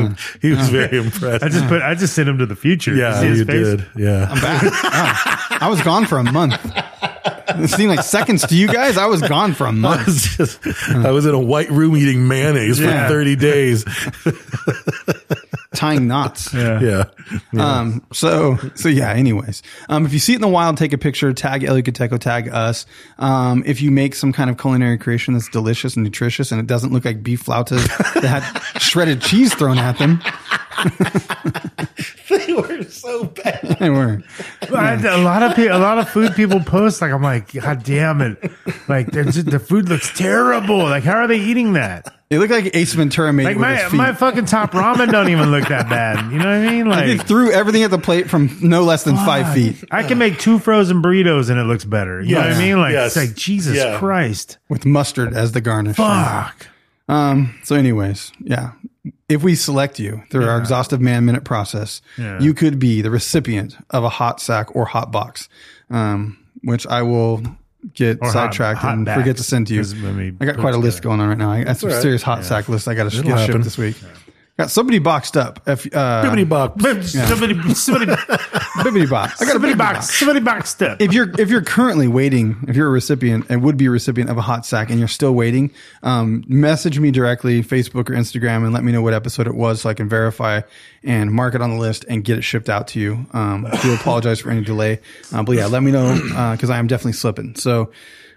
S8: he was very impressed.
S10: I just put, I just sent him to the future.
S8: yeah,
S10: see his
S8: you
S10: face?
S8: did. Yeah.
S9: I was gone for a month. It seemed like seconds to you guys. I was gone for a month.
S8: I was just, I was in a white room eating mayonnaise
S9: Yeah.
S8: for 30 days.
S9: tying knots.
S8: Yeah.
S9: Um, so, so yeah, anyways, um, if you see it in the wild, take a picture, tag El Yucateco, tag us. Um, if you make some kind of culinary creation that's delicious and nutritious and it doesn't look like beef flautas that had shredded cheese thrown at them,
S8: they were so bad.
S9: they were.
S10: But a lot of people, a lot of food people post like I'm like, God damn it! Like they're just, the food looks terrible. Like how are they eating that?
S9: It looked like Ace Ventura made
S10: Like
S9: it with his
S10: my
S9: feet.
S10: my fucking top ramen don't even look that bad. You know what I mean?
S9: They
S10: Like
S9: threw everything at the plate from no less than five feet
S10: I can make two frozen burritos and it looks better. You know what
S8: Yes.
S10: I mean? Like
S8: Yes.
S10: it's like Jesus
S8: Yeah.
S10: Christ.
S9: with mustard as the garnish.
S10: Fuck.
S9: Um, so anyways, yeah. If we select you through our exhaustive man minute process,
S10: Yeah.
S9: you could be the recipient of a hot sack or hot box, um, which I will get
S10: hot-
S9: sidetracked
S10: hot
S9: and
S10: back,
S9: forget to send to you.
S10: 'cause when we
S9: I got
S10: put
S9: quite a
S10: it
S9: list going on right now. I got some serious hot sack list I got to get
S8: happen.
S9: shipped this week. Got somebody boxed up. If, uh,
S8: Bibbidi bop.
S10: Somebody, somebody,
S9: bibbidi box. I got a
S10: somebody
S9: bibbidi
S10: box, somebody boxed up.
S9: if you're if you're currently waiting, if you're a recipient and would be a recipient of a hot sack, and you're still waiting, um, message me directly, Facebook or Instagram, and let me know what episode it was, so I can verify and mark it on the list and get it shipped out to you. Um, I do apologize for any delay, uh, but yeah, let me know because I am definitely slipping. So.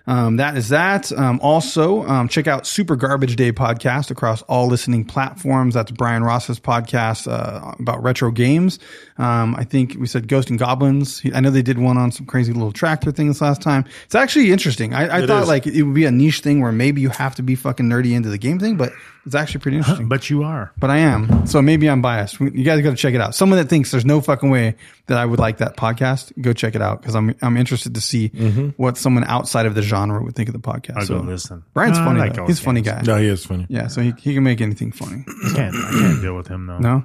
S9: Um, that is that. Um, also, um, check out Super Garbage Day podcast across all listening platforms. That's Brian Ross's podcast uh, about retro games. Um, I think we said Ghost and Goblins. He- I know they did one on some crazy little tractor thing this last time. It's actually interesting. I, I thought
S8: is.
S9: like it would be a niche thing where maybe you have to be fucking nerdy into the game thing, but it's actually pretty interesting.
S10: but you are.
S9: But I am. So maybe I'm biased. We- You guys got to check it out. Someone that thinks there's no fucking way that I would like that podcast, go check it out because I'm I'm interested to see what someone outside of the genre would think of the podcast.
S10: I'll
S9: so
S10: Mm-hmm. go listen.
S9: Brian's
S10: No, I
S9: funny.
S10: like
S9: though.
S10: old
S9: He's a funny guy.
S8: No, he is funny.
S9: Yeah, so he, he can make anything funny.
S10: I can't, I can't deal with him though.
S9: No,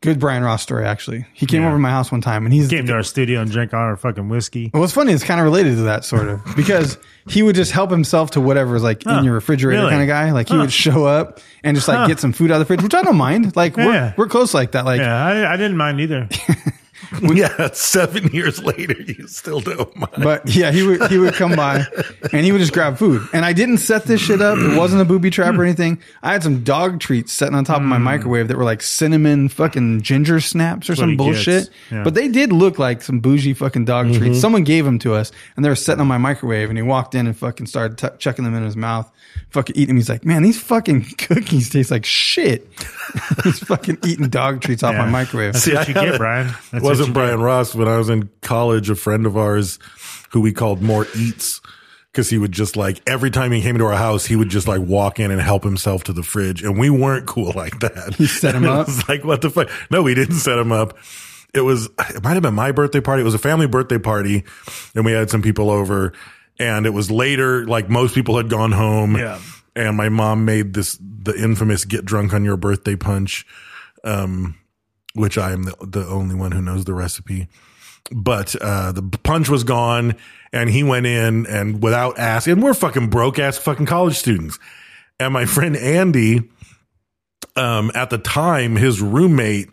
S9: good Brian Ross story actually. He came over to my house one time and he's
S10: Came to our studio and drank all our fucking whiskey.
S9: Well, what's funny is kind of related to that sort of because he would just help himself to whatever's like
S10: Huh,
S9: in your refrigerator
S10: really?
S9: kind of guy. Like he would show up and just like
S10: Huh.
S9: get some food out of the fridge, which I don't mind. Like
S10: Yeah.
S9: we're, we're close like that. Like
S10: Yeah, I, I didn't mind either.
S8: yeah, seven years later, you still don't mind.
S9: But yeah, he would he would come by and he would just grab food. And I didn't set this shit up. It wasn't a booby trap or anything. I had some dog treats sitting on top of my
S10: Hmm.
S9: microwave that were like cinnamon fucking ginger snaps or
S10: what
S9: some
S10: he gets.
S9: bullshit.
S10: Yeah. Mm-hmm.
S9: But they did look like some bougie fucking dog treats. Someone gave them to us and they were sitting on my microwave and he walked in and fucking started t- chucking them in his mouth. Fucking eating them. He's like, man, these fucking cookies taste like shit. He's fucking eating dog treats off
S10: Yeah.
S9: my microwave.
S10: That's what you get, Brian. That's
S8: It
S10: what
S8: wasn't
S10: you
S8: Brian Ross. When I was in college, a friend of ours who we called More Eats, because he would just like, every time he came to our house, he would just like walk in and help himself to the fridge. And we weren't cool like that. He
S9: set him up?
S8: It was like, what the fuck? No, we didn't set him up. It was, it might have been my birthday party. It was a family birthday party and we had some people over and it was later, like most people had gone home.
S10: Yeah.
S8: And my mom made this, the infamous get drunk on your birthday punch. Um, which I am the, the only one who knows the recipe. But uh, the punch was gone, and he went in and without asking, and we're fucking broke ass fucking college students. And my friend Andy, um, at the time, his roommate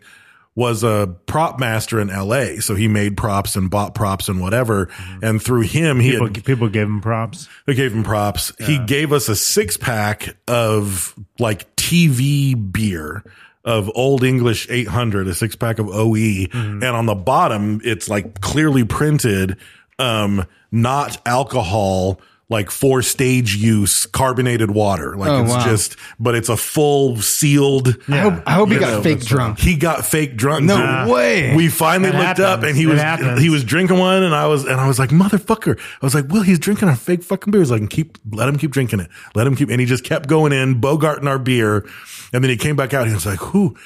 S8: was a prop master in L.A., so he made props and bought props and whatever. And through him, he
S10: people,
S8: had,
S10: people give him props.
S8: we gave him props. He gave us a six pack of like TV beer of Old English 800, a six pack of OE.
S9: Mm-hmm.
S8: And on the bottom, it's like clearly printed, um, not alcohol, like for stage use carbonated water. Like
S9: Oh,
S8: it's
S9: wow.
S8: just, but it's a full sealed.
S9: I hope, I hope he
S8: You know,
S9: got fake
S8: that's-
S9: drunk.
S8: He got fake drunk.
S9: No
S8: dude.
S9: way.
S8: We finally
S10: It
S8: looked up
S10: happens.
S8: and he
S10: It
S8: was
S10: happens.
S8: he was drinking one and I was and I was like, motherfucker. I was like, Well, he's drinking our fake fucking beers. Like, keep let him keep drinking it. Let him keep and he just kept going in, bogarting our beer. And then he came back out. He was like, Who?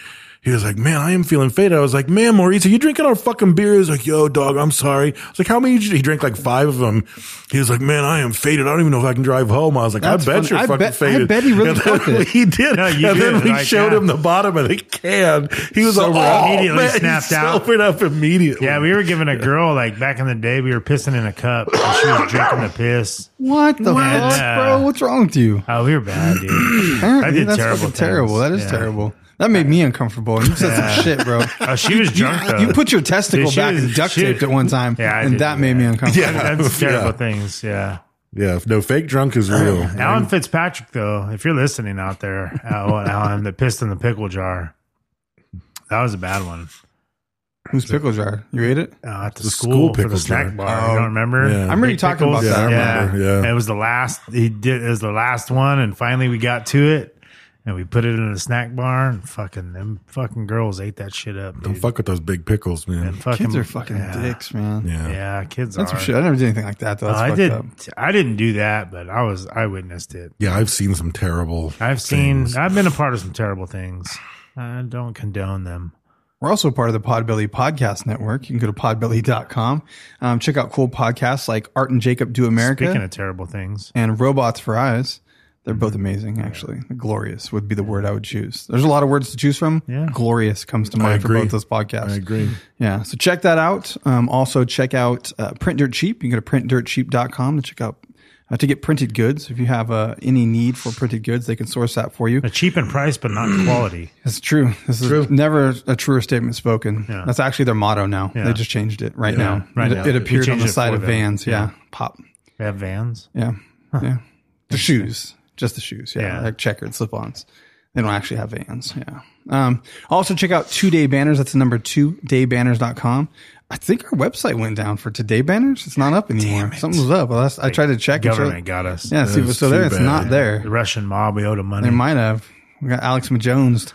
S8: He was like, Man, I am feeling faded. I was like, Man, Maurice, are you drinking our fucking beer? He's like, Yo, dog, I'm sorry. I was like, How many did you He drank like five of them. He was like, Man, I am faded. I don't even know if I can drive home. I was like,
S9: That's
S8: I bet
S9: funny.
S8: you're
S9: I
S8: fucking
S9: bet- I
S8: faded.
S9: bet he really
S8: And then
S9: felt it.
S8: He did.
S10: No,
S8: and
S10: you
S8: then
S10: did,
S8: we
S10: like,
S8: showed
S10: yeah.
S8: him the bottom of the can. He was
S10: Sobered
S8: like,
S10: up.
S8: oh,
S10: Immediately
S8: man, he
S10: snapped out.
S8: Sobered up immediately.
S10: Yeah, we were giving a girl like back in the day. We were pissing in a cup. And she was drinking the piss.
S9: What the fuck, bro? What's wrong with you?
S10: Oh, we were bad, dude.
S9: Apparently,
S10: I did
S9: that's
S10: terrible
S9: fucking
S10: things.
S9: terrible. That is
S10: Yeah.
S9: terrible. That made me uncomfortable. And you said some shit, bro.
S10: Oh, she was drunk. though.
S9: You put your testicle
S10: Dude, she
S9: back
S10: was-
S9: and duct
S10: she-
S9: taped at one time,
S10: Yeah, I
S9: and
S10: did
S9: that
S10: do
S9: made me uncomfortable.
S8: Yeah.
S10: That's terrible
S8: Yeah.
S10: things. Yeah.
S8: Yeah, if no fake drunk is real.
S10: Alan Fitzpatrick, though, if you're listening out there, uh, well, Alan, the pissed in the pickle jar. That was a bad one.
S9: Who's pickle jar? You ate it?
S10: Uh, at the,
S8: The
S10: school,
S8: school
S10: for
S8: pickle
S10: the
S8: jar.
S10: snack
S8: Um,
S10: bar. You
S9: Oh.
S10: don't remember?
S8: Yeah.
S9: I'm already
S10: Big
S9: talking about
S10: pickles?
S9: that.
S8: Yeah, I remember, yeah.
S10: It was the last. He did. It was the last one, and finally we got to it, and we put it in the snack bar, and fucking them fucking girls ate that shit up.
S8: Don't
S10: dude.
S8: fuck with those big pickles, man.
S10: And fucking,
S9: Kids are fucking
S10: yeah.
S9: dicks, man.
S8: Yeah.
S10: Yeah, kids
S9: That's
S10: are.
S9: some shit. I never did anything like that though. That's
S10: I
S9: fucked
S10: did.
S9: up.
S10: I didn't do that, but I was. I witnessed it.
S8: Yeah, I've seen some terrible.
S10: I've seen.
S8: things.
S10: I've been a part of some terrible things. I don't condone them.
S9: We're also part of the Podbelly Podcast Network. You can go to podbelly.com. Um, check out cool podcasts like Art and Jacob Do America.
S10: Speaking of terrible things,
S9: and robots for eyes. They're both
S10: Mm-hmm.
S9: amazing, actually. Glorious would be the word I would choose. There's a lot of words to choose from.
S10: Yeah.
S9: Glorious comes to mind for
S8: agree.
S9: both those podcasts.
S8: I agree.
S9: Yeah. So check that out. Um, also check out uh, Print Dirt Cheap. You can go to printdirtcheap.com to check out uh, to get printed goods. If you have uh, any need for printed goods, they can source that for you.
S10: a cheap in price but not quality.
S9: It's true. This is never a truer statement spoken.
S10: Yeah.
S9: That's actually their motto now.
S10: Yeah.
S9: They just changed it right now.
S10: right
S9: it,
S10: now.
S9: it
S10: They
S9: appeared on
S10: changed
S9: the
S10: it
S9: side
S10: for
S9: of
S10: them.
S9: vans.
S10: Yeah.
S9: yeah. Pop.
S10: They have vans.
S9: Yeah. Yeah. The shoes. Just the shoes. Yeah.
S10: Yeah.
S9: Like checkered slip ons. They don't actually have vans. Yeah. Um, also check out two day banners. That's the number two daybanners.com. I think our website went down for today banners. It's not up anymore. Something was up. Well, that's- I tried to check. and
S10: Government
S9: check-
S10: got us.
S9: Yeah. See, if it's
S8: That's
S9: still there.
S8: too
S9: It's
S8: bad.
S9: not
S10: The
S9: there.
S10: Russian mob. We owed them money.
S9: They might have. We got Alex McJones.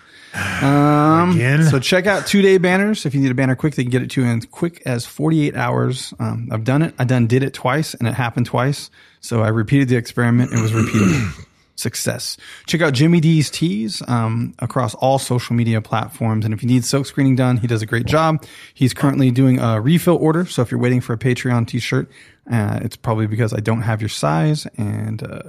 S10: Again.
S9: So check out two day banners. If you need a banner quick, they can get it to you in as quick as 48 hours. Um, I've done it. I done did it twice and it happened twice. So I repeated the experiment. It was repeated. Success. Check out Jimmy D's Tees um, across all social media platforms. And if you need silk screening done, he does a great job. He's currently doing a refill order. So if you're waiting for a Patreon t shirt, uh, it's probably because I don't have your size. And uh,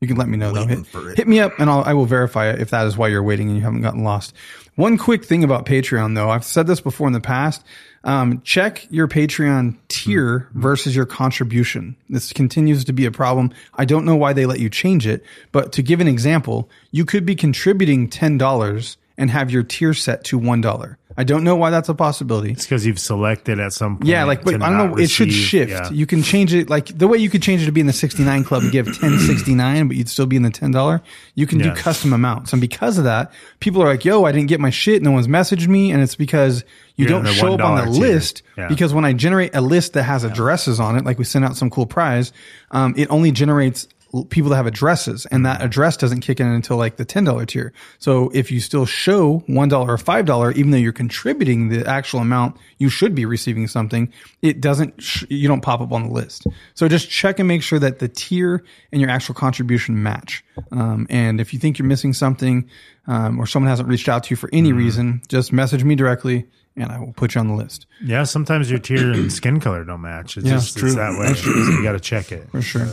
S9: you can let me know, though. Hit, hit me up and I'll, I will verify if that is why you're waiting and you haven't gotten lost. One quick thing about Patreon, though, I've said this before in the past. Um, check your Patreon tier versus your contribution. This continues to be a problem. I don't know why they let you change it, but to give an example, you could be contributing $10 and have your tier set to one dollar. I don't know why that's a possibility.
S10: It's because you've selected at some point.
S9: Yeah, like but
S10: to
S9: I don't
S10: not
S9: know. It should
S10: receive-
S9: shift.
S10: yeah.
S9: You can change it like the way you could change it to be in the sixty nine club and give ten sixty nine, but you'd still be in the ten dollar. You can do
S10: Yeah.
S9: custom amounts, and because of that, people are like, "Yo, I didn't get my shit. No one's messaged me," and it's because you
S10: You're
S9: don't
S10: in the
S9: show up on the
S10: $1 tier.
S9: list.
S10: Yeah.
S9: Because when I generate a list that has addresses on it, like we sent out some cool prize, um, it only generates l- people that have addresses and that address doesn't kick in until like the $10 tier. So if you still show $1 or $5, even though you're contributing the actual amount, you should be receiving something. It doesn't, sh- you don't pop up on the list. So just check and make sure that the tier and your actual contribution match. Um, and if you think you're missing something, um, or someone hasn't reached out to you for any reason, just message me directly and I will put you on the list.
S10: Yeah, sometimes your tier and skin color don't match. It's
S9: Yeah,
S10: just
S9: true.
S10: It's that way. So you got to check it.
S9: For sure.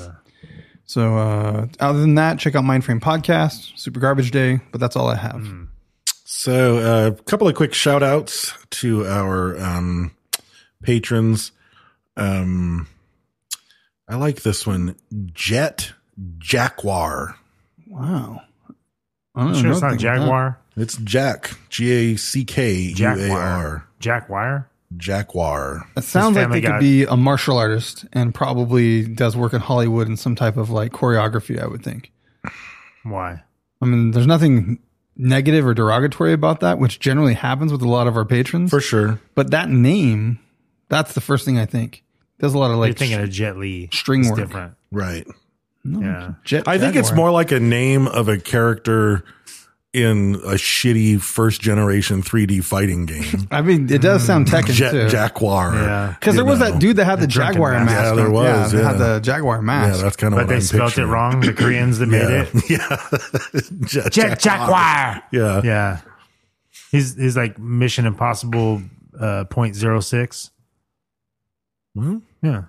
S9: So, uh, other than that, check out Mindframe Podcast, Super Garbage Day, but that's all I have.
S10: Hmm.
S8: So, uh, a couple of quick shout outs to our um, patrons. Um, I like this one Jet Jaguar.
S9: Wow. I don't
S10: Sure,
S9: know
S10: it's not
S9: anything about
S10: Jaguar.
S8: It's Jack, G A C K U A
S10: Jaguar.
S8: R.
S10: Jaguar.
S8: Jaguar.
S9: That That sounds like
S10: Family
S9: they
S10: Guy.
S9: could be a martial artist and probably does work in Hollywood in some type of like choreography, I would think.
S10: Why?
S9: I mean, there's nothing negative or derogatory about that, which generally happens with a lot of our patrons.
S8: For sure.
S9: But that name, that's the first thing I think. There's a lot of
S10: You're
S9: like
S10: thinking of Jet Li.
S9: string
S10: It's
S9: work.
S10: different.
S8: Right.
S10: Yeah.
S9: jet.
S8: I think it's
S9: Jaguar.
S8: more like a name of a character in a shitty first generation 3D fighting game.
S9: I mean, it does
S10: Hmm.
S9: sound Tekken too.
S8: Jet Jaguar.
S10: Yeah.
S9: Because
S8: you
S9: there was
S8: know.
S9: that dude that had the,
S10: drunken
S9: jaguar
S10: mask.
S9: mask.
S8: Yeah,
S9: on.
S8: there was,
S9: they had
S8: yeah.
S9: the jaguar mask.
S8: Yeah, that's kind of
S10: But
S8: what
S10: they
S8: I'm
S10: spelt it
S8: picturing.
S10: wrong. The Koreans that made it.
S8: Yeah. Jet,
S10: Jet Jaguar.
S8: Yeah.
S10: Yeah. He's he's like Mission Impossible uh point zero six.
S8: Hmm?
S10: Yeah.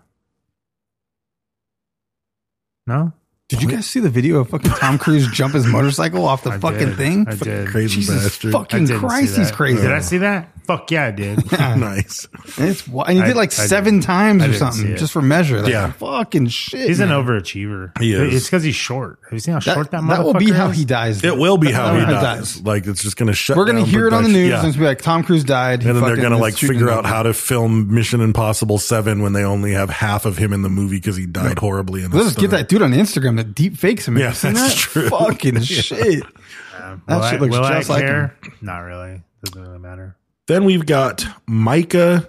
S10: No?
S9: Did you guys see the video of fucking Tom Cruise jump his motorcycle off the
S10: I
S9: fucking
S10: did.
S9: thing?
S10: I did.
S8: Crazy
S9: Jesus
S8: bastard.
S10: I
S9: fucking
S10: didn't see
S9: Christ,
S10: that.
S9: he's crazy.
S10: Did I see that? Fuck yeah, I did.
S8: nice.
S9: It's wi- and he
S10: I-
S9: did like
S10: I
S9: seven
S10: didn't-
S9: times
S10: I
S9: or
S10: didn't see
S9: something
S10: it.
S9: just for measure. Like,
S8: Yeah.
S9: fucking shit.
S10: He's an
S9: man.
S10: overachiever.
S8: He is.
S10: It's because he's short. Have you seen how
S9: That,
S10: short that motherfucker
S9: that will be how
S10: is?
S9: he dies.
S8: It
S9: though.
S8: will be how he
S9: That- that
S8: dies. Like it's just going to shut.
S9: We're gonna
S8: down
S9: hear it on the
S8: production.
S9: news
S8: Yeah.
S9: and it's gonna be like Tom Cruise died. he
S8: and then they're
S9: fucking
S8: gonna
S9: is
S8: like
S9: shooting
S8: figure out
S9: people.
S8: how to film Mission Impossible Seven when they only have half of him in the movie because he died horribly. In a
S9: Let's just get
S8: stunt.
S9: that dude on Instagram that deep fakes him. Have
S8: Yeah,
S9: you seen
S8: that's
S9: that?
S8: true.
S9: Fucking shit.
S10: Will
S9: That shit
S10: I-
S9: looks
S10: will I
S9: just like him.
S10: care? Not really. Doesn't really matter.
S8: Then we've got Micah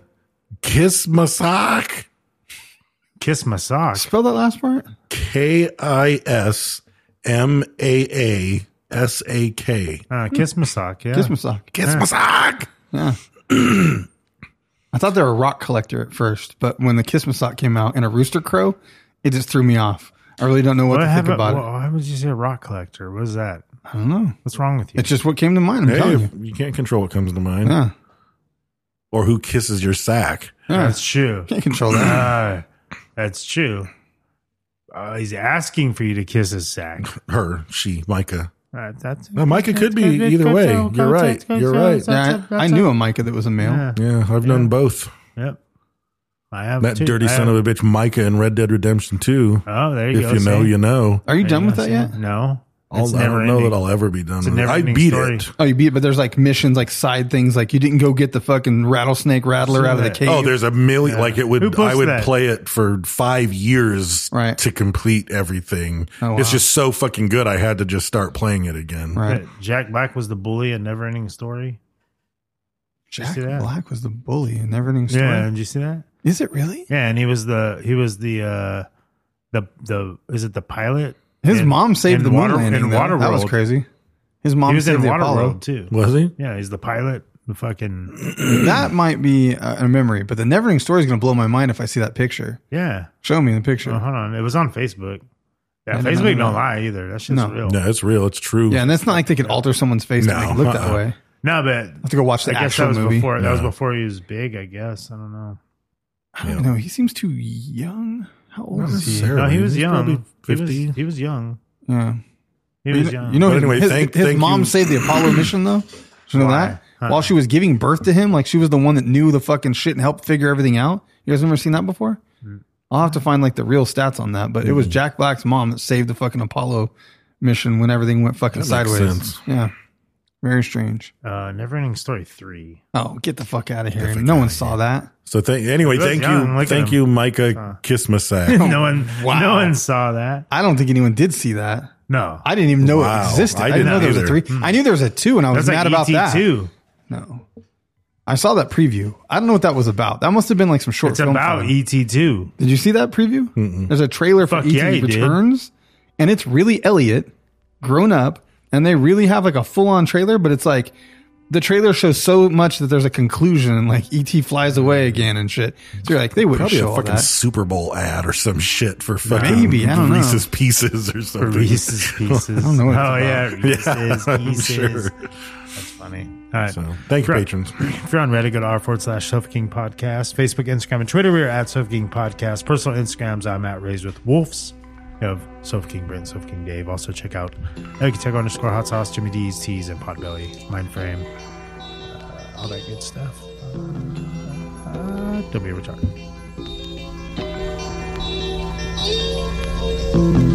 S8: Kismasak,
S10: Kiss my sock.
S9: Spell that last part.
S8: K I S M A A S A K.
S10: Uh, kiss my sock. Yeah.
S9: Kiss my sock.
S8: Kismasak.
S9: Yeah. I thought they were a rock collector at first, but when the Kiss My Sock came out and a rooster crow, it just threw me off. I really don't know what, to
S10: What
S9: think
S10: happened-
S9: about
S10: why would you say a rock collector? What is that?
S9: it. I don't know.
S10: What's wrong with you?
S9: It's just what came to mind. I'm
S8: Hey,
S9: telling you.
S8: you can't control what comes to mind,
S9: Yeah.
S8: or who kisses your sack.
S10: That's true.
S9: Can't control that.
S10: Uh, that's true. Uh, he's asking for you to kiss his sack.
S8: Her, she, Micah.
S10: Uh, that's
S8: No, Micah could be either way. You're right. You're right.
S9: yeah, I, I knew a Micah that was a male.
S10: Yeah.
S8: Yeah, I've done both.
S10: Yep. I have
S8: That
S10: too.
S8: dirty
S10: I
S8: son
S10: have-
S8: of a bitch, Micah in Red Dead Redemption 2.
S10: Oh, there you
S8: if
S10: go.
S8: you know,
S10: see?
S8: you know.
S9: Are you done with
S10: Yeah,
S9: that
S10: see?
S9: yet?
S10: No.
S8: I'll, I don't know that I'll ever be done
S10: a
S8: with it. I
S10: never-ending
S8: beat
S10: story.
S8: it.
S9: Oh, you beat, but there's like missions, like side things, like you didn't go get the fucking rattlesnake rattler out of the
S10: that.
S9: cave.
S8: Oh, there's a million. Like it
S10: Who
S8: would,
S10: posted
S8: I would
S10: that?
S8: play it for five years
S9: Right.
S8: to complete everything.
S9: Oh, wow.
S8: It's just so fucking good. I had to just start playing it again.
S9: right.
S10: Uh, Jack Black was the bully in Never Ending Story.
S9: Jack
S10: see that?
S9: Black was the bully in Neverending Story.
S10: Yeah, did you see that?
S9: Is it really?
S10: Yeah, and he was the he was the uh the the is it the pilot?
S9: His
S10: in-
S9: mom saved
S10: in
S9: the moon
S10: water,
S9: landing.
S10: in
S9: though.
S10: Waterworld.
S9: That was crazy. His mom
S10: He was in
S9: saved the Apollo.
S10: Waterworld too.
S8: Was he?
S10: Yeah, he's the pilot. The fucking
S9: That might be uh, a, a memory, but the Neverending Story is going to blow my mind if I see that picture.
S10: yeah.
S9: Show me the picture.
S10: Oh, hold on, it was on Facebook. Yeah,
S9: I didn't know
S10: Facebook don't
S9: that.
S10: lie either. That shit's
S9: No.
S10: real.
S8: No, it's real. It's true.
S9: Yeah, and that's not like they could alter someone's face
S8: No,
S9: to make it look
S8: uh-uh.
S9: that way. I
S10: No, but
S9: have to go watch the
S10: I guess
S9: actual
S10: that was
S9: movie.
S10: before. That was
S8: Yeah.
S10: before he was big. I guess I don't know.
S9: I don't know. He seems too young. How old
S8: Not
S9: is he?
S8: necessarily.
S10: No, he was
S8: He's
S10: young. He
S8: probably
S10: was,
S8: 50.
S10: he was young.
S9: Yeah.
S10: He
S9: You
S10: was
S9: know,
S10: young.
S9: you know
S8: But
S9: his-
S8: anyway,
S9: his,
S8: thank-
S9: his
S8: thank
S9: mom
S8: you.
S9: saved the Apollo mission, though. Did you know
S10: Why?
S9: that?
S10: Huh.
S9: While she was giving birth to him, like she was the one that knew the fucking shit and helped figure everything out. You guys ever seen that before?
S8: Mm.
S9: I'll have to find like the real stats on that, but it was Jack Black's mom that saved the fucking Apollo mission when everything went fucking
S8: That makes
S9: sideways.
S8: sense.
S9: Yeah. Very strange.
S10: Uh, Neverending Story three.
S9: Oh, get the fuck out of here. No one saw that.
S8: So thank anyway,
S10: He looks
S8: thank
S10: young. Look
S8: you,
S10: at
S8: thank
S10: him.
S8: you, Micah Kismasack.
S10: no one,
S9: Oh, wow.
S10: no one saw that.
S9: I don't think anyone did see that.
S10: No,
S9: I didn't even know
S8: Wow.
S9: it existed.
S8: I
S9: I
S8: did
S9: didn't know
S8: not
S9: there was a
S8: either. Hmm.
S9: three. I knew there was a two, and I was
S10: that's
S9: mad
S10: like E
S9: about
S8: E
S9: that.
S10: ET too.
S9: No, I saw that preview. I don't know what that was about. That must have been like some short
S10: It's
S9: film.
S10: about
S9: fun.
S10: ET two.
S9: Did you see that preview? There's a trailer for
S10: Fuck
S9: ET
S10: yeah, you did.
S9: Returns, and it's really Elliot grown up, and they really have like a full on trailer, but it's like the trailer shows so much that there's a conclusion, and like ET flies away again and shit. So you're like, they wouldn't
S8: Probably a
S9: show all
S8: fucking
S9: that.
S8: Super Bowl ad or some shit for fucking
S9: Maybe, I don't know.
S8: Reese's Pieces or something.
S10: Reese's Pieces. I
S9: don't know what it's
S10: oh
S9: about.
S10: yeah, Reese's
S8: I'm
S10: Pieces.
S8: sure.
S10: That's funny. All right.
S8: So, thank you,
S10: Right.
S8: patrons.
S10: If you're on Reddit, go to r forward slash Sofa King Podcast. Facebook, Instagram, and Twitter, we are at Sofa King Podcast. Personal Instagrams, I'm at Raised with Wolves. We have Sofa King Brent, Sofa King Dave. Also check out Elkitech underscore Hot Sauce, Jimmy D's, Teas, and Potbelly, Mindframe, uh, all that good stuff. Uh, uh, don't be a retard.
S5: Thank you.